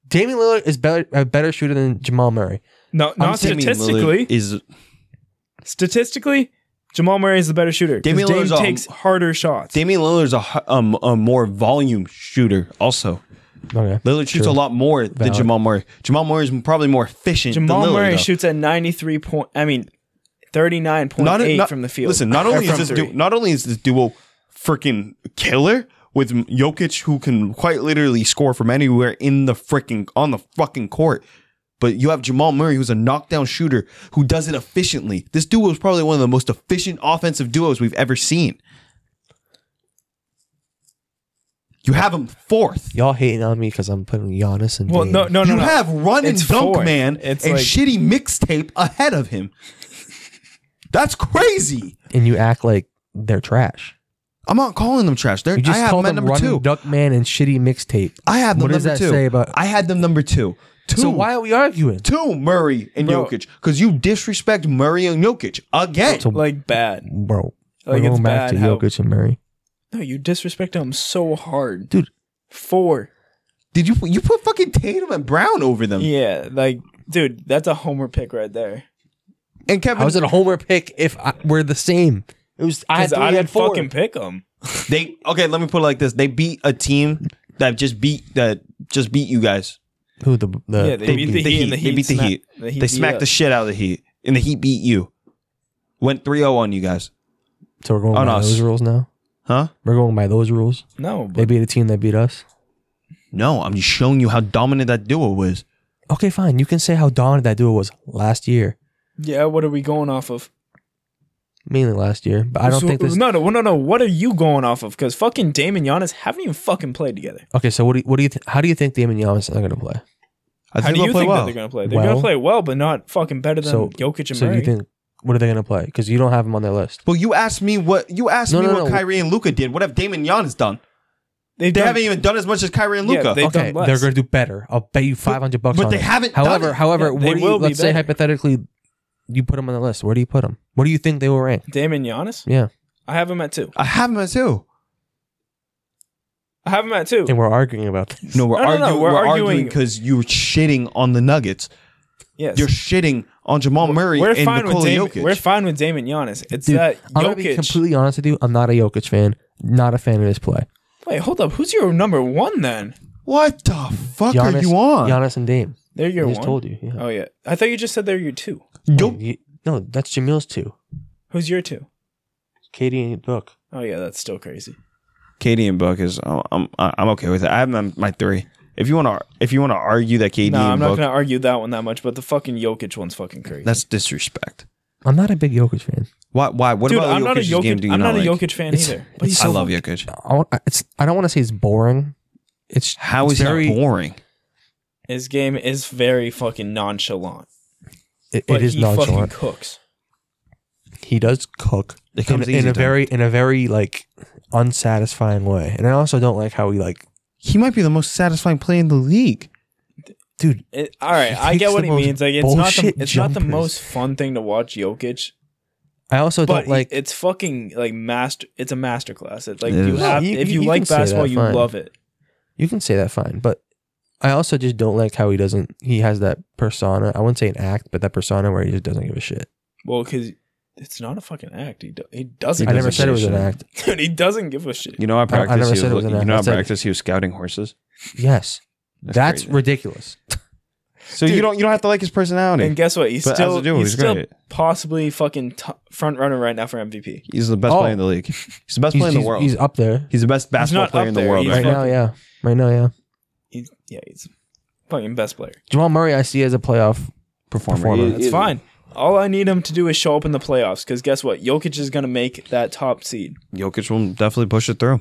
A: Damian Lillard is better a better shooter than Jamal Murray.
C: No, not
B: Damian Lillard
C: statistically.
B: is
C: Statistically, Jamal Murray is the better shooter. 'cause
B: Damian
C: Dame
B: Lillard's a-
C: takes harder shots.
B: Damian Lillard's a hu- um, a more volume shooter also.
A: Okay,
B: Lillard shoots
A: True.
B: a lot more than
A: Valid.
B: Jamal Murray. Jamal Murray's probably more efficient.
C: Jamal
B: than Lillard,
C: Murray
B: though.
C: shoots at 93 point. I mean, 39.8
B: Not- not-
C: from the field.
B: Listen, not
C: [laughs] Or
B: only is
C: from
B: this
C: three.
B: du- not only is this duo freaking killer with M- Jokic, who can quite literally score from anywhere in the freaking on the fucking court. But you have Jamal Murray, who's a knockdown shooter who does it efficiently. This duo is probably one of the most efficient offensive duos we've ever seen. You have him fourth.
A: y'all hating on me because I'm putting Giannis and
C: well,
A: Dame.
C: no, no, no,
B: you
C: no.
B: have Run and
C: It's
B: Dunk
C: four.
B: Man
C: It's
B: and
C: like-
B: shitty mixtape ahead of him. That's crazy.
A: and you act like they're trash.
B: I'm not calling them trash. They're,
A: You just
B: I have
A: call
B: them at
A: them
B: number
A: running
B: two.
A: duck man and shitty mixtape.
B: I have them
A: What
B: number
A: does that
B: two.
A: say about-
B: I had them number two. Two,
A: So why are we arguing?
B: two Murray and
C: Bro.
B: Jokic because you disrespect Murray and Jokic again.
A: So-
C: like bad.
A: Bro,
C: Like
A: we're
C: it's
A: going back
C: bad
A: to
C: how
A: Jokic and Murray.
C: No, you disrespect him so hard,
A: Dude.
C: Four.
B: Did you you put fucking Tatum and Brown over them?
C: Yeah, like, dude, that's a homer pick right there.
B: And
A: How
B: Kevin,
A: is it a homer pick if I, we're the same? It was I had,
C: Because
A: three,
C: I
A: you
C: didn't
A: had four.
C: fucking pick him.
B: they okay. Let me put it like this: They beat a team that just beat that just beat you guys.
A: Who the, the
C: yeah, they, beat the
B: the
C: Heat.
B: Heat.
C: and
B: They beat the
C: smacked-
B: Heat.
C: The
B: They smacked the shit out of the Heat, and the Heat beat you. Went 3-0 on you guys,
A: so we're going
B: on
A: by
B: us.
A: those rules now.
B: huh?
A: We're going by those rules.
C: no, but
A: They beat a team that beat us.
B: No, I'm just showing you how dominant that duo was.
A: Okay, fine. You can say how dominant that duo was last year,
C: yeah, what are we going off of?
A: mainly last year. But I don't
C: So-
A: think this.
C: No, no, no, no. What are you going off of? Because fucking Dame and Giannis haven't even fucking played together.
A: Okay, so what do you, what do you th- how do you think Damon Giannis are going to play?
B: I
C: How
B: think
C: do
B: they'll
C: you
B: play
C: think that
B: well.
C: they're gonna play? They're
A: Well.
C: gonna play well, but not fucking better than
A: So-
C: Jokic and
A: So
C: Murray.
A: you think what are they going to play? Because you don't have them on their list.
B: Well, you asked me what you asked
A: No,
B: me
A: no,
B: what
A: no.
B: Kyrie and Luca did. What have Damon Giannis done?
C: They've
B: They
C: done-
B: haven't even done as much as Kyrie and
C: Yeah,
B: Luca.
C: they- They've
A: okay,
C: done less.
A: they're going to do better. I'll bet you five hundred bucks.
B: but
A: on
B: they
A: it.
B: haven't done
A: However,
B: it.
A: however,
C: Yeah,
A: what
C: they
A: do
C: will
A: you,
C: be
A: let's say
C: better.
A: hypothetically, you put them on the list. Where do you put them? What do you think they will
B: e-
A: rank?
C: Dame and Giannis.
A: Yeah,
C: I have him at two.
B: I have him as who?
C: I have him at two.
A: and we're arguing about that.
B: No, we're
C: No, no, no,
B: arguing.
C: we're
B: we're, arguing
C: arguing-
B: because you're shitting on the Nuggets.
C: Yes.
B: You're shitting on Jamal Murray
C: we're
B: and
C: fine with
B: Nikola
C: Dame.
B: Jokic.
C: We're fine with Dame and Giannis. It's
A: Dude,
C: that
A: I'm gonna be
C: Jokic.
A: completely honest with you. I'm not a Jokic fan. Not a fan of his play.
C: Wait, hold up. Who's your number one then?
B: what the fuck
A: Giannis,
B: are you on?
A: Giannis and Dame.
C: They're your
A: I just
C: one.
A: told you. Yeah.
C: Oh yeah. I thought you just said they're your two.
B: Yo-
A: You- no, that's Jameel's two.
C: Who's your two?
A: Katie and Book.
C: Oh yeah, that's still crazy.
B: KD and Buck is. I'm, I'm I'm okay with it. I have him on my three. If you want to, if you want to argue that KD
C: No,
B: and
C: I'm not
B: Book,
C: gonna argue that one that much, but the fucking Jokic one's fucking crazy.
B: that's disrespect.
A: I'm not a big Jokic fan.
B: Why? Why? What
C: Dude,
B: about
C: I'm not a
B: Jokic's game? Do
C: Jokic.
B: you
C: I'm not, a
B: like?
C: Jokic fan
A: It's-
C: either.
A: it's
C: he's
B: I
A: so
B: love Jokic.
A: I, won't- I- it's, I don't want to say it's boring. It's
B: How
A: it's
B: is that boring?
C: His game is very fucking nonchalant.
A: It, it
C: But
A: is
C: he fucking
A: nonchalant.
C: cooks.
A: He does cook
B: It
A: in,
B: comes
A: in
B: easy
A: a
B: to him.
A: very in a very like unsatisfying way, and I also don't like how he like
B: He might be the most satisfying player in the league.
A: dude.
C: It, all right,
A: He
C: I get
A: takes
C: what
A: the
C: he
A: most
C: means. Like it's not the
A: bullshit
C: it's not the
A: jumpers.
C: most fun thing to watch Jokic,
A: I also
C: but
A: don't like.
C: it's fucking like master. It's a masterclass. It's like
B: It
C: you
B: is.
C: have
A: Yeah, you-
C: if
A: you
C: you,
A: can
C: like
A: say that,
C: basketball, you
A: fine.
C: love it.
A: you can say that fine, but I also just don't like how he doesn't. He has that persona. I wouldn't say an act, but that persona where he just doesn't give a shit.
C: Well, because it's not a fucking act. He do, he doesn't.
A: I
C: give
A: never
C: a
A: said
C: shit. [laughs]
A: it was an
B: shit.
A: act.
C: Dude, he doesn't give a shit.
B: You know, I practice.
A: never
B: he was
A: said it was
B: look-
A: an
B: you know,
A: act.
B: I
A: I said-
B: practice. He was scouting horses.
A: Yes, that's,
B: crazy.
A: ridiculous.
B: So
C: Dude.
B: you don't you don't have to like his personality.
C: And guess what? He's
B: But as
C: still
B: a duo,
C: he's,
B: he's
C: still
B: great.
C: possibly fucking t- front runner right now for MVP.
B: he's the best
A: Oh.
B: player in the league. He's the best
A: He's,
B: player in the
A: he's-
B: world.
A: he's
B: He's,
A: up there
B: the best basketball
C: not up
B: player in the
C: there.
B: world
C: He's
B: right
A: right
B: now.
A: now. Yeah, right now. Yeah,
C: He's, yeah, he's fucking best player.
A: Jamal Murray I see as a playoff
B: Performer.
A: performer.
B: He-
C: It's fine. All I need him to do is show up in the playoffs. Because guess what? Jokic is gonna make that top seed.
B: Jokic will definitely push it through.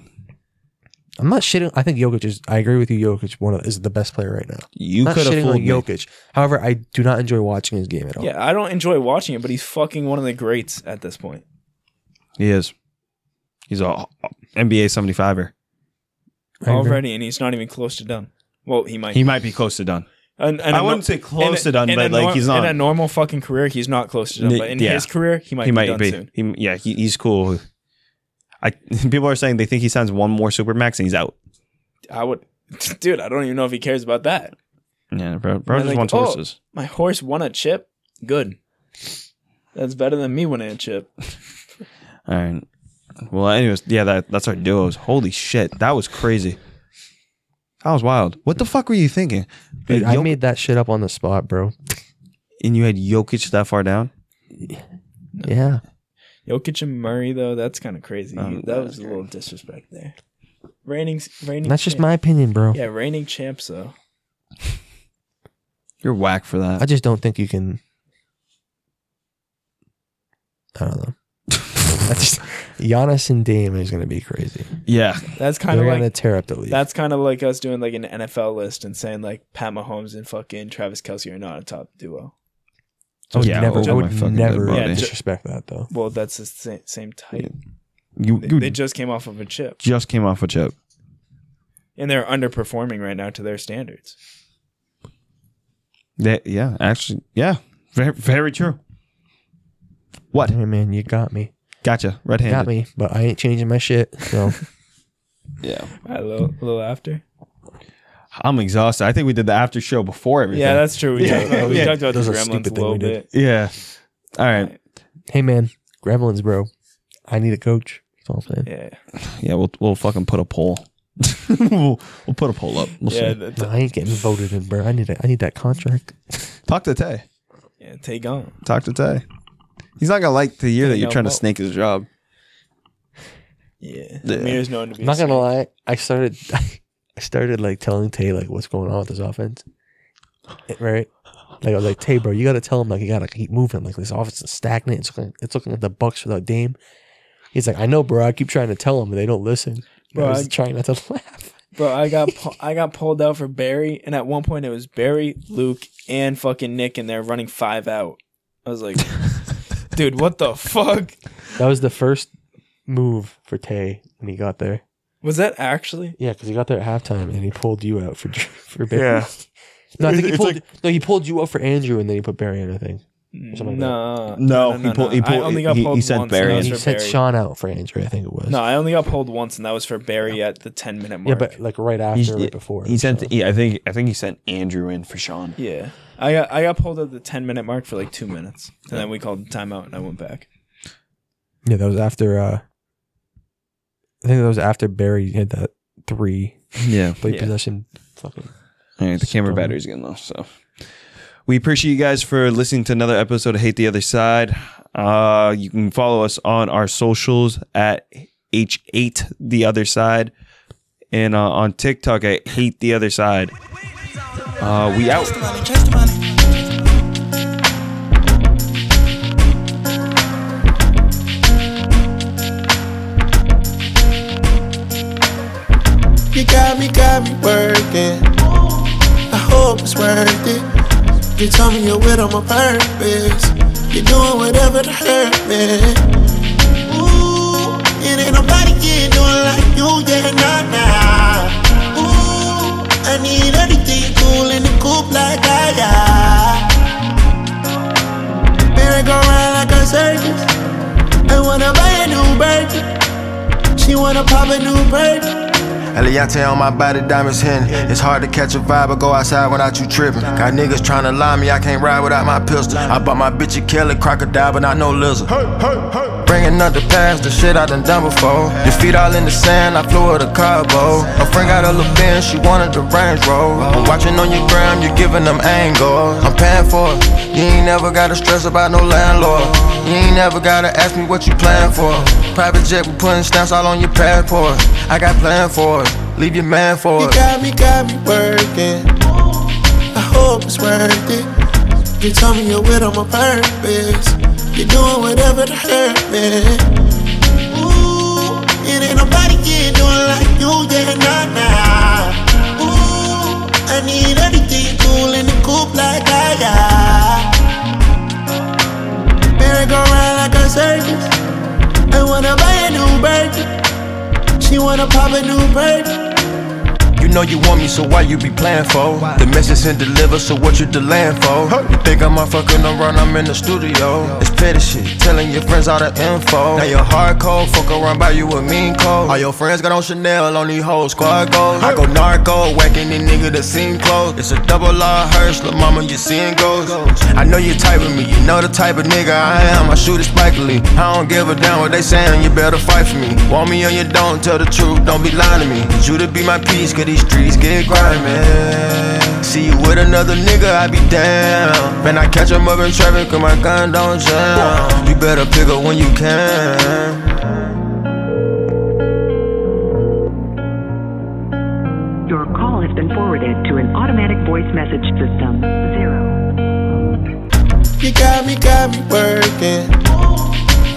A: I'm not shitting. I think Jokic is. I agree with you. Jokic one of, is the best player right now.
B: You
A: I'm not
B: could have
A: shitting
B: fooled
A: on
B: me.
A: Jokic. However, I do not enjoy watching his game at
B: Oh.
A: all.
C: Yeah, I don't enjoy watching it, but he's fucking one of the greats at this point.
B: He is. He's a a NBA 75er.
A: I agree.
C: already, and he's not even close to done. Well, he might.
B: He might be close to done.
C: and, and
B: I
C: a nor-
B: wouldn't say close
C: in
B: to
C: a-
B: done,
C: in
B: but
C: a
B: like
C: nor-
B: he's
C: in a
B: not.
C: normal fucking career. He's not close to done,
B: N-
C: but in
B: yeah.
C: his career, he might
B: He
C: be
B: might
C: done
B: be.
C: soon.
B: He, yeah, he, he's cool. I [laughs] people are saying they think he signs one more supermax and he's out.
C: I would, [laughs] dude. I don't even know if he cares about that.
B: Yeah, bro, bro
C: I
B: just
C: think-
B: wants
C: oh.
B: horses.
C: My horse won a chip. Good. That's better than me winning a chip.
B: All right. Well, anyways, yeah, that that's our duos. Holy shit, that was crazy. That was wild. What the fuck were you thinking?
A: Dude,
B: Like,
A: I
B: Jok-
A: made that shit up on the spot, bro.
B: and you had Jokic that far down.
A: Yeah.
C: Jokic and Murray though, that's kind of crazy.
B: Um,
C: that was a little disrespect there. Reigning, reigning.
A: That's just
C: champ-
A: my opinion, bro.
C: Yeah, reigning champs though.
B: You're whack for
A: I
B: that.
A: just don't think you can. I don't know. [laughs] I just, Giannis and Dame is going to be crazy.
B: Yeah,
C: That's kind
A: They're
C: of
A: going
C: like
A: to tear up the league.
C: That's kind of like us doing like an NFL list and saying like Pat Mahomes and fucking Travis Kelsey are not a top duo.
A: I would
B: Yeah,
A: never,
B: over
A: I
B: my
A: would
B: fucking
A: never
B: dead
C: body.
A: disrespect that though.
C: Well, that's the same, same type.
B: you
C: They,
B: you
C: they
B: just,
C: just came off of a chip
B: came off a chip.
C: and they're underperforming right now to their standards.
B: They, yeah, actually, yeah, very, very true. What?
A: Damn, man, you got me.
B: Gotcha. Red
A: Got
B: handed. [laughs]
A: me, but I ain't changing my shit. So
B: Yeah.
C: A little, a little after.
B: I'm exhausted. I think we did the after show before everything.
C: Yeah, that's true. We, talked, about, we
B: Yeah.
C: talked about
D: That was
C: the
D: a
C: gremlins
D: stupid
C: a
D: thing
C: little
D: we did.
C: bit.
B: yeah. All right.
D: Hey man, Gremlins, bro. I need a coach. That's all I'm saying.
C: Yeah,
B: Yeah, we'll we'll fucking put a poll. [laughs] we'll, we'll put a poll up. We'll
C: yeah,
B: see.
C: that-
D: No,
C: that-
D: I ain't getting voted in, bro. I need a, I need that contract.
B: Talk to Tay.
C: yeah. Take on.
B: Talk to Tay. He's not gonna like to hear that you're trying to snake his job.
C: Yeah,
B: Yeah.
C: Amir's known to be.
D: I'm not
C: a
D: gonna lie. I started [laughs] I started like telling Tay like what's going on with this offense. Right? Like I was like, Tay, bro, you gotta tell him like you gotta keep moving. Like this offense is stagnant. It's looking it's looking at the Bucks without Dame. He's like, I know, bro. I keep trying to tell him, but they don't listen. Bro,
C: Bro,
D: I was
C: I-
D: trying not to [laughs] laugh.
C: Bro, I got pu- I got pulled out for Barry, and at one point it was Barry, Luke, and fucking Nick, and they're running five out. I
D: [laughs]
C: was like, dude, what the fuck
D: That was the first move for Tay when he got there.
C: was that actually?
D: Yeah, because he got there at halftime and he pulled you out for [laughs] for Barry.
B: Yeah.
D: no, I think he
B: It's
D: pulled. no, he pulled you out for Andrew and then he put Barry in. I think.
C: No,
D: Something like
B: No,
C: no,
B: he pulled- he
C: I
B: pulled-
C: only got
B: he- he
C: pulled
B: sent
C: once, and
B: Barry
C: that
B: in.
C: was
D: he
C: for
D: sent
C: Barry.
D: Sean out for Andrew. I think it was.
C: No, I only got pulled once, and that was for Barry at the ten minute mark.
D: Yeah, but like right after,
B: He's-
D: or right before.
B: He sent.
D: so.
B: Yeah, I think I think he sent Andrew in for Sean.
C: yeah, I got I got pulled at the ten minute mark for like two minutes, and then we called timeout, and I went back.
D: yeah, that was after. uh I think that was after Barry hit that three
B: Yeah.
D: three
C: Yeah.
D: possession. Fucking
B: All right, the camera
D: Stone.
B: battery's getting low, so we appreciate you guys for listening to another episode of Hate the Other Side. Uh, you can follow us on our socials at H8 The Other Side and uh, on TikTok at Hate the Other Side. Uh, we out.
E: chase the money. You got me, got me working. I hope it's worth it. You tell me you're with on my purpose. You're doing whatever to hurt me. Ooh, it ain't nobody can do it like you, yeah, nah, nah. Ooh, I need everything cool in the coop like I got. Merry go round like a circus. I wanna buy a new bird. She wanna pop a new bird.
F: Eliante on my body, diamonds hidden. It's hard to catch a vibe or go outside without you tripping. Got niggas tryna lie me, I can't ride without my pistol. I bought my bitch a Kelly crocodile, but not no lizard. Bringing up the past, the shit I done done before. Your feet all in the sand, I flew her to Cabo. A friend got a little bin, she wanted the Range Rover. I'm watching on your gram, you're giving them angles. I'm paying for it. You ain't never gotta stress about no landlord. You ain't never gotta ask me what you plan for. Private jet, we putting stamps all on your passport. I got plan for it. Leave your man for
E: You
F: it.
E: got me, got me working. I hope it's worth it. You tell me you're with on my purpose. You're doing whatever to hurt me. Ooh, it ain't nobody can do it like you, yeah, nah, nah. Ooh, I need everything cool in the coop like I got. Merry go round like a circus. I wanna buy a new bird. She wanna pop a new bird.
F: You know you want me, so why you be playing for? The message ain't delivered, so what you delaying for? You think I'm a fucking around, I'm in the studio. It's petty shit, telling your friends all the info. Now you're hard cold, fuck around by you with mean cold. All your friends got on Chanel, on these whole squad goals. I go narco, whacking these nigga that seem close. It's a double R hearse, lil' mama, you seeing goes. I know you type with me, you know the type of nigga I am. I shoot it spikily. I don't give a damn what they saying, you better fight for me. Want me or you don't, tell the truth, don't be lying to me. Need You to be my peace, cause these streets get grimy. See you with another nigga, I be down. Man, I catch 'em up in traffic, cause my gun don't jam. You better pick up when you can.
G: Your call has been forwarded to an automatic voice message system. Zero.
E: You got me, got me working.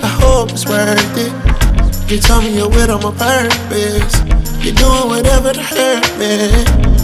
E: I hope it's worth it. You tell me you're with on my purpose. You're doing whatever to hurt me.